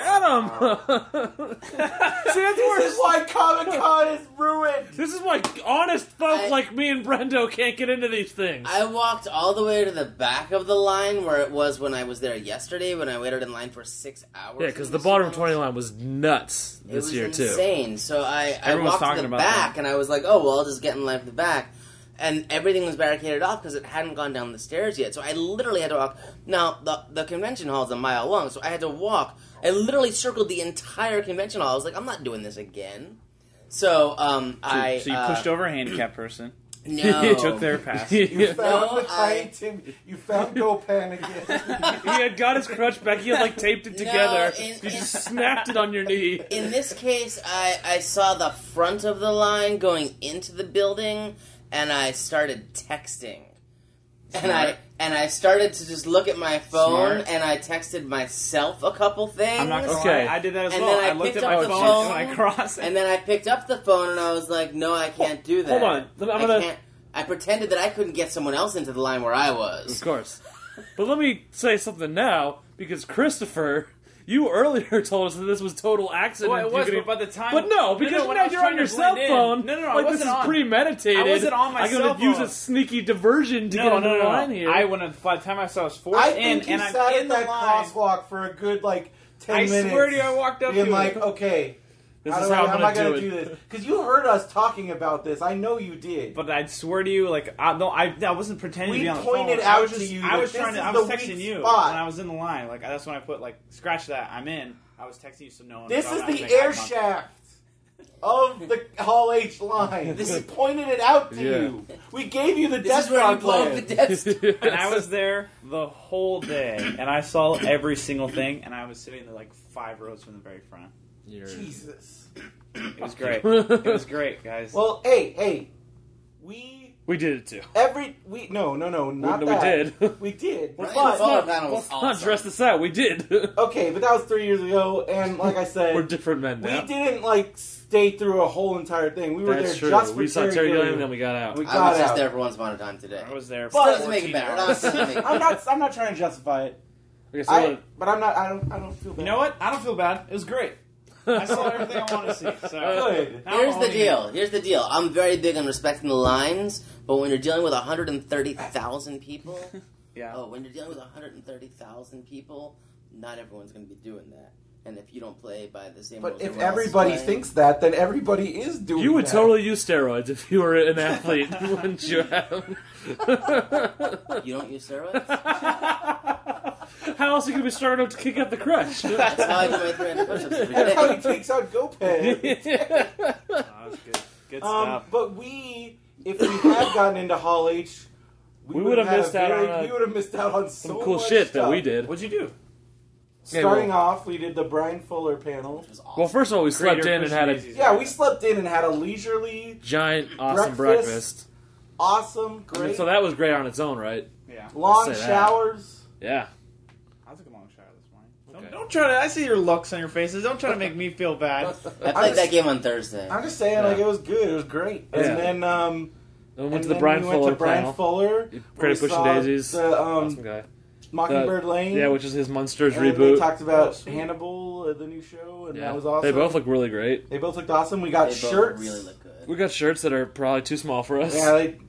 Speaker 3: Adam.
Speaker 9: See, that's this is why Comic Con is ruined.
Speaker 2: This is why honest folk like me and Brendo can't get into these things.
Speaker 6: I walked all the way to the back of the line where it was when I was there yesterday when I waited in line for six hours.
Speaker 2: Yeah, because the bottom twenty line was nuts
Speaker 6: It
Speaker 2: this
Speaker 6: was
Speaker 2: year too.
Speaker 6: insane. So I, I
Speaker 2: Everyone's
Speaker 6: walked to
Speaker 2: talking
Speaker 6: the
Speaker 2: about
Speaker 6: back and I was like, oh well, I'll just get in line for the back. And everything was barricaded off because it hadn't gone down the stairs yet. So I literally had to walk. Now the the convention hall is a mile long, so I had to walk. I literally circled the entire convention hall. I was like, I'm not doing this again. So um, I
Speaker 3: so you
Speaker 6: uh,
Speaker 3: pushed over a handicapped person.
Speaker 6: No.
Speaker 3: took their pass.
Speaker 9: You found the giant Tim. You found Go Pan again.
Speaker 2: he had got his crutch back. He had like taped it together.
Speaker 6: No, in-
Speaker 2: you just snapped it on your knee.
Speaker 6: In this case, I, I saw the front of the line going into the building, and I started texting. And I
Speaker 3: Smart.
Speaker 6: and I started to just look at my phone,
Speaker 3: Smart.
Speaker 6: and I texted myself a couple things.
Speaker 3: I'm not gonna Okay. lie, I did that as
Speaker 6: and
Speaker 3: well.
Speaker 6: Then I,
Speaker 3: I looked
Speaker 6: picked
Speaker 3: at my
Speaker 6: up the
Speaker 3: phone,
Speaker 6: phone,
Speaker 3: and I crossed it.
Speaker 6: and then I picked up the phone, and I was like, "No, I can't do that."
Speaker 2: hold on. Let me- I'm gonna-
Speaker 6: I, can't- I pretended that I couldn't get someone else into the line where I was.
Speaker 2: Of course. But let me say something now, because Christopher, you earlier told us that this was total accident.
Speaker 3: Well, it was,
Speaker 2: You could-
Speaker 3: but by the time-
Speaker 2: But no,
Speaker 3: No,
Speaker 2: because
Speaker 3: no, when I
Speaker 2: now
Speaker 3: was
Speaker 2: you're
Speaker 3: trying
Speaker 2: on
Speaker 3: to
Speaker 2: your cell
Speaker 3: blend in-
Speaker 2: phone.
Speaker 3: No, no, no, I
Speaker 2: like this
Speaker 3: wasn't
Speaker 2: is
Speaker 3: on-
Speaker 2: premeditated.
Speaker 3: I wasn't on my
Speaker 2: I'm
Speaker 3: cell
Speaker 2: gonna use
Speaker 3: phone.
Speaker 2: a sneaky diversion to
Speaker 3: No,
Speaker 2: get on
Speaker 3: no,
Speaker 2: the
Speaker 3: no, no.
Speaker 2: line here.
Speaker 3: I wouldn't. By the time I saw, I was forced
Speaker 9: I
Speaker 3: in,
Speaker 9: think you
Speaker 3: and I'm
Speaker 9: sat
Speaker 3: in
Speaker 9: at
Speaker 3: the
Speaker 9: that
Speaker 3: line.
Speaker 9: crosswalk for a good like ten
Speaker 3: I
Speaker 9: minutes.
Speaker 3: swear to you, I walked up
Speaker 9: being
Speaker 3: to
Speaker 9: like,
Speaker 3: it.
Speaker 9: okay,
Speaker 3: This
Speaker 9: how,
Speaker 3: is
Speaker 9: do I-
Speaker 3: how I'm
Speaker 9: how am
Speaker 3: gonna
Speaker 9: I gonna
Speaker 3: do
Speaker 9: do,
Speaker 3: it.
Speaker 9: this? Because you heard us talking about this. I know you did.
Speaker 3: But I swear to you, like, I, no, I, I wasn't pretending
Speaker 9: We
Speaker 3: to be on the
Speaker 9: pointed
Speaker 3: phone.
Speaker 9: out
Speaker 3: I was
Speaker 9: to
Speaker 3: just,
Speaker 9: you
Speaker 3: I
Speaker 9: that
Speaker 3: was
Speaker 9: this
Speaker 3: trying to.
Speaker 9: is
Speaker 3: I
Speaker 9: the
Speaker 3: was texting
Speaker 9: weak
Speaker 3: you
Speaker 9: spot.
Speaker 3: when I was in the line. Like that's when I put like scratch that. I'm in. I was texting you, so no one.
Speaker 9: This
Speaker 3: saw
Speaker 9: is
Speaker 3: that. I
Speaker 9: the
Speaker 3: make eye
Speaker 9: air
Speaker 3: contact.
Speaker 9: shaft of the Hall H line. This is pointed it out to
Speaker 3: Yeah.
Speaker 9: you. We gave you the
Speaker 3: This is
Speaker 9: Death
Speaker 3: where
Speaker 9: Star
Speaker 3: you blow
Speaker 9: plan.
Speaker 3: up the Death and I was there the whole day, and I saw every single thing, and I was sitting there like five rows from the very front.
Speaker 9: Jesus,
Speaker 3: it was great. It was great, guys.
Speaker 9: Well, hey, hey, we
Speaker 2: we did it too.
Speaker 9: every we no no no not
Speaker 2: no, we
Speaker 9: that.
Speaker 2: did.
Speaker 9: we did.
Speaker 2: Let's
Speaker 9: but-
Speaker 2: not, let's not, let's not dress this out. We did.
Speaker 9: okay, but that was three years ago, and like I said,
Speaker 2: We're different men
Speaker 9: we
Speaker 2: now.
Speaker 9: didn't like stay through a whole entire thing. We were
Speaker 2: That's
Speaker 9: there
Speaker 2: true.
Speaker 9: just for
Speaker 2: We saw
Speaker 9: Terry
Speaker 2: Terry Gilliam,
Speaker 9: Gilliam,
Speaker 2: then we got out.
Speaker 9: We
Speaker 2: I
Speaker 9: got
Speaker 6: I was
Speaker 9: out.
Speaker 6: just there for once upon a time today. I
Speaker 3: was there.
Speaker 9: But-
Speaker 6: doesn't make it better. Honestly, doesn't make it
Speaker 9: I'm not. I'm not trying to justify it.
Speaker 2: so
Speaker 9: I-
Speaker 2: what-
Speaker 9: but I'm not. I don't. I don't feel bad.
Speaker 3: You know what? I don't feel bad. It was great. I saw everything I wanted to see. So
Speaker 2: Uh,
Speaker 9: Good.
Speaker 3: Now
Speaker 6: Here's
Speaker 3: I'm
Speaker 6: the
Speaker 3: only-
Speaker 6: deal. Here's the deal. I'm very big on respecting the lines, but when you're dealing with 130,000 people,
Speaker 3: yeah.
Speaker 6: Oh, when you're dealing with 130,000 people, not everyone's going to be doing that. And if you don't play by the same
Speaker 9: But
Speaker 6: rules
Speaker 9: if
Speaker 6: everyone else is
Speaker 9: everybody
Speaker 6: playing-
Speaker 9: thinks that, then everybody is doing.
Speaker 2: You would
Speaker 9: that.
Speaker 2: totally use steroids if you were an athlete, wouldn't you? Adam?
Speaker 6: you don't use steroids.
Speaker 2: How else are you gonna be strong enough to kick out the crutch?
Speaker 6: That's how I do my 300 push-ups every
Speaker 9: That's how
Speaker 6: day.
Speaker 9: he takes out GoPay.
Speaker 3: good. Good
Speaker 9: um, but we, if we had gotten into Hall H, we,
Speaker 2: We
Speaker 9: would
Speaker 2: would've
Speaker 9: have
Speaker 2: missed out on a-
Speaker 9: We would have missed out on
Speaker 2: Some
Speaker 9: so
Speaker 2: cool
Speaker 9: much
Speaker 2: shit
Speaker 9: stuff.
Speaker 2: that we did.
Speaker 3: What'd you do?
Speaker 9: Starting off, we did the Brian Fuller panel.
Speaker 2: Well, first of all, we
Speaker 9: Greater
Speaker 2: slept in and
Speaker 9: Christian
Speaker 2: had a
Speaker 9: Yeezys. Yeah, we slept in and had a leisurely,
Speaker 2: giant, awesome
Speaker 9: Breakfast.
Speaker 2: breakfast.
Speaker 9: awesome,
Speaker 2: I mean,
Speaker 9: great
Speaker 2: so that was great on its own, right?
Speaker 3: Yeah.
Speaker 9: long
Speaker 2: Say that.
Speaker 9: showers.
Speaker 2: Yeah.
Speaker 3: I took a long shower this morning. Don't, don't try to. I see your looks on your faces. Don't try to make me feel bad.
Speaker 6: I played that game on Thursday.
Speaker 9: I'm just saying, like it was good. It was great. And
Speaker 2: Yeah.
Speaker 9: then, um,
Speaker 2: Then we went
Speaker 9: and
Speaker 2: to the
Speaker 9: then
Speaker 2: Brian
Speaker 9: we
Speaker 2: Fuller
Speaker 9: went to Brian
Speaker 2: panel.
Speaker 9: Fuller.
Speaker 2: Credit Pushing
Speaker 9: We saw
Speaker 2: Daisies.
Speaker 9: The,
Speaker 2: awesome
Speaker 9: um,
Speaker 2: guy.
Speaker 9: Mockingbird
Speaker 2: The-
Speaker 9: Lane.
Speaker 2: Yeah, which is his Monsters
Speaker 9: and
Speaker 2: reboot.
Speaker 9: They talked about Hannibal, uh, the new show, and
Speaker 2: yeah.
Speaker 9: that was awesome.
Speaker 2: They both look really great.
Speaker 9: They both looked awesome. We got
Speaker 6: They both
Speaker 9: shirts.
Speaker 6: really look good.
Speaker 2: We got shirts that are probably too small for us.
Speaker 9: Yeah, like,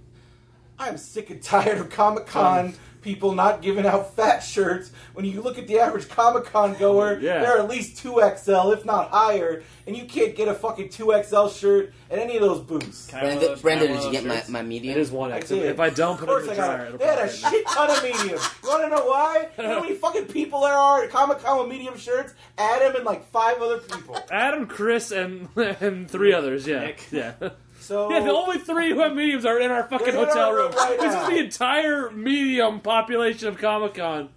Speaker 9: I'm sick and tired of Comic Con people not giving out fat shirts. When you look at the average Comic Con goer,
Speaker 2: Yeah.
Speaker 9: they're at least 2XL, if not higher, and you can't get a fucking 2XL shirt at any of those booths.
Speaker 6: Brandon, Brandon did you get my, my medium? It is
Speaker 2: one
Speaker 9: X. did. If I
Speaker 2: don't
Speaker 9: Of course I got it. They had a shit ton of medium. You want to know why? You know how many fucking people there are at Comic Con with medium shirts? Adam and like five other people.
Speaker 2: Adam, Chris, and and three others. Yeah, yeah.
Speaker 9: So
Speaker 2: Yeah, the only three who have mediums are in our fucking
Speaker 9: They're in
Speaker 2: hotel
Speaker 9: our
Speaker 2: room.
Speaker 9: room right
Speaker 2: this is
Speaker 9: now.
Speaker 2: the entire medium population of Comic Con.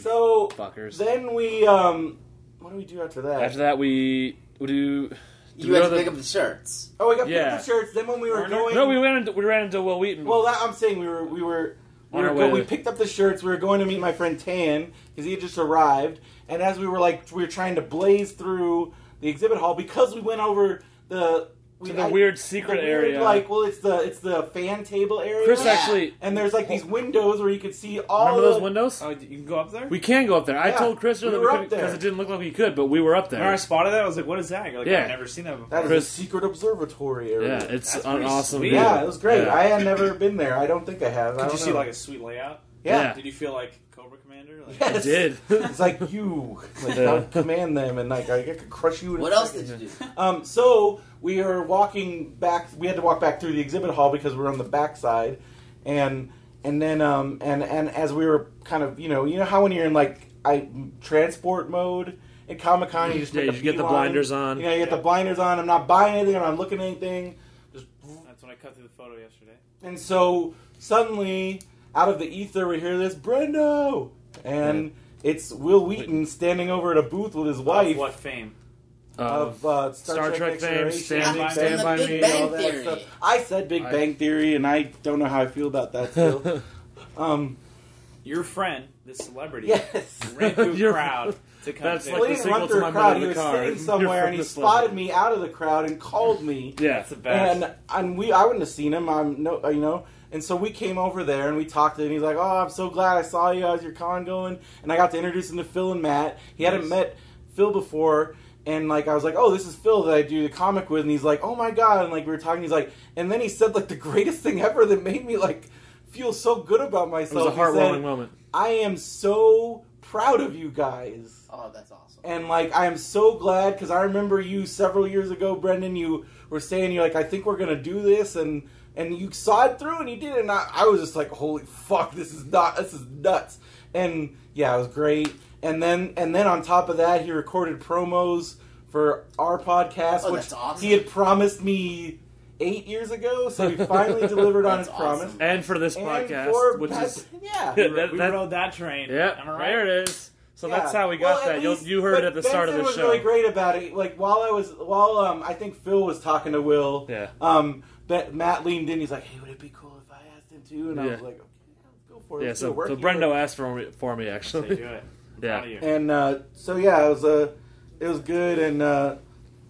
Speaker 9: so
Speaker 2: fuckers.
Speaker 9: Then we um, what do we do after that?
Speaker 2: After that, we we do. do
Speaker 9: You
Speaker 2: we
Speaker 9: had
Speaker 2: go
Speaker 9: to pick up
Speaker 6: the shirts.
Speaker 9: Oh, we got
Speaker 2: Yeah.
Speaker 9: picture shirts. Then when we were going,
Speaker 2: No, we ran into we ran into Will Wheaton.
Speaker 9: Well, that, I'm saying we were we were we,
Speaker 2: On
Speaker 9: were
Speaker 2: our
Speaker 9: go-
Speaker 2: way
Speaker 9: we
Speaker 2: to-
Speaker 9: picked up the shirts. We were going to meet my friend Tan because he had just arrived. And as we were like we were trying to blaze through the exhibit hall because we went over the we,
Speaker 2: To the weird secret
Speaker 9: the weird,
Speaker 2: area.
Speaker 9: Like, well, it's the it's the fan table area.
Speaker 2: Chris actually-
Speaker 9: and there's like these windows where you could see all
Speaker 2: Remember those
Speaker 9: the-
Speaker 2: windows?
Speaker 3: Oh, you can go up there.
Speaker 2: we can go up there. I
Speaker 9: Yeah,
Speaker 2: told Chris
Speaker 9: we
Speaker 2: that we
Speaker 9: were
Speaker 2: could
Speaker 9: up there.
Speaker 2: because it didn't look like we could, but we were up there.
Speaker 3: Remember I spotted that. I was like, "What is that?" You're like,
Speaker 2: Yeah.
Speaker 3: I've never seen that before.
Speaker 9: That is
Speaker 2: Chris-
Speaker 9: a secret observatory area.
Speaker 2: Yeah, it's
Speaker 3: That's
Speaker 2: an
Speaker 3: pretty
Speaker 2: awesome.
Speaker 3: sweet.
Speaker 2: view.
Speaker 9: Yeah, it was great.
Speaker 2: Yeah.
Speaker 9: I had never been there. I don't think I have.
Speaker 3: Did
Speaker 9: I
Speaker 3: you
Speaker 9: don't
Speaker 3: see
Speaker 9: know.
Speaker 3: like a sweet layout?
Speaker 9: Yeah. Yeah.
Speaker 3: Did you feel like Cobra Commander? Like,
Speaker 9: Yes.
Speaker 2: did.
Speaker 9: it's like you, like
Speaker 2: Yeah.
Speaker 9: I would command them, and like I, I could crush you. In
Speaker 6: What
Speaker 9: a
Speaker 6: else
Speaker 9: second.
Speaker 6: did you do?
Speaker 9: Um, so we are walking back. We had to walk back through the exhibit hall because we were on the back side, and and then um, and and as we were kind of you know you know how when you're in like I transport mode in Comic Con you just
Speaker 2: Yeah,
Speaker 9: make
Speaker 2: you
Speaker 9: a
Speaker 2: just get the
Speaker 9: beeline.
Speaker 2: blinders on.
Speaker 9: You know, you get the blinders on. I'm not buying anything. I'm not looking at anything.
Speaker 3: That's when I cut through the photo yesterday.
Speaker 9: And so suddenly, out of the ether, we hear this Brendo, and it's Will Wheaton standing over at a booth with his wife
Speaker 3: Of what fame?
Speaker 9: of uh, Star,
Speaker 2: Star
Speaker 9: Trek,
Speaker 2: Trek fame,
Speaker 9: Next
Speaker 2: Stand-
Speaker 9: Generation,
Speaker 2: Stand By
Speaker 9: Stand By
Speaker 2: Me,
Speaker 9: Me,
Speaker 2: Bang
Speaker 9: all that
Speaker 2: Theory.
Speaker 9: stuff. I said Big
Speaker 2: I-
Speaker 9: Bang Theory, and I don't know how I feel about that still. um,
Speaker 3: Your friend, this celebrity,
Speaker 9: Yes.
Speaker 3: ran through a
Speaker 2: Your-
Speaker 3: crowd to come.
Speaker 2: That's
Speaker 3: to-
Speaker 2: like
Speaker 9: well,
Speaker 2: the
Speaker 9: he didn't
Speaker 2: sequel
Speaker 9: run
Speaker 2: to
Speaker 9: through
Speaker 2: My
Speaker 9: a
Speaker 2: Mother
Speaker 9: crowd.
Speaker 2: in
Speaker 9: He
Speaker 2: the
Speaker 9: was
Speaker 2: Car.
Speaker 9: sitting
Speaker 2: You're
Speaker 9: somewhere, and
Speaker 2: from
Speaker 9: he
Speaker 2: this level.
Speaker 9: spotted me out of the crowd and called me.
Speaker 2: yeah.
Speaker 3: That's the best.
Speaker 9: and and we I wouldn't have seen him. I'm no, uh, you know. And so we came over there and we talked to him. He's like, "Oh, I'm so glad I saw you. How's your con going?" And I got to introduce him to Phil and Matt. He hadn't met Phil before, and like I was like, "Oh, this is Phil that I do the comic with." And he's like, "Oh my god!" And like we were talking, he's like, and then he said like the greatest thing ever that made me like feel so good about
Speaker 2: It was
Speaker 9: myself.
Speaker 2: a
Speaker 9: He said,
Speaker 2: heartwarming moment.
Speaker 9: I am so proud of you guys.
Speaker 6: Oh, that's awesome.
Speaker 9: And like I am so glad because I remember you several years ago, Brendan. You were saying you're like I think we're gonna do this, and and you saw it through and you did it. And I, I was just like, holy fuck, this is not this is nuts. And yeah, it was great. And then and then on top of that, he recorded promos for our podcast,
Speaker 6: Oh,
Speaker 9: which
Speaker 6: that's awesome.
Speaker 9: he had promised me eight years ago. So he finally delivered on his
Speaker 6: That's awesome.
Speaker 9: promise.
Speaker 2: And for this
Speaker 9: And
Speaker 2: podcast,
Speaker 9: for
Speaker 2: which
Speaker 9: that-
Speaker 2: is
Speaker 9: yeah.
Speaker 3: we,
Speaker 2: that-
Speaker 3: we
Speaker 2: that-
Speaker 3: rode that train.
Speaker 2: yeah,
Speaker 3: Am I right?
Speaker 2: there it is. So that's
Speaker 9: Yeah.
Speaker 2: how we
Speaker 9: Well,
Speaker 2: got
Speaker 9: at
Speaker 2: that.
Speaker 9: least-
Speaker 2: you you heard
Speaker 9: but
Speaker 2: it at the start of
Speaker 9: Benson
Speaker 2: the
Speaker 9: was
Speaker 2: show.
Speaker 9: really great about it. Like while I was, while um, I think Phil was talking to Will.
Speaker 2: Yeah.
Speaker 9: Um, but Matt leaned in. He's like, "Hey, would it be cool if I asked him to?" And I
Speaker 2: Yeah.
Speaker 9: was like, "Okay, yeah, go for it."
Speaker 2: Yeah,
Speaker 9: Let's do
Speaker 2: so,
Speaker 9: it. Work
Speaker 2: so
Speaker 9: your-
Speaker 2: Brendo asked for me, for me actually.
Speaker 3: They do it. I'm
Speaker 2: Yeah.
Speaker 3: proud of you.
Speaker 9: And uh, so yeah, it was uh, it was good. And uh,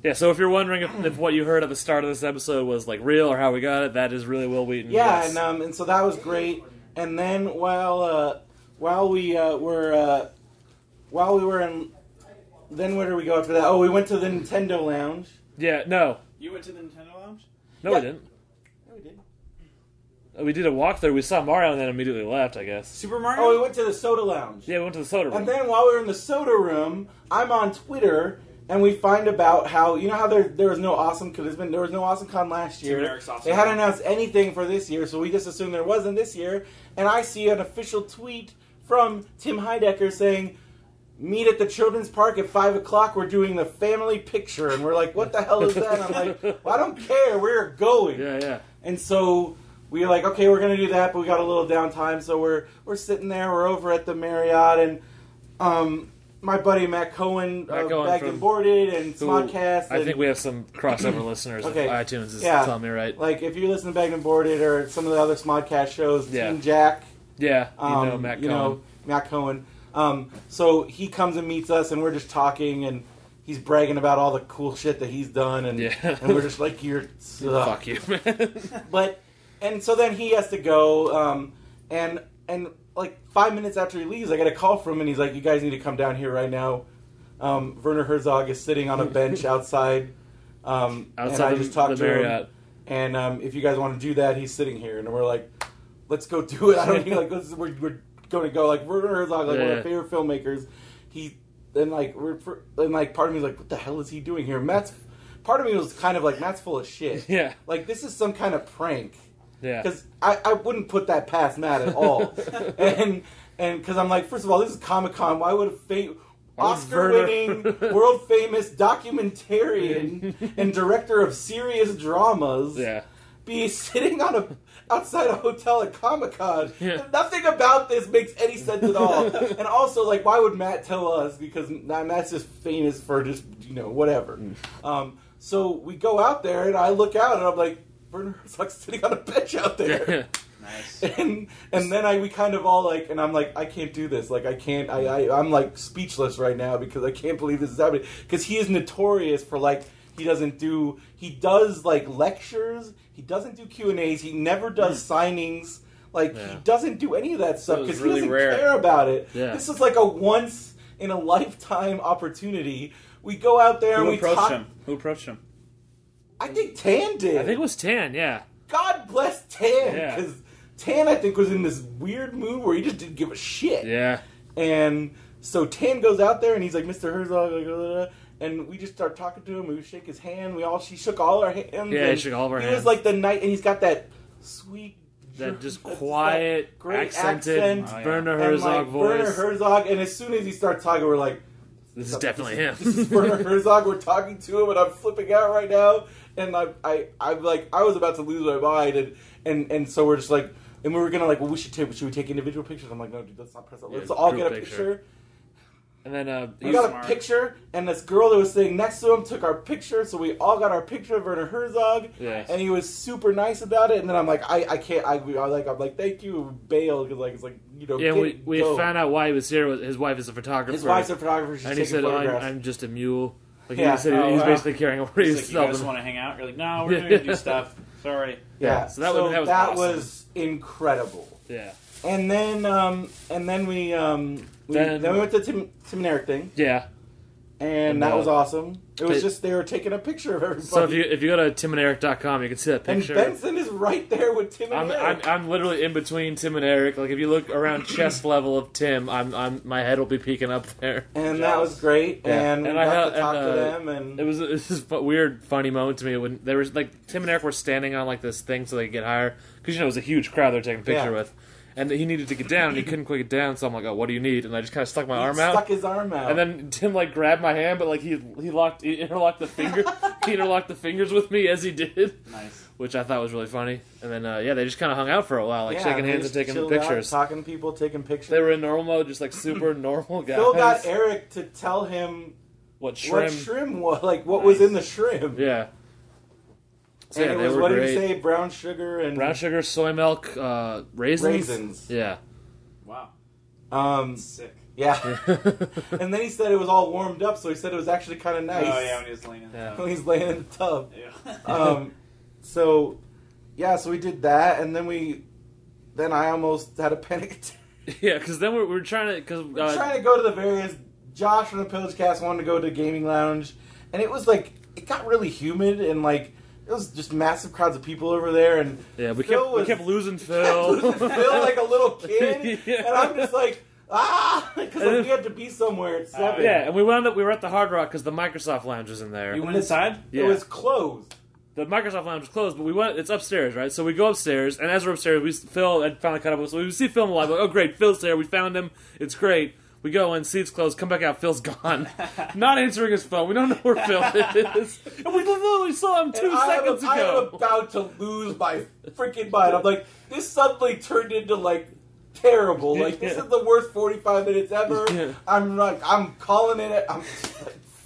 Speaker 2: Yeah, so if you're wondering if, if what you heard at the start of this episode was like real or how we got it, that is really Will Wheaton.
Speaker 9: yeah,
Speaker 2: yes.
Speaker 9: and um, and so that was great. And then while uh, while we uh, were uh, while we were in, then where did we go after that? Oh, we went to the Nintendo Lounge.
Speaker 2: yeah, no,
Speaker 3: You went to the Nintendo Lounge.
Speaker 2: no,
Speaker 9: Yeah.
Speaker 2: we didn't. Uh,
Speaker 9: No, we didn't.
Speaker 2: We did a walkthrough. We saw Mario and then immediately left. I guess.
Speaker 3: Super Mario.
Speaker 9: Oh, we went to the Soda Lounge.
Speaker 2: Yeah, we went to the soda room.
Speaker 9: And then while we were in the soda room, I'm on Twitter and we find about how you know how there there was no awesome con, there's been there was no awesome con last
Speaker 3: and
Speaker 9: year.
Speaker 3: Eric's awesome.
Speaker 9: They hadn't announced anything for this year, so we just assumed there wasn't this year. And I see an official tweet from Tim Heidecker saying. Meet at the children's park at five o'clock. We're doing the family picture, and we're like, "What the hell is that?" And I'm like, well, "I don't care. We're going."
Speaker 2: yeah, yeah.
Speaker 9: And so we were like, okay, we're gonna do that, but we got a little downtime, so we're we're sitting there, we're over at the Marriott, and um, my buddy Matt Cohen,
Speaker 2: Matt
Speaker 9: uh,
Speaker 2: Cohen
Speaker 9: bagged
Speaker 2: from-
Speaker 9: and boarded, and
Speaker 2: Who-
Speaker 9: Smodcast.
Speaker 2: I
Speaker 9: and-
Speaker 2: think we have some crossover listeners.
Speaker 9: Okay.
Speaker 2: Of iTunes is
Speaker 9: Yeah.
Speaker 2: telling me right.
Speaker 9: like if you listen to Bagged and Boarded or some of the other Smodcast shows,
Speaker 2: Yeah.
Speaker 9: Team Jack,
Speaker 2: Yeah, you
Speaker 9: um,
Speaker 2: know Matt Cohen.
Speaker 9: Matt Cohen. Um, so he comes and meets us, and we're just talking, and he's bragging about all the cool shit that he's done, and
Speaker 2: Yeah.
Speaker 9: and we're just like, you're ugh.
Speaker 2: Fuck you, man.
Speaker 9: But and so then he has to go, um, and and like five minutes after he leaves, I get a call from him, and he's like, "You guys need to come down here right now." Um, Werner Herzog is sitting on a bench outside Um, and
Speaker 2: Outside
Speaker 9: I
Speaker 2: the-
Speaker 9: just talked
Speaker 2: the
Speaker 9: to him.
Speaker 2: Marriott.
Speaker 9: And um, if you guys want to do that, he's sitting here, and we're like, let's go do it. I don't even like let's, we're we're going to go like Werner Herzog, like one of
Speaker 2: Yeah.
Speaker 9: my favorite filmmakers. He and like we're for, and like part of me is like, what the hell is he doing here? Matt's part of me was kind of like Matt's full of shit.
Speaker 2: Yeah.
Speaker 9: like this is some kind of prank.
Speaker 2: Yeah.
Speaker 9: Because I, I wouldn't put that past Matt at all. and and because I'm like, first of all, this is Comic Con. Why would a fa- Oscar winning, world famous documentarian and director of serious dramas be sitting on a outside a hotel at Comic Con? Nothing about this makes any sense at all. and also, like, why would Matt tell us? Because nah, Matt's just famous for just you know whatever. Um, so we go out there, and I look out, and I'm like, Werner Herzog's sitting on a bench out there. Nice. And and then I we kind of all like, and I'm like, I can't do this. Like I can't. I, I I'm like speechless right now because I can't believe this is happening. Because he is notorious for like he doesn't do he does like lectures. He doesn't do Q and A's. He never does signings. Like he doesn't do any of that stuff
Speaker 2: was
Speaker 9: because
Speaker 2: really
Speaker 9: he doesn't
Speaker 2: rare.
Speaker 9: care about it.
Speaker 2: Yeah.
Speaker 9: This is like a once in a lifetime opportunity. We go out there and
Speaker 3: Who
Speaker 9: we
Speaker 3: approached
Speaker 9: talk.
Speaker 3: him? Who approached him?
Speaker 9: I think Tan did.
Speaker 2: I think it was Tan. Yeah.
Speaker 9: God bless Tan
Speaker 2: Yeah.
Speaker 9: because Tan I think was in this weird mood where he just didn't give a shit.
Speaker 2: Yeah.
Speaker 9: And so Tan goes out there and he's like, Mr. Herzog, like, uh, and we just start talking to him. We shake his hand. We all she shook all our hands.
Speaker 2: Yeah, he
Speaker 9: and
Speaker 2: shook all of our
Speaker 9: he was
Speaker 2: hands.
Speaker 9: like the night, and he's got that sweet,
Speaker 2: That just
Speaker 9: that
Speaker 2: quiet,
Speaker 9: great
Speaker 2: accented
Speaker 9: accent,
Speaker 2: Werner
Speaker 9: and,
Speaker 2: Herzog
Speaker 9: like,
Speaker 2: voice.
Speaker 9: Werner Herzog, and as soon as he starts talking, we're like,
Speaker 2: This is definitely him.
Speaker 9: this is Werner Herzog. We're talking to him, and I'm flipping out right now. And I, I, I'm like, I was about to lose my mind, and and and so we're just like, and we were gonna like, well, we should take, should we take individual pictures? I'm like, no, dude, let's not press that. Let's
Speaker 2: Yeah,
Speaker 9: all
Speaker 2: group
Speaker 9: get a
Speaker 2: picture.
Speaker 9: picture.
Speaker 2: And then uh,
Speaker 9: We got a picture, and this girl that was sitting next to him took our picture, so we all got our picture of Werner Herzog.
Speaker 2: Yes.
Speaker 9: And he was super nice about it. And then I'm like, I, I can't, I, we- I like, I'm like, thank you, bailed because like it's like you know,
Speaker 2: Yeah,
Speaker 9: get-
Speaker 2: we, we
Speaker 9: go.
Speaker 2: found out why he was here. was- His wife is a photographer.
Speaker 9: His wife's a photographer, she's
Speaker 2: and he
Speaker 9: taking
Speaker 2: said, "Oh, I'm,
Speaker 9: photographs."
Speaker 2: I'm just a mule." Like
Speaker 9: Yeah.
Speaker 2: he said,
Speaker 9: Oh,
Speaker 2: he was
Speaker 9: wow.
Speaker 2: basically carrying over
Speaker 3: He's like, you
Speaker 2: himself.
Speaker 3: guys want to hang out? You're like, no, we're going to do stuff. Sorry.
Speaker 9: Yeah.
Speaker 2: So that was- that was awesome.
Speaker 9: was incredible.
Speaker 2: Yeah.
Speaker 9: And then um and then we um we,
Speaker 2: Then-
Speaker 9: then, we went to Tim Tim and Eric thing.
Speaker 2: Yeah.
Speaker 9: And,
Speaker 2: And,
Speaker 9: that
Speaker 2: uh,
Speaker 9: was awesome. It was
Speaker 2: it-
Speaker 9: just they were taking a picture of everybody.
Speaker 2: So if you if you go to timanderic.com, you can see that
Speaker 9: and
Speaker 2: picture.
Speaker 9: Benson is right there with Tim and
Speaker 2: I'm,
Speaker 9: Eric.
Speaker 2: I'm I'm literally in between Tim and Eric. Like if you look around chest level of Tim, I'm I'm my head will be peeking up there.
Speaker 9: and that was great.
Speaker 2: Yeah.
Speaker 9: And,
Speaker 2: And
Speaker 9: we
Speaker 2: I
Speaker 9: got
Speaker 2: had-
Speaker 9: to talk
Speaker 2: and,
Speaker 9: to
Speaker 2: uh,
Speaker 9: them and
Speaker 2: It was this is a weird, funny moment to me when there was like Tim and Eric were standing on like this thing so they could get higher because you know it was a huge crowd they're taking a picture
Speaker 9: Yeah.
Speaker 2: with, and he needed to get down and he couldn't quite get down. So I'm like, oh, what do you need? And I just kind of stuck my arm
Speaker 9: stuck
Speaker 2: out.
Speaker 9: his arm out.
Speaker 2: And then Tim like grabbed my hand, but like he he locked he interlocked the finger he interlocked the fingers with me as he did,
Speaker 3: Nice.
Speaker 2: which I thought was really funny. And then uh, yeah, they just kind of hung out for a while, like
Speaker 9: Yeah,
Speaker 2: shaking
Speaker 9: they
Speaker 2: hands and
Speaker 9: just
Speaker 2: taking
Speaker 9: chilled out,
Speaker 2: pictures.
Speaker 9: talking to people, taking pictures.
Speaker 2: they were in normal mode, just like super normal guys.
Speaker 9: Phil got Eric to tell him
Speaker 2: what
Speaker 9: what
Speaker 2: shrimp?
Speaker 9: shrimp was, like what was in the shrimp.
Speaker 2: yeah. So,
Speaker 9: and
Speaker 2: yeah,
Speaker 9: it
Speaker 2: they
Speaker 9: was
Speaker 2: were
Speaker 9: what
Speaker 2: great.
Speaker 9: did he say? Brown sugar and
Speaker 2: Mm-hmm. Brown sugar, soy milk, uh, raisins.
Speaker 9: Raisins.
Speaker 2: Yeah.
Speaker 3: Wow.
Speaker 9: Um,
Speaker 3: Sick.
Speaker 9: yeah. and then he said it was all warmed up, so he said it was actually kind of nice.
Speaker 3: Oh, yeah, when he was leaning.
Speaker 9: when he's laying in the tub.
Speaker 3: Yeah.
Speaker 9: Um, so, yeah, so we did that, and then we, then I almost had a panic attack.
Speaker 2: Yeah, because then we're, we're trying to because
Speaker 9: I'm
Speaker 2: uh,
Speaker 9: trying to go to the various. Josh from the Pillage Cast wanted to go to the gaming lounge, and it was like it got really humid and like it was just massive crowds of people over there, and
Speaker 2: yeah we
Speaker 9: Phil
Speaker 2: kept we
Speaker 9: was-
Speaker 2: kept losing Phil.
Speaker 9: feel like a little kid,
Speaker 2: Yeah.
Speaker 9: and I'm just like ah, because like, we had to be somewhere at
Speaker 3: Uh,
Speaker 9: seven.
Speaker 2: yeah, and we wound up we were at the Hard Rock because the Microsoft Lounge was in there.
Speaker 3: You went inside?
Speaker 2: yeah.
Speaker 9: It was closed.
Speaker 2: the Microsoft Lounge was closed, but we went. It's upstairs, right? So we go upstairs, and as we're upstairs, we Phil had finally caught up with us. So we see Phil alive. Like, oh, great, Phil's there. We found him. It's great. We go in, see it's closed. Come back out. Phil's gone, not answering his phone. We don't know where Phil is, and we literally saw him two
Speaker 9: And I am-
Speaker 2: seconds
Speaker 9: I am
Speaker 2: ago.
Speaker 9: about to lose my freaking mind. I'm like, this suddenly turned into like terrible. Like this
Speaker 2: Yeah.
Speaker 9: is the worst 45 minutes ever.
Speaker 2: Yeah.
Speaker 9: I'm like, I'm calling it. I'm like,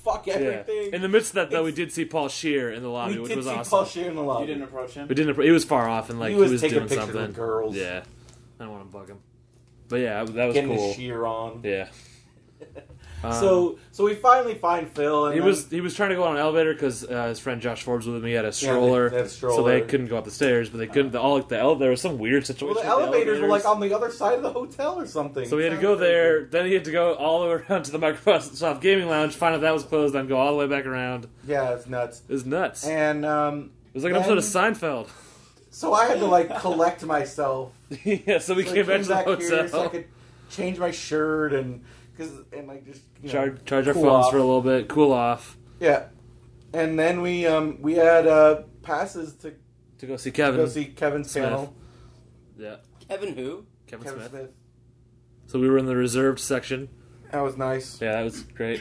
Speaker 9: fuck
Speaker 2: Yeah.
Speaker 9: everything.
Speaker 2: In the midst of that, though, we did see Paul Shear in the lobby,
Speaker 9: we
Speaker 2: which
Speaker 9: did
Speaker 2: was
Speaker 9: see
Speaker 2: awesome.
Speaker 9: Paul Shear in the lobby.
Speaker 3: You didn't approach him?
Speaker 2: We didn't. appro- He was far off and like
Speaker 9: He
Speaker 2: he
Speaker 9: was
Speaker 2: was,
Speaker 9: taking
Speaker 2: doing
Speaker 9: pictures
Speaker 2: something.
Speaker 9: with girls.
Speaker 2: Yeah, I don't want to bug him. But yeah, that was
Speaker 9: Getting
Speaker 2: cool.
Speaker 9: his sheer on.
Speaker 2: Yeah,
Speaker 9: so so we finally find Phil. And
Speaker 2: He
Speaker 9: then-
Speaker 2: was he was trying to go on an elevator because uh, his friend Josh Forbes was with me had a stroller,
Speaker 9: they had a
Speaker 2: so
Speaker 9: stroller.
Speaker 2: they couldn't go up the stairs, but they couldn't. The, all like the ele- there was some weird situation.
Speaker 9: well, the
Speaker 2: with
Speaker 9: elevators were like
Speaker 2: elevators.
Speaker 9: on the other side of the hotel or something.
Speaker 2: So we had to go there, then he had to go all the way around to the Microsoft Gaming Lounge, find out that was closed, then go all the way back around.
Speaker 9: Yeah, it's nuts.
Speaker 2: It's nuts.
Speaker 9: And um,
Speaker 2: it was like an
Speaker 9: then-
Speaker 2: episode of Seinfeld.
Speaker 9: So I had to like collect myself.
Speaker 2: yeah, so we
Speaker 9: I
Speaker 2: came back to the
Speaker 9: here so I
Speaker 2: hotel.
Speaker 9: could change my shirt and because and like just you know,
Speaker 2: charge charge our
Speaker 9: cool
Speaker 2: phones
Speaker 9: off.
Speaker 2: for a little bit, cool off.
Speaker 9: Yeah, and then we um we had uh passes to
Speaker 2: to go see Kevin.
Speaker 9: go see Kevin's
Speaker 2: Smith.
Speaker 9: panel.
Speaker 2: Yeah.
Speaker 6: Kevin who?
Speaker 2: Kevin, Smith. So we were in the reserved section.
Speaker 9: That was nice.
Speaker 2: Yeah, that was great.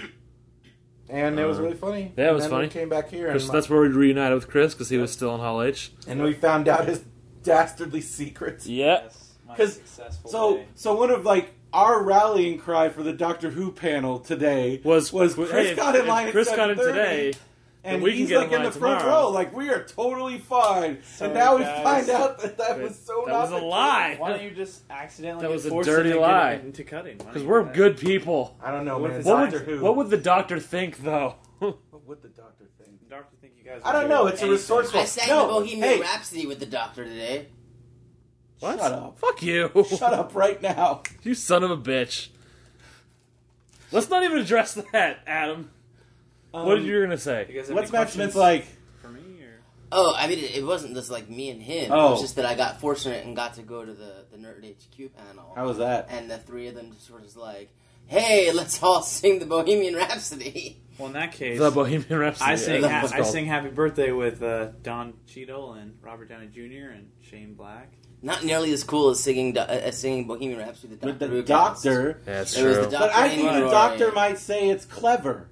Speaker 9: and it was
Speaker 2: Um,
Speaker 9: really funny.
Speaker 2: Yeah, it was
Speaker 9: and then
Speaker 2: funny.
Speaker 9: We came back here, and
Speaker 2: Chris-
Speaker 9: my-
Speaker 2: that's where we reunited with Chris because he was still in Hall H.
Speaker 9: and we found out his dastardly secrets.
Speaker 2: Yeah.
Speaker 9: Because so so one of like our rallying cry for the Doctor Who panel today was was Chris
Speaker 2: hey,
Speaker 9: got in
Speaker 2: if
Speaker 9: line. at
Speaker 2: Chris got in
Speaker 9: 7:30,
Speaker 2: today, then
Speaker 9: and
Speaker 2: we can
Speaker 9: he's
Speaker 2: get
Speaker 9: like
Speaker 2: in
Speaker 9: in, the
Speaker 2: line
Speaker 9: front
Speaker 2: tomorrow.
Speaker 9: row, like we are totally fine. and now we
Speaker 2: guys.
Speaker 9: find out that that was so
Speaker 2: That
Speaker 9: not
Speaker 2: was a
Speaker 9: the
Speaker 2: lie.
Speaker 9: Case.
Speaker 2: Why
Speaker 3: don't you just accidentally?
Speaker 2: That was a
Speaker 3: force
Speaker 2: dirty
Speaker 3: him to get
Speaker 2: lie.
Speaker 3: Into cutting Why
Speaker 2: Because
Speaker 3: don't
Speaker 2: we're
Speaker 3: you do
Speaker 2: good people.
Speaker 9: I don't know,
Speaker 2: what
Speaker 9: man. It's
Speaker 2: What would,
Speaker 9: Doctor Who.
Speaker 2: what would the doctor think, though?
Speaker 9: What would the doctor think?
Speaker 3: The doctor think you guys?
Speaker 9: I don't know. It's a resourceful.
Speaker 6: I sang
Speaker 9: no,
Speaker 6: the Bohemian
Speaker 9: hey,
Speaker 6: Rhapsody with the doctor today.
Speaker 2: What?
Speaker 9: Shut up.
Speaker 2: Fuck you.
Speaker 9: Shut up right now.
Speaker 2: You son of a bitch. Let's not even address that, Adam. what
Speaker 9: Um,
Speaker 2: did you going to say?
Speaker 3: guys have
Speaker 9: What's
Speaker 3: any
Speaker 9: Matt Smith
Speaker 3: questions
Speaker 9: like?
Speaker 3: for me? Or?
Speaker 6: Oh, I mean, it, it wasn't just like me and him. It
Speaker 9: Oh.
Speaker 6: was just that I got fortunate and got to go to the, the Nerd HQ panel.
Speaker 9: How was that?
Speaker 6: And the three of them just were just like, hey, let's all sing the Bohemian Rhapsody.
Speaker 3: Well, in that case,
Speaker 2: The Bohemian Rhapsody.
Speaker 3: I sing.
Speaker 2: that's what it's
Speaker 3: I
Speaker 2: called.
Speaker 3: sing Happy Birthday with uh, Don Cheadle and Robert Downey Jr. and Shane Black.
Speaker 6: Not nearly as cool as singing do- uh, as singing Bohemian Rhapsody
Speaker 9: With
Speaker 6: with the
Speaker 9: the
Speaker 6: Doctor. Who
Speaker 9: doctor,
Speaker 2: Yeah, that's
Speaker 6: It was
Speaker 2: true.
Speaker 6: the doctor
Speaker 9: but I think
Speaker 6: and
Speaker 9: the
Speaker 6: Roy.
Speaker 9: doctor might say it's clever.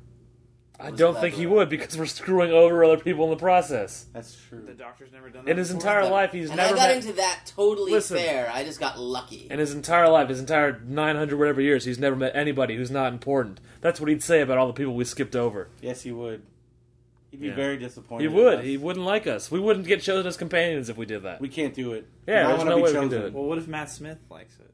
Speaker 2: I don't think he would because we're screwing over other people in the process.
Speaker 9: That's true.
Speaker 3: The doctor's never done that.
Speaker 2: In his
Speaker 3: before.
Speaker 2: entire life, he's
Speaker 6: And I
Speaker 2: never
Speaker 6: got
Speaker 2: met.
Speaker 6: into that totally
Speaker 2: Listen.
Speaker 6: fair. I just got lucky.
Speaker 2: in his entire life, his entire 900 whatever years, he's never met anybody who's not important. That's what he'd say about all the people we skipped over.
Speaker 9: Yes, he would. He'd be
Speaker 2: Yeah.
Speaker 9: very disappointed.
Speaker 2: He
Speaker 9: in
Speaker 2: would.
Speaker 9: us.
Speaker 2: He wouldn't like us. We wouldn't get chosen as companions if we did that.
Speaker 9: We can't do it.
Speaker 2: Yeah,
Speaker 9: I
Speaker 2: there's
Speaker 9: wanna
Speaker 2: no
Speaker 9: be
Speaker 2: way we can do
Speaker 9: chosen.
Speaker 2: it.
Speaker 3: Well, what if Matt Smith likes it?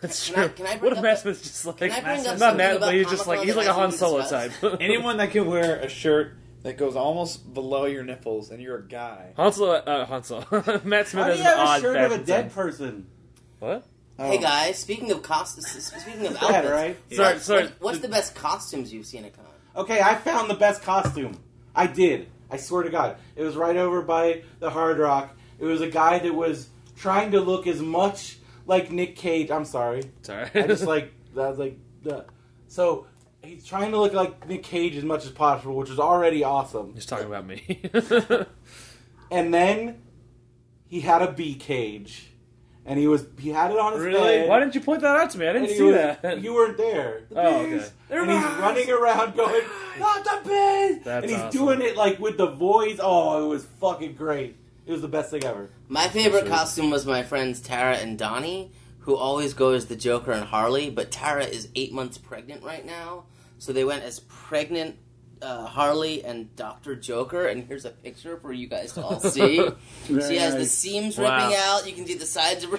Speaker 2: That's
Speaker 6: Can I-
Speaker 2: true.
Speaker 6: can I bring
Speaker 2: what if
Speaker 6: up
Speaker 2: Matt
Speaker 6: the-
Speaker 2: Smith's just like
Speaker 6: I bring up
Speaker 2: not
Speaker 6: something
Speaker 2: Matt,
Speaker 6: about
Speaker 2: but he's just like
Speaker 6: Comic-Con
Speaker 2: he's like
Speaker 6: that
Speaker 2: a
Speaker 6: I
Speaker 2: Han
Speaker 6: think
Speaker 2: Solo
Speaker 6: is
Speaker 2: type.
Speaker 6: best?
Speaker 3: Anyone that can wear a shirt that goes almost below your nipples and you're a guy.
Speaker 2: Han Solo, uh, Han Solo. Matt Smith has
Speaker 9: Why do you
Speaker 2: an
Speaker 9: have
Speaker 2: odd
Speaker 9: a shirt of
Speaker 2: fashion
Speaker 9: a dead
Speaker 2: sense.
Speaker 9: person?
Speaker 2: What? Oh.
Speaker 6: Hey guys, speaking of costumes, speaking of
Speaker 9: Is that
Speaker 6: outfits,
Speaker 9: right?
Speaker 6: what-
Speaker 2: Sorry, sorry.
Speaker 6: what- what's the best costumes you've seen at con?
Speaker 9: Okay, I found the best costume. I did. I swear to God. It was right over by the Hard Rock. It was a guy that was trying to look as much like Nick Cage. I'm sorry.
Speaker 2: Sorry.
Speaker 9: I just like I was like duh. so he's trying to look like Nick Cage as much as possible, which is already awesome.
Speaker 2: He's talking about me.
Speaker 9: And then he had a bee cage, and he was he had it on his
Speaker 2: really?
Speaker 9: bed.
Speaker 2: Why didn't you point that out to me? I
Speaker 9: And
Speaker 2: didn't
Speaker 9: he
Speaker 2: see
Speaker 9: was-
Speaker 2: that.
Speaker 9: You weren't there. The
Speaker 2: Oh,
Speaker 9: bees!
Speaker 2: okay.
Speaker 9: And he's running around going, not the bees!
Speaker 2: That's
Speaker 9: and he's
Speaker 2: awesome.
Speaker 9: doing it like with the voice. Oh, it was fucking great. It was the best thing ever.
Speaker 6: My favorite costume was my friends Tara and Donnie, who always go as the Joker and Harley, but Tara is eight months pregnant right now, so they went as pregnant uh, Harley and Doctor Joker. And here's a picture for you guys to all see. she has the seams
Speaker 2: Wow.
Speaker 6: ripping out. You can see the sides of her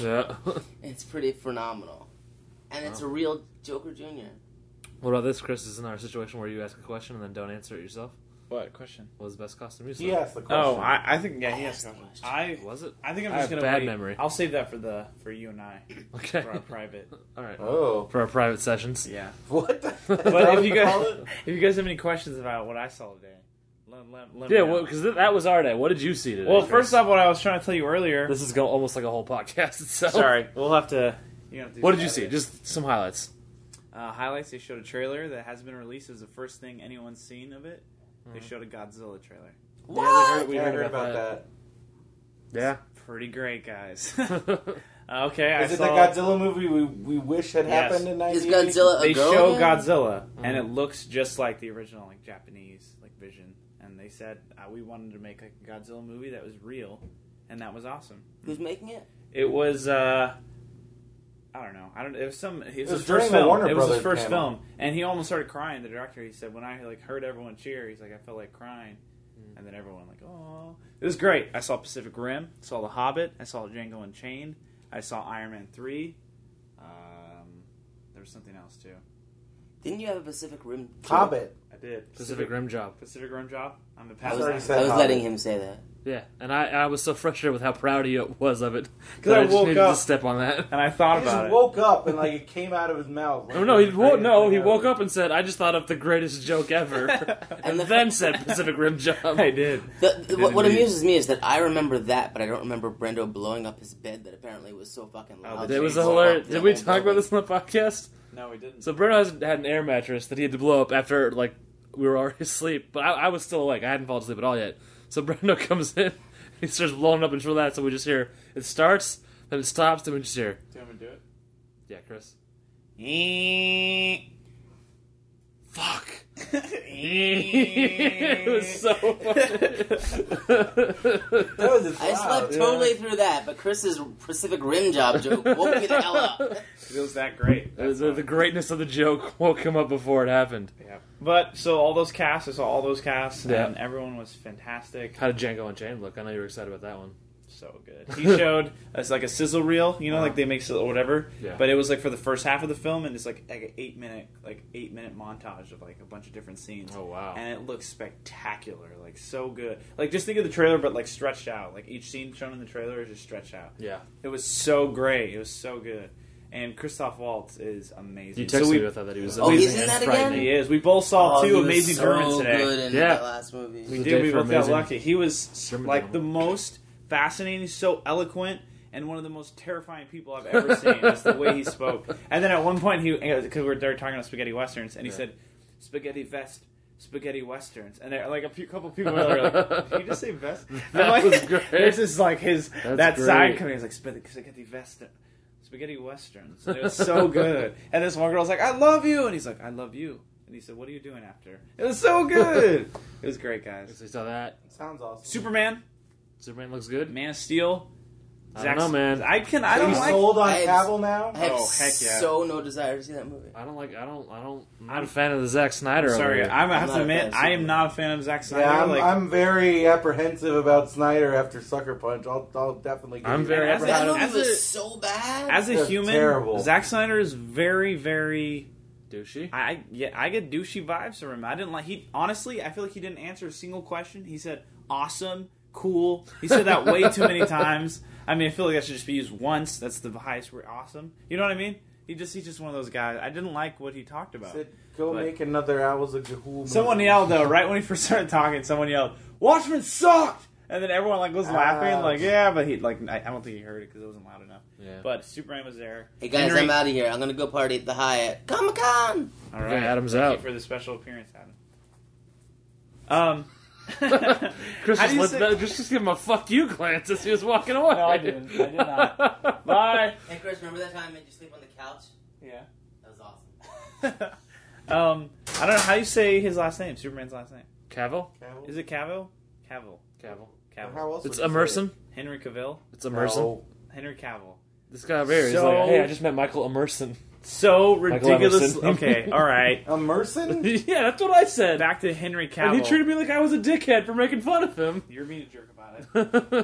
Speaker 2: yeah.
Speaker 6: It's pretty phenomenal, and it's a real Joker Junior.
Speaker 2: What about this, Chris? Is in our situation where you ask a question and then don't answer it yourself.
Speaker 3: What question?
Speaker 2: What was the best costume you saw?
Speaker 9: He asked the
Speaker 3: Oh,
Speaker 9: question.
Speaker 3: I, I think yeah, he has. I
Speaker 2: Was it?
Speaker 3: I think I'm
Speaker 2: I have
Speaker 3: just gonna
Speaker 2: bad
Speaker 3: wait.
Speaker 2: memory.
Speaker 3: I'll save that for the for you and I
Speaker 2: Okay.
Speaker 3: for our private.
Speaker 2: All right.
Speaker 9: Oh.
Speaker 2: For our private sessions.
Speaker 3: Yeah.
Speaker 9: What the
Speaker 3: But if you guys if you guys have any questions about what I saw today, let, let, let me
Speaker 2: Yeah,
Speaker 3: know.
Speaker 2: because th- that was our day. What did you see today?
Speaker 3: well,
Speaker 2: Chris?
Speaker 3: first off, what I was trying to tell you earlier.
Speaker 2: this is go- almost like a whole podcast itself.
Speaker 3: sorry, we'll have to. You have to do
Speaker 2: What did you
Speaker 3: that
Speaker 2: see?
Speaker 3: later.
Speaker 2: Just some highlights.
Speaker 3: uh, highlights. They showed a trailer that hasn't been released. It was the first thing anyone's seen of it. They
Speaker 2: Mm-hmm.
Speaker 3: showed a Godzilla trailer.
Speaker 2: What? Yeah, we heard,
Speaker 9: we heard about that.
Speaker 2: Yeah.
Speaker 3: Pretty great, guys. okay, I
Speaker 9: Is it
Speaker 3: saw.
Speaker 9: the Godzilla movie we, we wish had
Speaker 3: Yes.
Speaker 9: happened in
Speaker 6: Is
Speaker 9: 98?
Speaker 6: Godzilla a
Speaker 3: they
Speaker 6: girl?
Speaker 3: show
Speaker 6: again?
Speaker 3: Godzilla, and
Speaker 2: Mm-hmm.
Speaker 3: it looks just like the original, like Japanese, like Vision. And they said uh, we wanted to make like, a Godzilla movie that was real, and that was awesome.
Speaker 6: Who's making it?
Speaker 3: It was. uh I don't know. I don't. It was some. It was,
Speaker 9: was
Speaker 3: his first
Speaker 9: during the
Speaker 3: film.
Speaker 9: Warner
Speaker 3: it was his
Speaker 9: Brothers
Speaker 3: first
Speaker 9: panel.
Speaker 3: film, and he almost started crying. The director. He said, "When I like heard everyone cheer, he's like, I felt like crying,"
Speaker 9: Hmm.
Speaker 3: and then everyone like, "Oh, it was great." I saw Pacific Rim. Saw The Hobbit. I saw Django Unchained. I saw Iron Man three. Um, there was something else too.
Speaker 17: Didn't you have a Pacific Rim?
Speaker 9: Hobbit.
Speaker 18: I did.
Speaker 2: Pacific Rim job.
Speaker 3: Pacific Rim job. I'm a
Speaker 17: I was, I was letting him say that.
Speaker 2: Yeah, and I, I was so frustrated with how proud he was of it
Speaker 9: Because
Speaker 2: that
Speaker 9: I
Speaker 2: I, just
Speaker 9: woke
Speaker 2: needed
Speaker 9: up.
Speaker 2: to step on that.
Speaker 3: And I thought
Speaker 9: He just woke up and like it came out of his mouth.
Speaker 2: Oh, no, he wo- no, he woke up and said, "I just thought of the greatest joke ever," and then said "Pacific Rim job." I
Speaker 3: did.
Speaker 17: The, the- what, what amuses me is that I remember that, but I don't remember Brendo blowing up his bed that apparently was so fucking loud.
Speaker 2: It
Speaker 17: that
Speaker 2: Oh, was
Speaker 17: he blew
Speaker 2: hilarious.
Speaker 17: up the
Speaker 2: Did we
Speaker 17: whole
Speaker 2: talk about this on the podcast?
Speaker 3: No, we didn't.
Speaker 2: So Bruno has- had an air mattress that he had to blow up after like we were already asleep, but I, I was still awake. I hadn't fallen asleep at all yet. So Bruno comes in, he starts blowing up and for that. So we just hear it starts, then it stops, then we just hear.
Speaker 3: Do you want me to do it?
Speaker 2: Yeah, Chris.
Speaker 17: it
Speaker 2: was so
Speaker 17: I slept totally through that, but Chris's Pacific Rim job joke woke me the hell up.
Speaker 3: It was that great.
Speaker 2: The, the greatness of the joke woke him up before it happened.
Speaker 3: Yeah. But so all those casts, I saw all those casts,
Speaker 2: Yeah.
Speaker 3: and everyone was fantastic.
Speaker 2: How did Django Unchained look? I know you were excited about that one.
Speaker 3: So good. He showed it's like a sizzle reel, you know, like they make sizzle or whatever.
Speaker 2: Uh-huh. Yeah.
Speaker 3: But it was like for the first half of the film, and it's like like an eight minute like eight minute montage of like a bunch of different scenes. Oh wow! And it looks spectacular, like so good. Like just think of the trailer, but like stretched out. Like each scene shown in the trailer is just stretched out.
Speaker 2: Yeah.
Speaker 3: It was so great. It was so good. And Christoph Waltz is amazing.
Speaker 2: You texted
Speaker 3: so we,
Speaker 2: me about that, he was
Speaker 3: we-
Speaker 2: Oh, he's amazing. in that
Speaker 3: That's
Speaker 2: again?
Speaker 3: frightening. He is. We both saw
Speaker 17: Oh,
Speaker 3: two
Speaker 17: he was
Speaker 3: amazing
Speaker 17: so
Speaker 3: Germans today.
Speaker 17: good in
Speaker 3: yeah.
Speaker 17: that last movie. It was
Speaker 3: We
Speaker 17: a
Speaker 3: did.
Speaker 17: day
Speaker 3: We
Speaker 17: for
Speaker 3: both got
Speaker 17: amazing.
Speaker 3: lucky. He was like the most fascinating, so eloquent, and one of the most terrifying people I've ever seen. That's the way he spoke. And then at one point, he because we were there talking about spaghetti westerns, and he
Speaker 2: Yeah.
Speaker 3: said, "Spaghetti vest." Spaghetti westerns, and there, like a few couple people were like, "Did you just say vest?" And
Speaker 2: That
Speaker 3: like,
Speaker 2: was great.
Speaker 3: This is like his
Speaker 2: That's
Speaker 3: that
Speaker 2: great.
Speaker 3: sign coming. He's like "Spag- spaghetti vest, spaghetti westerns. And it was so good. And this one girl's like, "I love you," and he's like, "I love you." And he said, "What are you doing after?" It was so good. it was great, guys.
Speaker 2: So you saw that.
Speaker 9: Sounds awesome.
Speaker 3: Superman,
Speaker 2: Superman looks good.
Speaker 3: Man of Steel.
Speaker 2: I don't know, man.
Speaker 3: I can. I
Speaker 9: Are
Speaker 3: don't
Speaker 9: you
Speaker 3: like.
Speaker 9: sold on
Speaker 17: I have-
Speaker 9: Cavill now?
Speaker 17: I have
Speaker 3: Oh, heck yeah.
Speaker 17: so no desire to see that movie.
Speaker 2: I don't like. I don't. I don't. I'm not a fan of the Zack Snyder.
Speaker 3: Sorry,
Speaker 2: over here.
Speaker 3: I'm, I have
Speaker 17: I'm not a
Speaker 3: to
Speaker 17: fan
Speaker 3: admit,
Speaker 17: of
Speaker 3: I am not a fan of Zack Snyder.
Speaker 9: Yeah, I'm,
Speaker 3: like,
Speaker 9: I'm very apprehensive about Snyder after Sucker Punch. I'll, I'll definitely. give
Speaker 2: I'm
Speaker 9: you
Speaker 2: very
Speaker 9: that.
Speaker 2: apprehensive.
Speaker 17: That movie
Speaker 3: as
Speaker 17: was
Speaker 3: a-
Speaker 17: so bad.
Speaker 3: as a
Speaker 9: That's
Speaker 3: human,
Speaker 9: terrible.
Speaker 3: Zack Snyder is very, very.
Speaker 2: douchey.
Speaker 3: I yeah, I get douchey vibes from him. I didn't like. He honestly, I feel like he didn't answer a single question. He said awesome, cool. He said that way too many times. I mean, I feel like that should just be used once. That's the highest word, awesome. You know what I mean? He just he's just one of those guys. I didn't like what he talked about.
Speaker 9: Said, Go
Speaker 3: But-
Speaker 9: make another Owls of Gahul.
Speaker 3: Someone yelled though, right when he first started talking, someone yelled, "Watchmen sucked," and then everyone like was laughing, like yeah, but he like I, I don't think he heard it because it wasn't loud enough.
Speaker 2: Yeah.
Speaker 3: But Superman was there.
Speaker 17: hey guys,
Speaker 3: Henry-
Speaker 17: I'm out of here. I'm gonna go party at the Hyatt. Comic Con.
Speaker 3: All right,
Speaker 2: Okay, Adam's
Speaker 3: Thank
Speaker 2: out.
Speaker 3: you for the special appearance, Adam. Um,
Speaker 2: Chris
Speaker 3: How
Speaker 2: just,
Speaker 3: do you
Speaker 2: let
Speaker 3: say-
Speaker 2: that, just, just give him a fuck you glance as he was walking away.
Speaker 3: No, I didn't. I did not. Bye.
Speaker 17: Hey Chris, remember that time I made you sleep on the couch?
Speaker 3: Yeah.
Speaker 17: That was awesome.
Speaker 3: um, I don't know how you say his last name. Superman's last name
Speaker 2: Cavill?
Speaker 3: is it Cavill? Cavill.
Speaker 2: Cavill.
Speaker 3: Cavill.
Speaker 9: How
Speaker 2: It's
Speaker 9: else would you say it?
Speaker 2: Emerson.
Speaker 3: Henry Cavill.
Speaker 2: It's Emerson.
Speaker 3: Henry Cavill.
Speaker 2: This guy over here is
Speaker 3: So-
Speaker 2: like, hey, I just met Michael Emerson.
Speaker 3: So
Speaker 2: Michael
Speaker 3: ridiculous.
Speaker 2: Emerson.
Speaker 3: Okay. All right.
Speaker 9: Emerson?
Speaker 2: yeah, that's what I said.
Speaker 3: Back to Henry Cavill.
Speaker 2: and he treated me like I was a dickhead for making fun of him.
Speaker 3: You're being a jerk about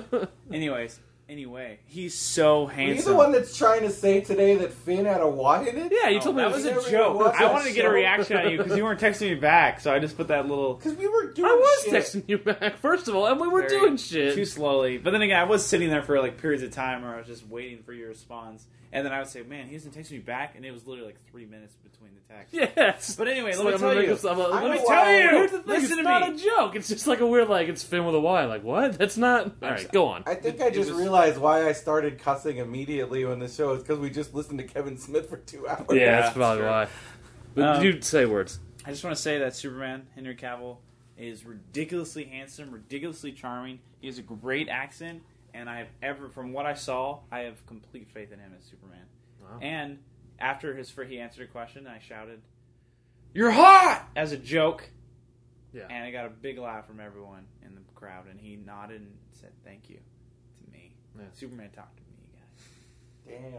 Speaker 3: it.
Speaker 2: Oh,
Speaker 3: Anyways, anyway, he's so
Speaker 9: Are you
Speaker 3: handsome.
Speaker 9: the one that's trying to say today that Finn had a Y in it?
Speaker 2: yeah, you
Speaker 3: Oh,
Speaker 2: told me
Speaker 3: that
Speaker 2: it
Speaker 3: was
Speaker 9: Did
Speaker 3: a
Speaker 9: everyone
Speaker 3: joke.
Speaker 9: watch
Speaker 3: I
Speaker 9: that
Speaker 3: wanted to get a
Speaker 9: show?
Speaker 3: reaction out of you because you weren't texting me back, so I just put that little
Speaker 9: Because we were doing
Speaker 2: I was
Speaker 9: shit.
Speaker 2: texting you back, first of all, and we were
Speaker 3: Very-
Speaker 2: doing shit.
Speaker 3: too slowly. But then again, I was sitting there for like periods of time where I was just waiting for your response, and then I would say, "Man, he isn't texting me back," and it was literally like three minutes between the texts.
Speaker 2: Yes.
Speaker 3: But anyway,
Speaker 2: It's
Speaker 3: let
Speaker 2: like,
Speaker 3: me
Speaker 2: I'm gonna
Speaker 3: tell
Speaker 2: make
Speaker 3: you.
Speaker 2: up some- I'm
Speaker 9: I
Speaker 2: gonna
Speaker 9: know
Speaker 2: tell
Speaker 9: why-
Speaker 2: you.
Speaker 9: Here's
Speaker 3: the thing,
Speaker 2: Listen
Speaker 3: it's
Speaker 2: to
Speaker 3: not
Speaker 2: me. It's not a joke. It's just like a weird, like it's Finn with a Y. Like what? That's not. All right, go on.
Speaker 9: I think I just realized why I started cussing immediately when the show is because we just listened to Kevin Smith for two hours.
Speaker 2: yeah, that's probably
Speaker 3: sure.
Speaker 2: why. But
Speaker 3: Um,
Speaker 2: you say words.
Speaker 3: I just want to say that Superman Henry Cavill is ridiculously handsome, ridiculously charming. He has a great accent, and I have ever, from what I saw, I have complete faith in him as Superman. And after his fir- he answered a question, I shouted,
Speaker 2: You're hot.
Speaker 3: as a joke.
Speaker 2: Yeah.
Speaker 3: And I got a big laugh from everyone in the crowd, and he nodded and said thank you to me.
Speaker 2: Yeah.
Speaker 3: Superman talked to me, guys.
Speaker 9: Damn.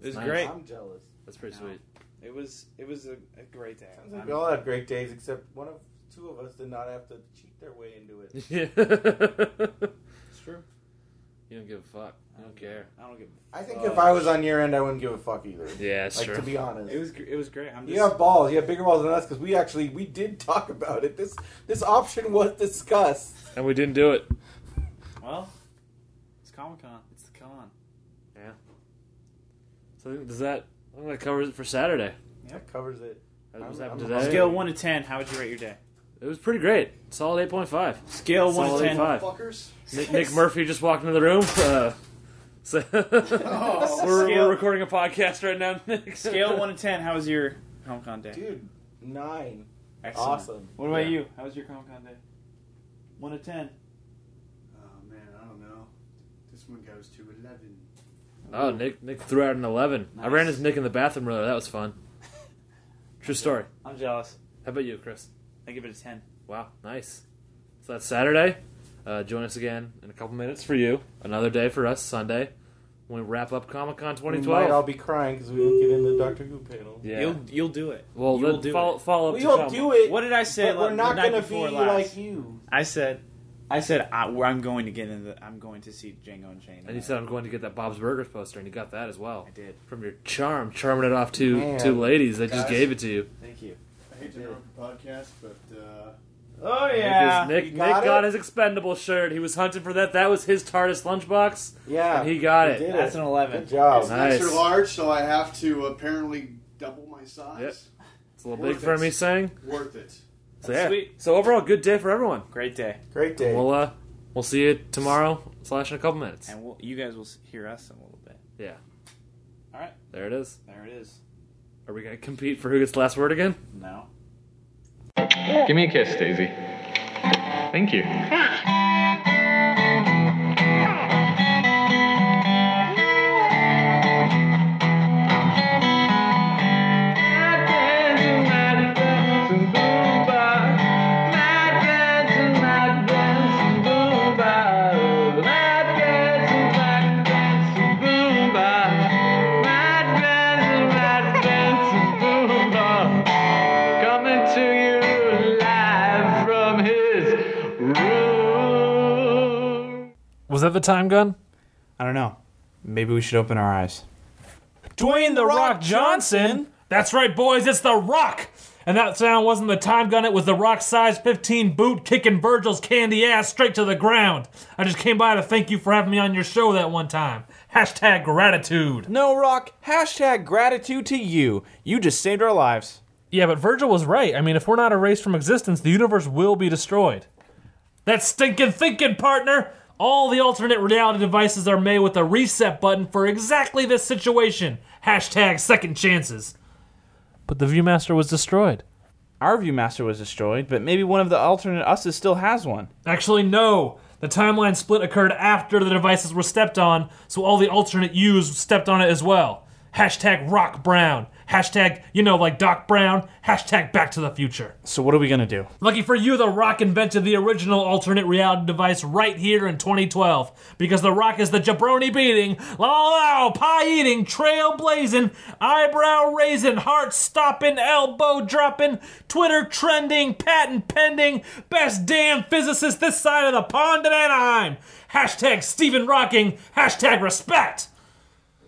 Speaker 3: It was
Speaker 2: Nice.
Speaker 3: great.
Speaker 9: I'm jealous.
Speaker 2: That's pretty
Speaker 3: No.
Speaker 2: sweet.
Speaker 3: It was it was a, a great day.
Speaker 9: Sounds like
Speaker 3: I'm-
Speaker 9: we all have great days, except one of two of us did not have to cheat their way into it.
Speaker 2: Yeah.
Speaker 3: It's true.
Speaker 19: You don't give a fuck. You don't care.
Speaker 3: I don't give.
Speaker 9: I think
Speaker 3: Uh,
Speaker 9: if I was on your end, I wouldn't give a fuck either.
Speaker 19: Yeah,
Speaker 9: like
Speaker 19: sure.
Speaker 9: to be honest,
Speaker 3: It was gr- it was great. I'm
Speaker 9: You
Speaker 3: just,
Speaker 9: have balls. You have bigger balls than us because we actually we did talk about it. This this option was discussed.
Speaker 19: And we didn't do it.
Speaker 3: Well, it's Comic Con. It's the con.
Speaker 19: Yeah. So I think- does that? I think that covers it for Saturday.
Speaker 9: That covers it.
Speaker 19: That
Speaker 9: I'm-
Speaker 19: was happened
Speaker 9: I'm-
Speaker 19: today.
Speaker 3: Scale one to ten. How would you rate your day?
Speaker 19: It was pretty great. Solid eight point five.
Speaker 3: Scale one
Speaker 19: Solid
Speaker 3: to ten.
Speaker 19: 8.5.
Speaker 9: Fuckers.
Speaker 19: Nick, Nick Murphy just walked into the room. Uh, so
Speaker 9: Oh,
Speaker 19: we're,
Speaker 3: Scale-
Speaker 19: we're recording a podcast right now. Nick.
Speaker 3: Scale one to ten. How was your Comic Con day?
Speaker 9: Dude, nine.
Speaker 3: Excellent.
Speaker 9: Awesome.
Speaker 3: What about
Speaker 19: Yeah.
Speaker 3: you? How was your Comic Con day? One to ten.
Speaker 11: Oh man, I don't know. This one goes to eleven.
Speaker 19: Oh, Nick! Nick threw out an eleven. I ran into Nick in the bathroom earlier. That was fun. True story.
Speaker 3: I'm jealous.
Speaker 19: How about you, Chris?
Speaker 3: I give it a ten.
Speaker 19: Wow, nice. So that's Saturday. Uh, join us again in a couple minutes for you. Another day for us, Sunday, when we wrap up Comic Con
Speaker 9: We might all
Speaker 19: 2012.
Speaker 9: be crying because we didn't get into the Doctor Who panel.
Speaker 19: yeah.
Speaker 3: You'll you'll do it.
Speaker 19: well,
Speaker 3: you'll
Speaker 19: then
Speaker 3: do
Speaker 19: follow, follow up to
Speaker 9: We'll
Speaker 19: Comic-
Speaker 9: do it.
Speaker 3: What did I say?
Speaker 9: but
Speaker 3: la-
Speaker 9: we're not
Speaker 3: the night
Speaker 9: gonna be
Speaker 3: before last?
Speaker 9: like you.
Speaker 3: I said, I said I, am going to get in. The, I'm going to see Django and Shane.
Speaker 19: And you said I'm going to get that Bob's Burgers poster, and you got that as well.
Speaker 3: I did.
Speaker 19: From your charm, charming it off to
Speaker 9: Man.
Speaker 19: two ladies. They just
Speaker 11: Guys.
Speaker 19: gave it to you.
Speaker 3: Thank you.
Speaker 11: I hate to interrupt the podcast, but uh,
Speaker 3: Oh
Speaker 19: Because
Speaker 3: yeah.
Speaker 19: Nick,
Speaker 9: You
Speaker 19: Nick
Speaker 9: got
Speaker 19: got,
Speaker 9: it?
Speaker 19: his expendable shirt. He was hunting for that. That was his TARDIS lunchbox.
Speaker 9: Yeah,
Speaker 19: And he got
Speaker 9: we
Speaker 19: it.
Speaker 9: did
Speaker 3: That's an eleven.
Speaker 9: Good job.
Speaker 11: it's an
Speaker 19: nice.
Speaker 11: extra large, so I have to apparently double my size.
Speaker 19: It's a little
Speaker 11: Worth
Speaker 19: big for
Speaker 11: it.
Speaker 19: me saying.
Speaker 11: Worth it.
Speaker 19: So yeah.
Speaker 3: Sweet.
Speaker 19: So overall, good day for everyone.
Speaker 3: Great day.
Speaker 9: Great day.
Speaker 19: We'll uh, we'll see you tomorrow slash in a couple minutes.
Speaker 3: And we'll, you guys will s- hear us in a little bit.
Speaker 19: Yeah.
Speaker 3: All right.
Speaker 19: There it is.
Speaker 3: There it is.
Speaker 19: Are we gonna compete for who gets the last word again?
Speaker 3: No.
Speaker 20: Give me a kiss, Daisy. Thank you. Coming to you live from his room.
Speaker 2: Was that the time gun?
Speaker 21: I don't know. Maybe we should open our eyes.
Speaker 2: Dwayne the Rock Johnson. That's right, boys. It's the Rock. And that sound wasn't the time gun. It was the Rock size 15 boot kicking Virgil's candy ass straight to the ground. I just came by to thank you for having me on your show that one time. Hashtag gratitude.
Speaker 21: No, Rock. Hashtag gratitude to you. You just saved our lives.
Speaker 2: Yeah, but Virgil was right. I mean, if we're not erased from existence, the universe will be destroyed. That's stinking thinking, partner. All the alternate reality devices are made with a reset button for exactly this situation. Hashtag second chances. But the Viewmaster was destroyed.
Speaker 21: Our Viewmaster was destroyed, but maybe one of the alternate uses still has one.
Speaker 2: Actually, no. The timeline split occurred after the devices were stepped on, so all the alternate yous stepped on it as well. Hashtag Rock Brown. Hashtag, you know, like Doc Brown. Hashtag Back to the Future.
Speaker 21: So what are we gonna do?
Speaker 2: Lucky for you, The Rock invented the original alternate reality device right here in 2012. Because The Rock is the jabroni beating, la la la, pie eating, trail blazing, eyebrow raising, heart stopping, elbow dropping, Twitter trending, patent pending, best damn physicist this side of the pond in Anaheim. Hashtag Stephen Rocking, hashtag respect.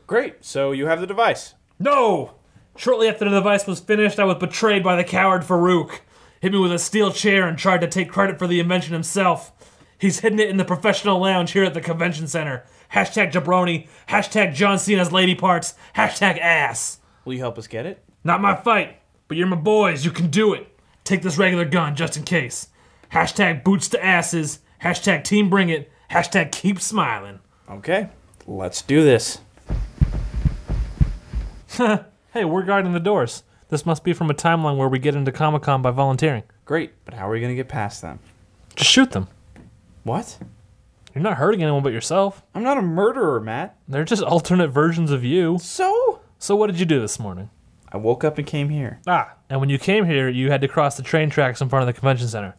Speaker 21: Great. So you have the device.
Speaker 2: No! Shortly after the device was finished, I was betrayed by the coward Farouk. Hit me with a steel chair and tried to take credit for the invention himself. He's hidden it in the professional lounge here at the convention center. Hashtag jabroni. Hashtag John Cena's lady parts. Hashtag ass.
Speaker 21: Will you help us get it?
Speaker 2: Not my fight, but you're my boys. You can do it. Take this regular gun just in case. Hashtag boots to asses. Hashtag team bring it. Hashtag keep smiling.
Speaker 21: Okay. Let's do this.
Speaker 2: Hey, we're guarding the doors. This must be from a timeline where we get into Comic Con by volunteering.
Speaker 21: Great. But how are we gonna get past them?
Speaker 2: Just shoot them.
Speaker 21: What?
Speaker 2: You're not hurting anyone but yourself.
Speaker 21: I'm not a murderer, Matt.
Speaker 2: They're just alternate versions of you.
Speaker 21: So?
Speaker 2: So, what did you do this morning?
Speaker 21: I woke up and came here.
Speaker 2: Ah, and when you came here, you had to cross the train tracks in front of the convention center.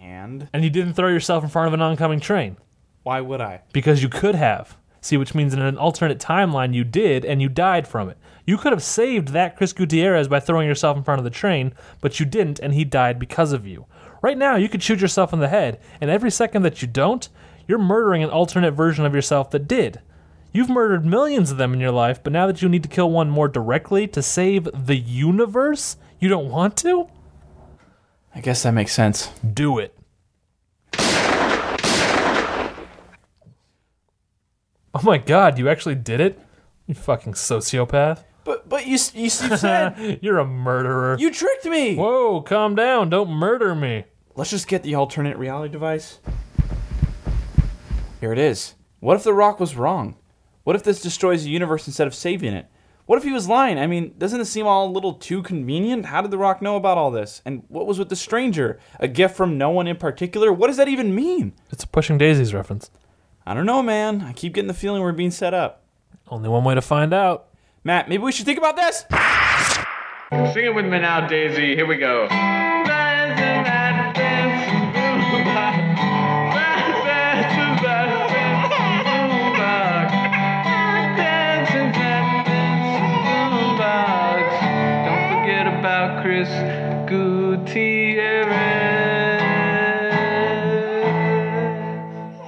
Speaker 21: And
Speaker 2: And you didn't throw yourself in front of an oncoming train
Speaker 21: why would I?
Speaker 2: because you could have. See, which means in an alternate timeline, you did and you died from it. You could have saved that Chris Gutierrez by throwing yourself in front of the train, but you didn't and he died because of you. Right now, you could shoot yourself in the head, and every second that you don't,
Speaker 22: You're murdering an alternate version of yourself that did. You've murdered millions of them in your life, but now that you need to kill one more directly to save the universe, you don't want to?
Speaker 3: I guess that makes sense.
Speaker 22: Do it. Oh my god, you actually did it? You fucking sociopath.
Speaker 3: But but you s- you, s- you said
Speaker 22: You're a murderer.
Speaker 3: you tricked me.
Speaker 22: Whoa, calm down. Don't murder me.
Speaker 3: Let's just get the alternate reality device. Here it is. What if The Rock was wrong? What if this destroys the universe instead of saving it? What if he was lying? I mean, doesn't it seem all a little too convenient? How did The Rock know about all this? And what was with the stranger? A gift from no one in particular? What does that even mean?
Speaker 22: It's a Pushing Daisies reference.
Speaker 3: I don't know, man. I keep getting the feeling we're being set up.
Speaker 22: Only one way to find out.
Speaker 3: Matt, maybe we should think about this.
Speaker 6: Sing it with me now, Daisy. Here we go. Don't forget about Chris Gutierrez.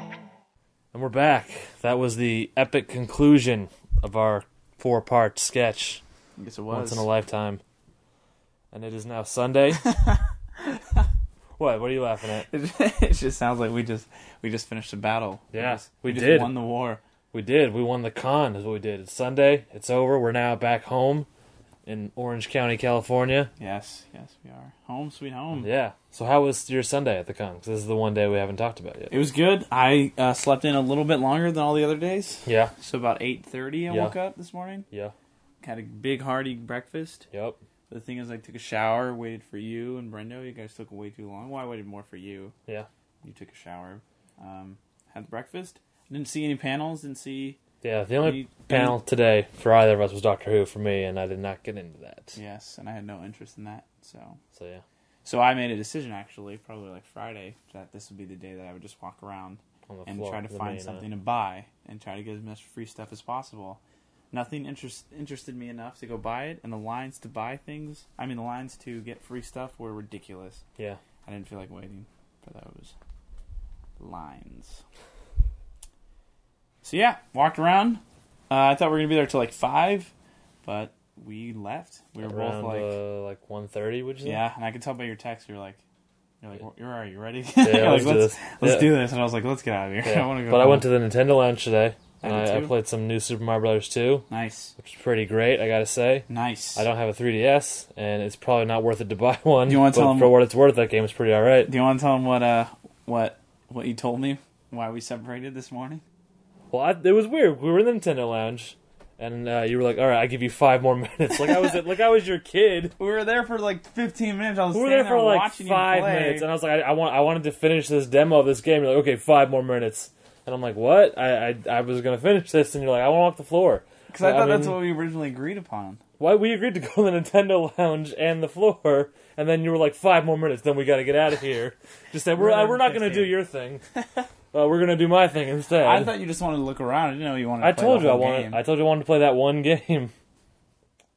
Speaker 2: And we're back. That was the epic conclusion of our four part sketch.
Speaker 3: Yes, it
Speaker 2: Once in a lifetime. And it is now Sunday. what? What are you laughing at?
Speaker 3: it just sounds like we just we just finished a battle.
Speaker 2: Yeah, we,
Speaker 3: just
Speaker 2: did.
Speaker 3: won the war.
Speaker 2: We did. We won the con, is what we did. It's Sunday. It's over. We're now back home in Orange County, California.
Speaker 3: Yes, yes, we are. Home sweet home.
Speaker 2: Yeah. So, how was your Sunday at the con? 'Cause this is the one day we haven't talked about yet.
Speaker 3: It was good. I uh, slept in a little bit longer than all the other days.
Speaker 2: Yeah.
Speaker 3: So about eight thirty, I
Speaker 2: Yeah.
Speaker 3: woke up this morning.
Speaker 2: Yeah.
Speaker 3: Had a big hearty breakfast.
Speaker 2: Yep.
Speaker 3: The thing is, I took a shower, waited for you and Brendo. You guys took way too long. Well, I waited more for you.
Speaker 2: Yeah.
Speaker 3: You took a shower. Um, had breakfast. Didn't see any panels. Didn't see.
Speaker 2: Yeah, the only
Speaker 3: any-
Speaker 2: panel today for either of us was Doctor Who for me, and I did not get into that.
Speaker 3: Yes, and I had no interest in that. So.
Speaker 2: So, yeah.
Speaker 3: So I made a decision actually, probably like Friday, that this would be the day that I would just walk around
Speaker 2: On the
Speaker 3: and
Speaker 2: floor,
Speaker 3: try to
Speaker 2: the
Speaker 3: find
Speaker 2: main, uh,
Speaker 3: something to buy and try to get as much free stuff as possible. Nothing interest, interested me enough to go buy it, and the lines to buy things. I mean, the lines to get free stuff were ridiculous.
Speaker 2: Yeah.
Speaker 3: I didn't feel like waiting for those lines. So yeah, walked around. Uh, I thought we were gonna be there till like five, but we left. We were
Speaker 2: Around
Speaker 3: both like
Speaker 2: uh, like one thirty, would you say?
Speaker 3: yeah, and I could tell by your text you're like, you're like, you're are you ready?
Speaker 2: Yeah,
Speaker 3: You're
Speaker 2: let's
Speaker 3: like,
Speaker 2: do
Speaker 3: let's,
Speaker 2: this.
Speaker 3: let's
Speaker 2: Yeah.
Speaker 3: do this. And I was like, let's get out of here.
Speaker 2: Yeah.
Speaker 3: I want to go.
Speaker 2: but I
Speaker 3: home.
Speaker 2: went to the Nintendo Lounge today.
Speaker 3: I
Speaker 2: and
Speaker 3: did
Speaker 2: I, I
Speaker 3: too.
Speaker 2: played some new Super Mario Brothers 2.
Speaker 3: Nice.
Speaker 2: Which is pretty great, I gotta say.
Speaker 3: Nice.
Speaker 2: I don't have a 3DS, and it's probably not worth it to buy one.
Speaker 3: Do you wanna
Speaker 2: but
Speaker 3: tell 'em-
Speaker 2: for what it's worth, that game is pretty alright.
Speaker 3: Do you want to tell them what uh what what you told me why we separated this morning?
Speaker 2: Well, I, it was weird. We were in the Nintendo Lounge, and uh, you were like, "All right, I give you five more minutes." Like I was, like I was your kid.
Speaker 3: We were there for like 15 minutes. I was
Speaker 2: We were there
Speaker 3: standing
Speaker 2: for like
Speaker 3: watching you
Speaker 2: five
Speaker 3: play.
Speaker 2: minutes, and I was like, I, I want, I wanted to finish this demo of this game. You're like, "Okay, five more minutes," and I'm like, "What?" I, I, I was gonna finish this, and you're like, "I want off the floor."
Speaker 3: Because I
Speaker 2: Well,
Speaker 3: thought that's
Speaker 2: mean,
Speaker 3: what we originally agreed upon.
Speaker 2: why we agreed to go in the Nintendo Lounge and the floor, and then you were like, five more minutes, then we got to get out of here. Just said, we're, uh,
Speaker 3: Right,
Speaker 2: we're not going to do your thing. uh, we're going to do my thing instead.
Speaker 3: I thought you just wanted to look around. I didn't know you wanted. to
Speaker 2: I
Speaker 3: play
Speaker 2: told
Speaker 3: the
Speaker 2: you I
Speaker 3: whole
Speaker 2: wanted.
Speaker 3: game.
Speaker 2: I told you I wanted to play that one game.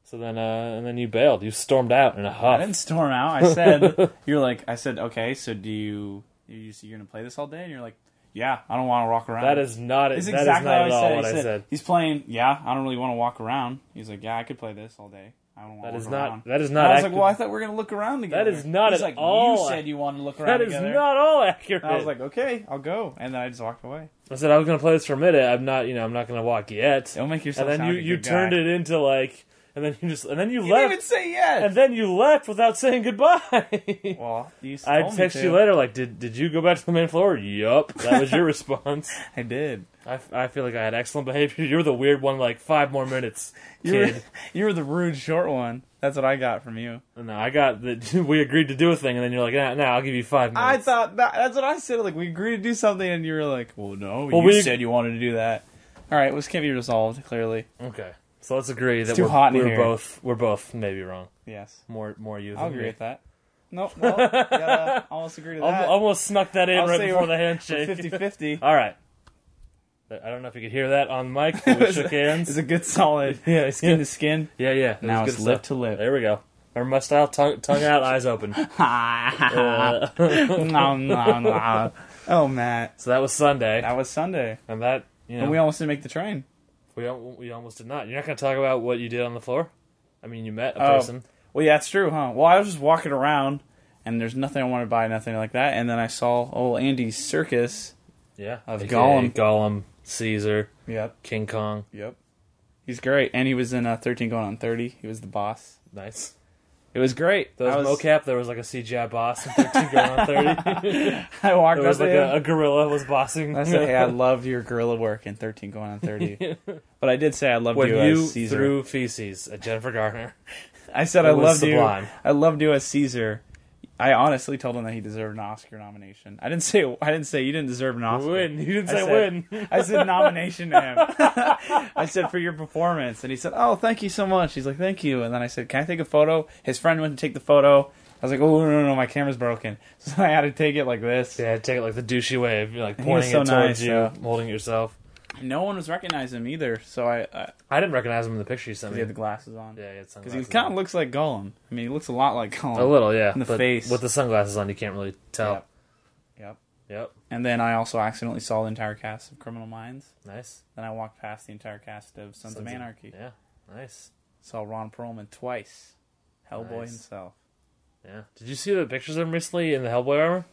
Speaker 2: So then, uh, and then you bailed. You stormed out in a
Speaker 3: I
Speaker 2: huff.
Speaker 3: didn't storm out. I said, "You're like." I said, "Okay, so do you? You see, you're gonna play this all day?" And you're like, "Yeah, I don't want to walk around."
Speaker 2: That is not-
Speaker 3: It's
Speaker 2: that is
Speaker 3: exactly
Speaker 2: not at
Speaker 3: what I
Speaker 2: all
Speaker 3: said.
Speaker 2: what
Speaker 3: He
Speaker 2: I
Speaker 3: said,
Speaker 2: said.
Speaker 3: He's playing. Yeah, I don't really want to walk around. He's like, "Yeah, I could play this all day. I don't want
Speaker 2: That
Speaker 3: to
Speaker 2: is
Speaker 3: walk
Speaker 2: not-
Speaker 3: around."
Speaker 2: that is
Speaker 3: And
Speaker 2: not
Speaker 3: I was
Speaker 2: accurate.
Speaker 3: like, "Well, I thought we are gonna look around together."
Speaker 2: That is not
Speaker 3: He's
Speaker 2: at
Speaker 3: like,
Speaker 2: all
Speaker 3: You said you wanted to look around.
Speaker 2: That is
Speaker 3: together."
Speaker 2: not all accurate.
Speaker 3: And I was like, "Okay, I'll go," and then I just walked away.
Speaker 2: I said I was going to play this for a minute. I'm not, you know, I'm not going to walk yet.
Speaker 3: Don't make yourself
Speaker 2: And then
Speaker 3: sound
Speaker 2: you
Speaker 3: like a
Speaker 2: you
Speaker 3: good
Speaker 2: turned
Speaker 3: guy.
Speaker 2: it into like, and then you just, and then you,
Speaker 3: You
Speaker 2: left.
Speaker 3: didn't even say yes.
Speaker 2: And then you left without saying goodbye.
Speaker 3: Well, you
Speaker 2: I
Speaker 3: told me
Speaker 2: text you
Speaker 3: to.
Speaker 2: later, like, did did you go back to the main floor? Yup, that was your response.
Speaker 3: I did.
Speaker 2: I, f- I feel like I had excellent behavior. You're the weird one. Like five more minutes,
Speaker 3: You were,
Speaker 2: kid.
Speaker 3: you were the rude short one. That's what I got from you.
Speaker 2: No, I got that. We agreed to do a thing, and then you're like, nah, nah I'll give you five minutes.
Speaker 3: I thought that, that's what I said. Like we agreed to do something, and you were like, "Well, no,
Speaker 2: Well,
Speaker 3: you
Speaker 2: we-
Speaker 3: said you wanted to do that." All right, this can't be resolved. Clearly,
Speaker 2: Okay, so let's agree
Speaker 3: It's
Speaker 2: that
Speaker 3: too
Speaker 2: we're,
Speaker 3: hot in
Speaker 2: we're
Speaker 3: here.
Speaker 2: both we're both maybe wrong.
Speaker 3: Yes.
Speaker 2: more more you.
Speaker 3: I'll
Speaker 2: than
Speaker 3: agree
Speaker 2: me.
Speaker 3: with that. Nope. Well, gotta almost agree to
Speaker 2: Al-
Speaker 3: that.
Speaker 2: Almost snuck that in
Speaker 3: I'll
Speaker 2: right
Speaker 3: say
Speaker 2: before
Speaker 3: we're-
Speaker 2: the handshake.
Speaker 3: we're 50-50.
Speaker 2: All right. I don't know if you could hear that on the mic. But we shook hands.
Speaker 3: It's a good solid.
Speaker 2: Yeah,
Speaker 3: skin to skin.
Speaker 2: Yeah, yeah.
Speaker 3: Now
Speaker 2: It was
Speaker 3: it's
Speaker 2: good
Speaker 3: lip
Speaker 2: stuff.
Speaker 3: to lip.
Speaker 2: There we go. Or mustache, tongue, tongue out, eyes open.
Speaker 3: Uh,
Speaker 2: Uh,
Speaker 3: Nom, nom, nom. Oh, Matt.
Speaker 2: So that was Sunday.
Speaker 3: That was Sunday.
Speaker 2: And that, you know,
Speaker 3: And we almost didn't make the train.
Speaker 2: we, al- we almost did not. You're not going to talk about what you did on the floor? I mean, you met a
Speaker 3: Oh.
Speaker 2: person.
Speaker 3: Well, yeah, it's true, huh? Well, I was just walking around, and there's nothing I wanted to buy, nothing like that, and then I saw old Andy's circus.
Speaker 2: Yeah.
Speaker 3: Of
Speaker 2: AKA
Speaker 3: Gollum.
Speaker 2: Gollum, Caesar.
Speaker 3: Yep.
Speaker 2: King Kong.
Speaker 3: Yep. He's great, and he was in uh, 13 going on 30. He was the boss.
Speaker 2: Nice.
Speaker 3: It was great.
Speaker 2: There
Speaker 3: I
Speaker 2: was,
Speaker 3: was-
Speaker 2: mocap. There was like a CGI boss. And 13 going on 30.
Speaker 3: I walked
Speaker 2: There was
Speaker 3: up
Speaker 2: like
Speaker 3: to
Speaker 2: a,
Speaker 3: him.
Speaker 2: a gorilla was bossing.
Speaker 3: I said, "Hey, I love your gorilla work in 13 going on 30." but I did say I loved
Speaker 2: when
Speaker 3: you,
Speaker 2: you
Speaker 3: as Caesar.
Speaker 2: threw feces at Jennifer Garner.
Speaker 3: I said
Speaker 2: It
Speaker 3: I
Speaker 2: was
Speaker 3: loved
Speaker 2: sublime.
Speaker 3: you. I loved you as Caesar. I honestly told him that he deserved an Oscar nomination. I didn't say I didn't say you didn't deserve an Oscar.
Speaker 2: Win. You didn't
Speaker 3: I
Speaker 2: say
Speaker 3: said-
Speaker 2: win.
Speaker 3: I said nomination to him. I said for your performance, and he said, "Oh, thank you so much." He's like, "Thank you," and then I said, "Can I take a photo?" His friend went to take the photo. I was like, "Oh no, no, no, my camera's broken," so I had to take it like this.
Speaker 2: Yeah, take it like the douchey way, like
Speaker 3: And he was
Speaker 2: pointing
Speaker 3: so
Speaker 2: it towards
Speaker 3: nice,
Speaker 2: you,
Speaker 3: though.
Speaker 2: holding it yourself.
Speaker 3: No one was recognizing him either, so I I,
Speaker 2: I didn't recognize him in the picture you sent me.
Speaker 3: He had the glasses on.
Speaker 2: Yeah, he had
Speaker 3: because he
Speaker 2: sunglasses.
Speaker 3: kind of looks like Gollum. I mean, he looks a lot like Gollum.
Speaker 2: a little, yeah.
Speaker 3: in the
Speaker 2: but
Speaker 3: face
Speaker 2: with the sunglasses on, you can't really tell.
Speaker 3: Yep.
Speaker 2: Yep.
Speaker 3: And then I also accidentally saw the entire cast of Criminal Minds.
Speaker 2: Nice.
Speaker 3: Then I walked past the entire cast of Sons, of
Speaker 2: Sons of-
Speaker 3: Anarchy.
Speaker 2: yeah, nice.
Speaker 3: Saw Ron Perlman twice. Hellboy
Speaker 2: Nice.
Speaker 3: himself.
Speaker 2: Yeah. Did you see the pictures of him recently in the Hellboy armor?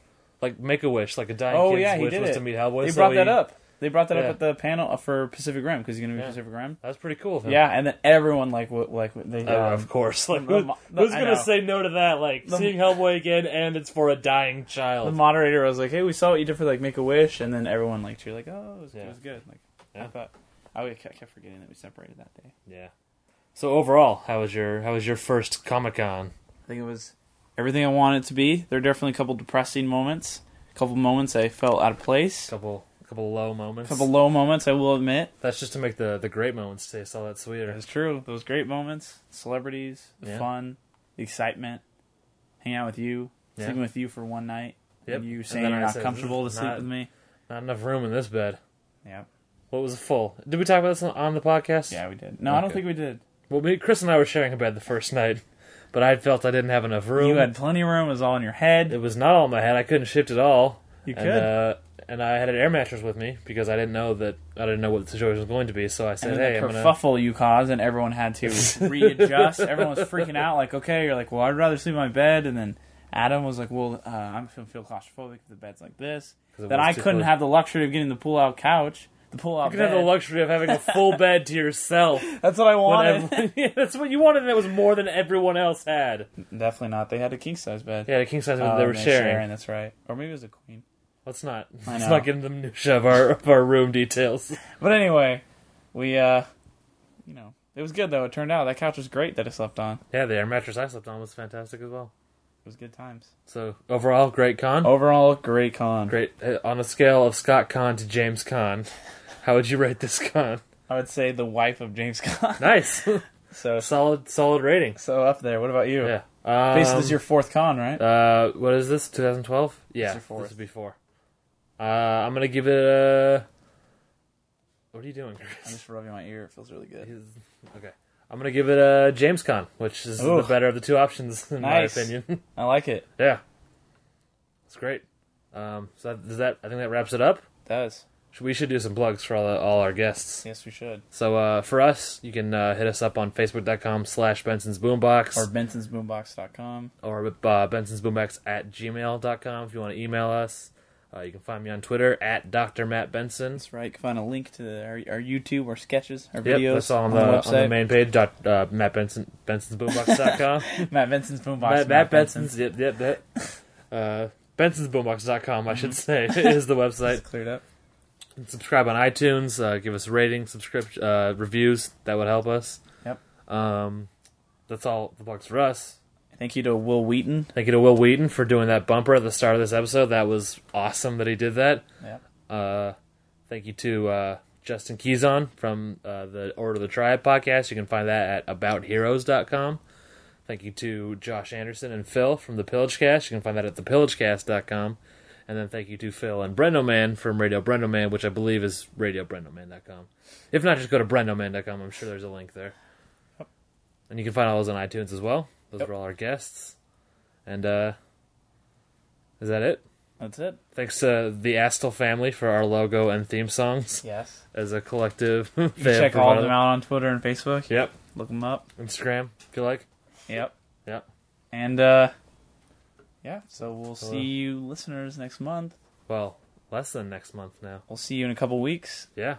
Speaker 2: Like make a wish, like a dying
Speaker 3: Oh
Speaker 2: kid's
Speaker 3: yeah, he
Speaker 2: wish
Speaker 3: did
Speaker 2: was
Speaker 3: it.
Speaker 2: to meet Hellboy.
Speaker 3: they
Speaker 2: so
Speaker 3: brought that
Speaker 2: he-
Speaker 3: up. They brought that
Speaker 2: Yeah.
Speaker 3: up at the panel uh, for Pacific Rim because he's going to be
Speaker 2: Yeah.
Speaker 3: Pacific Rim.
Speaker 2: That was pretty cool of him.
Speaker 3: Yeah, and then everyone like w- like they
Speaker 2: Oh,
Speaker 3: um,
Speaker 2: of course. Like,
Speaker 3: the
Speaker 2: who's,
Speaker 3: mo- the-
Speaker 2: who's
Speaker 3: I
Speaker 2: gonna
Speaker 3: know.
Speaker 2: say no to that? Like
Speaker 3: The-
Speaker 2: seeing Hellboy again, and it's for a dying child.
Speaker 3: The moderator was like, "Hey, we saw what you did for like Make a Wish," and then everyone like cheered like, "Oh, it was,
Speaker 2: Yeah.
Speaker 3: it was good." Like, I thought I would- I kept forgetting that we separated that day.
Speaker 2: Yeah. So overall, how was your how was your first Comic Con?
Speaker 3: I think it was everything I wanted it to be. There are definitely a couple depressing moments, a couple moments I felt out of place, a
Speaker 2: couple couple low moments,
Speaker 3: couple low moments. I will admit
Speaker 2: That's just to make the the great moments taste all that sweeter.
Speaker 3: That's true. Those great moments, celebrities, the
Speaker 2: Yeah.
Speaker 3: fun, the excitement, hanging out with you,
Speaker 2: Yeah.
Speaker 3: sleeping with you for one night, and you
Speaker 2: And
Speaker 3: saying
Speaker 2: then
Speaker 3: you're
Speaker 2: I
Speaker 3: not
Speaker 2: said,
Speaker 3: comfortable to
Speaker 2: "This is
Speaker 3: sleep
Speaker 2: not-
Speaker 3: with me.
Speaker 2: Not enough room in this bed.
Speaker 3: Yep.
Speaker 2: What was the full? Did we talk about this on, on the podcast?
Speaker 3: Yeah, we did. No, I don't think we did.
Speaker 2: Well, me, Chris and I were sharing a bed the first night, but I felt I didn't have enough room.
Speaker 3: You had plenty of room. It was all in your head.
Speaker 2: It was not all in my head. I couldn't shift at all.
Speaker 3: You
Speaker 2: and,
Speaker 3: could.
Speaker 2: Uh, and I had an air mattress with me because I didn't know that I didn't know what the situation was going to be. So I said,
Speaker 3: And
Speaker 2: "Hey,
Speaker 3: then the
Speaker 2: I'm gonna."
Speaker 3: kerfuffle you caused, and everyone had to readjust. Everyone was freaking out. Like, okay, you're like, well, I'd rather sleep in my bed. And then Adam was like, well, uh, I'm feeling feel claustrophobic. if The bed's like this.
Speaker 2: 'Cause it
Speaker 3: Then
Speaker 2: was
Speaker 3: I
Speaker 2: too
Speaker 3: couldn't
Speaker 2: close.
Speaker 3: have the luxury of getting the pull-out couch. The pull-out.
Speaker 2: You could have the
Speaker 3: bed.
Speaker 2: luxury of having a full bed to yourself.
Speaker 3: That's what I wanted.
Speaker 2: When ev- that's what you wanted, and it was more than everyone else had.
Speaker 3: Definitely not. They had a king size bed.
Speaker 2: Yeah, the king size bed
Speaker 3: Oh,
Speaker 2: they were
Speaker 3: and they're
Speaker 2: sharing.
Speaker 3: That's right. Or maybe it was a queen.
Speaker 2: Let's not.
Speaker 3: I
Speaker 2: Let's
Speaker 3: know.
Speaker 2: not get into the minutia of our of our room details.
Speaker 3: But anyway, we uh, you know, it was good though. It turned out that couch was great that I slept on.
Speaker 2: Yeah, the air mattress I slept on was fantastic as well.
Speaker 3: It was good times.
Speaker 2: So overall, great con.
Speaker 3: Overall, great con.
Speaker 2: Great uh, on a scale of Scott Con to James Con. How would you rate this con?
Speaker 3: I would say the wife of James Con.
Speaker 2: Nice.
Speaker 3: so
Speaker 2: solid, solid rating.
Speaker 3: So up there. What about you?
Speaker 2: Yeah. Um,
Speaker 3: Basically, this is your fourth con, right?
Speaker 2: Uh, what is this? 2012. Yeah,
Speaker 3: your fourth.
Speaker 2: this is before. Uh, I'm gonna give it a. What are you doing, Chris? I'm
Speaker 3: just rubbing my ear. It feels really good.
Speaker 2: Okay. I'm gonna give it a James Con, which is
Speaker 3: Ooh.
Speaker 2: the better of the two options in
Speaker 3: Nice.
Speaker 2: my opinion.
Speaker 3: I like it.
Speaker 2: Yeah, it's great. Um, so that, does that? I think that wraps it up.
Speaker 3: Does.
Speaker 2: We should do some plugs for all, all our guests.
Speaker 3: Yes, we should.
Speaker 2: So uh, for us, you can uh, hit us up on facebook.com slash Benson's Boombox
Speaker 3: Or bensonsboombox.com.
Speaker 2: or uh, bensonsboombox at gmail.com if you want to email us. Uh, you can find me on Twitter at Dr. Matt Benson. That's
Speaker 3: right. You can find a link to the, our, our YouTube, our sketches, our
Speaker 2: Yep,
Speaker 3: videos
Speaker 2: that's all on,
Speaker 3: on the
Speaker 2: the, on the
Speaker 3: website.
Speaker 2: main page, dot, uh, Matt Benson, bensonsboombox.com.
Speaker 3: Matt Benson's boombox.
Speaker 2: Matt, Matt
Speaker 3: Matt
Speaker 2: Benson's, yep, yep, that. Uh, bensonsboombox.com, I should say, is the website.
Speaker 3: cleared up.
Speaker 2: And subscribe on iTunes, uh, give us ratings, subscription, uh, reviews, that would help us.
Speaker 3: Yep.
Speaker 2: Um, that's all the plugs for us.
Speaker 3: Thank you to Will Wheaton.
Speaker 2: Thank you to Will Wheaton for doing that bumper at the start of this episode. That was awesome that he did that.
Speaker 3: Yep.
Speaker 2: Uh, thank you to uh, Justin Keyson from uh, the Order of the Tribe podcast. You can find that at aboutheroes.com. Thank you to Josh Anderson and Phil from the Pillagecast. You can find that at thepillagecast.com. And then thank you to Phil and Brendoman from Radio Brendoman, which I believe is radiobrendoman.com. If not, just go to brendoman.com. I'm sure there's a link there. And you can find all those on iTunes as well. Those were all our guests. And uh is that it?
Speaker 3: That's it.
Speaker 2: Thanks to the Astle family for our logo and theme songs.
Speaker 3: Yes.
Speaker 2: As a collective.
Speaker 3: You can check all of them out on Twitter and Facebook.
Speaker 2: Yep.
Speaker 3: Look them up.
Speaker 2: Instagram, if you like.
Speaker 3: Yep.
Speaker 2: Yep.
Speaker 3: And uh yeah, so we'll
Speaker 2: So, uh,
Speaker 3: see you listeners next month.
Speaker 2: Well, less than next month now.
Speaker 3: We'll see you in a couple weeks.
Speaker 2: Yeah.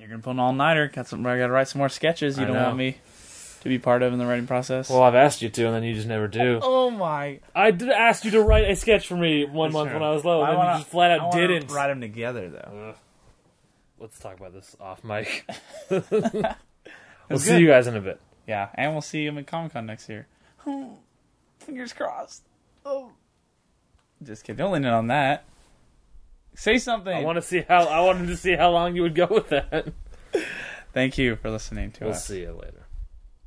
Speaker 3: You're gonna put an all nighter. Got some. I gotta write some more sketches. You
Speaker 2: I
Speaker 3: don't
Speaker 2: know.
Speaker 3: want me to be part of in the writing process.
Speaker 2: Well, I've asked you to, and then you just never do.
Speaker 3: Oh my!
Speaker 23: I did ask you to write a sketch for me one month when I was low, and then you just flat out didn't.
Speaker 3: write them together though.
Speaker 2: Let's talk about this off mic. we'll
Speaker 3: That's
Speaker 2: see
Speaker 3: good.
Speaker 2: you guys in a bit.
Speaker 3: Yeah, and we'll see him at Comic Con next year. Fingers crossed. Oh. Just kidding. Don't lean in on that. Say something.
Speaker 2: I want to see how I wanted to see how long you would go with that.
Speaker 3: Thank you for listening to
Speaker 2: We'll
Speaker 3: us.
Speaker 2: see you later.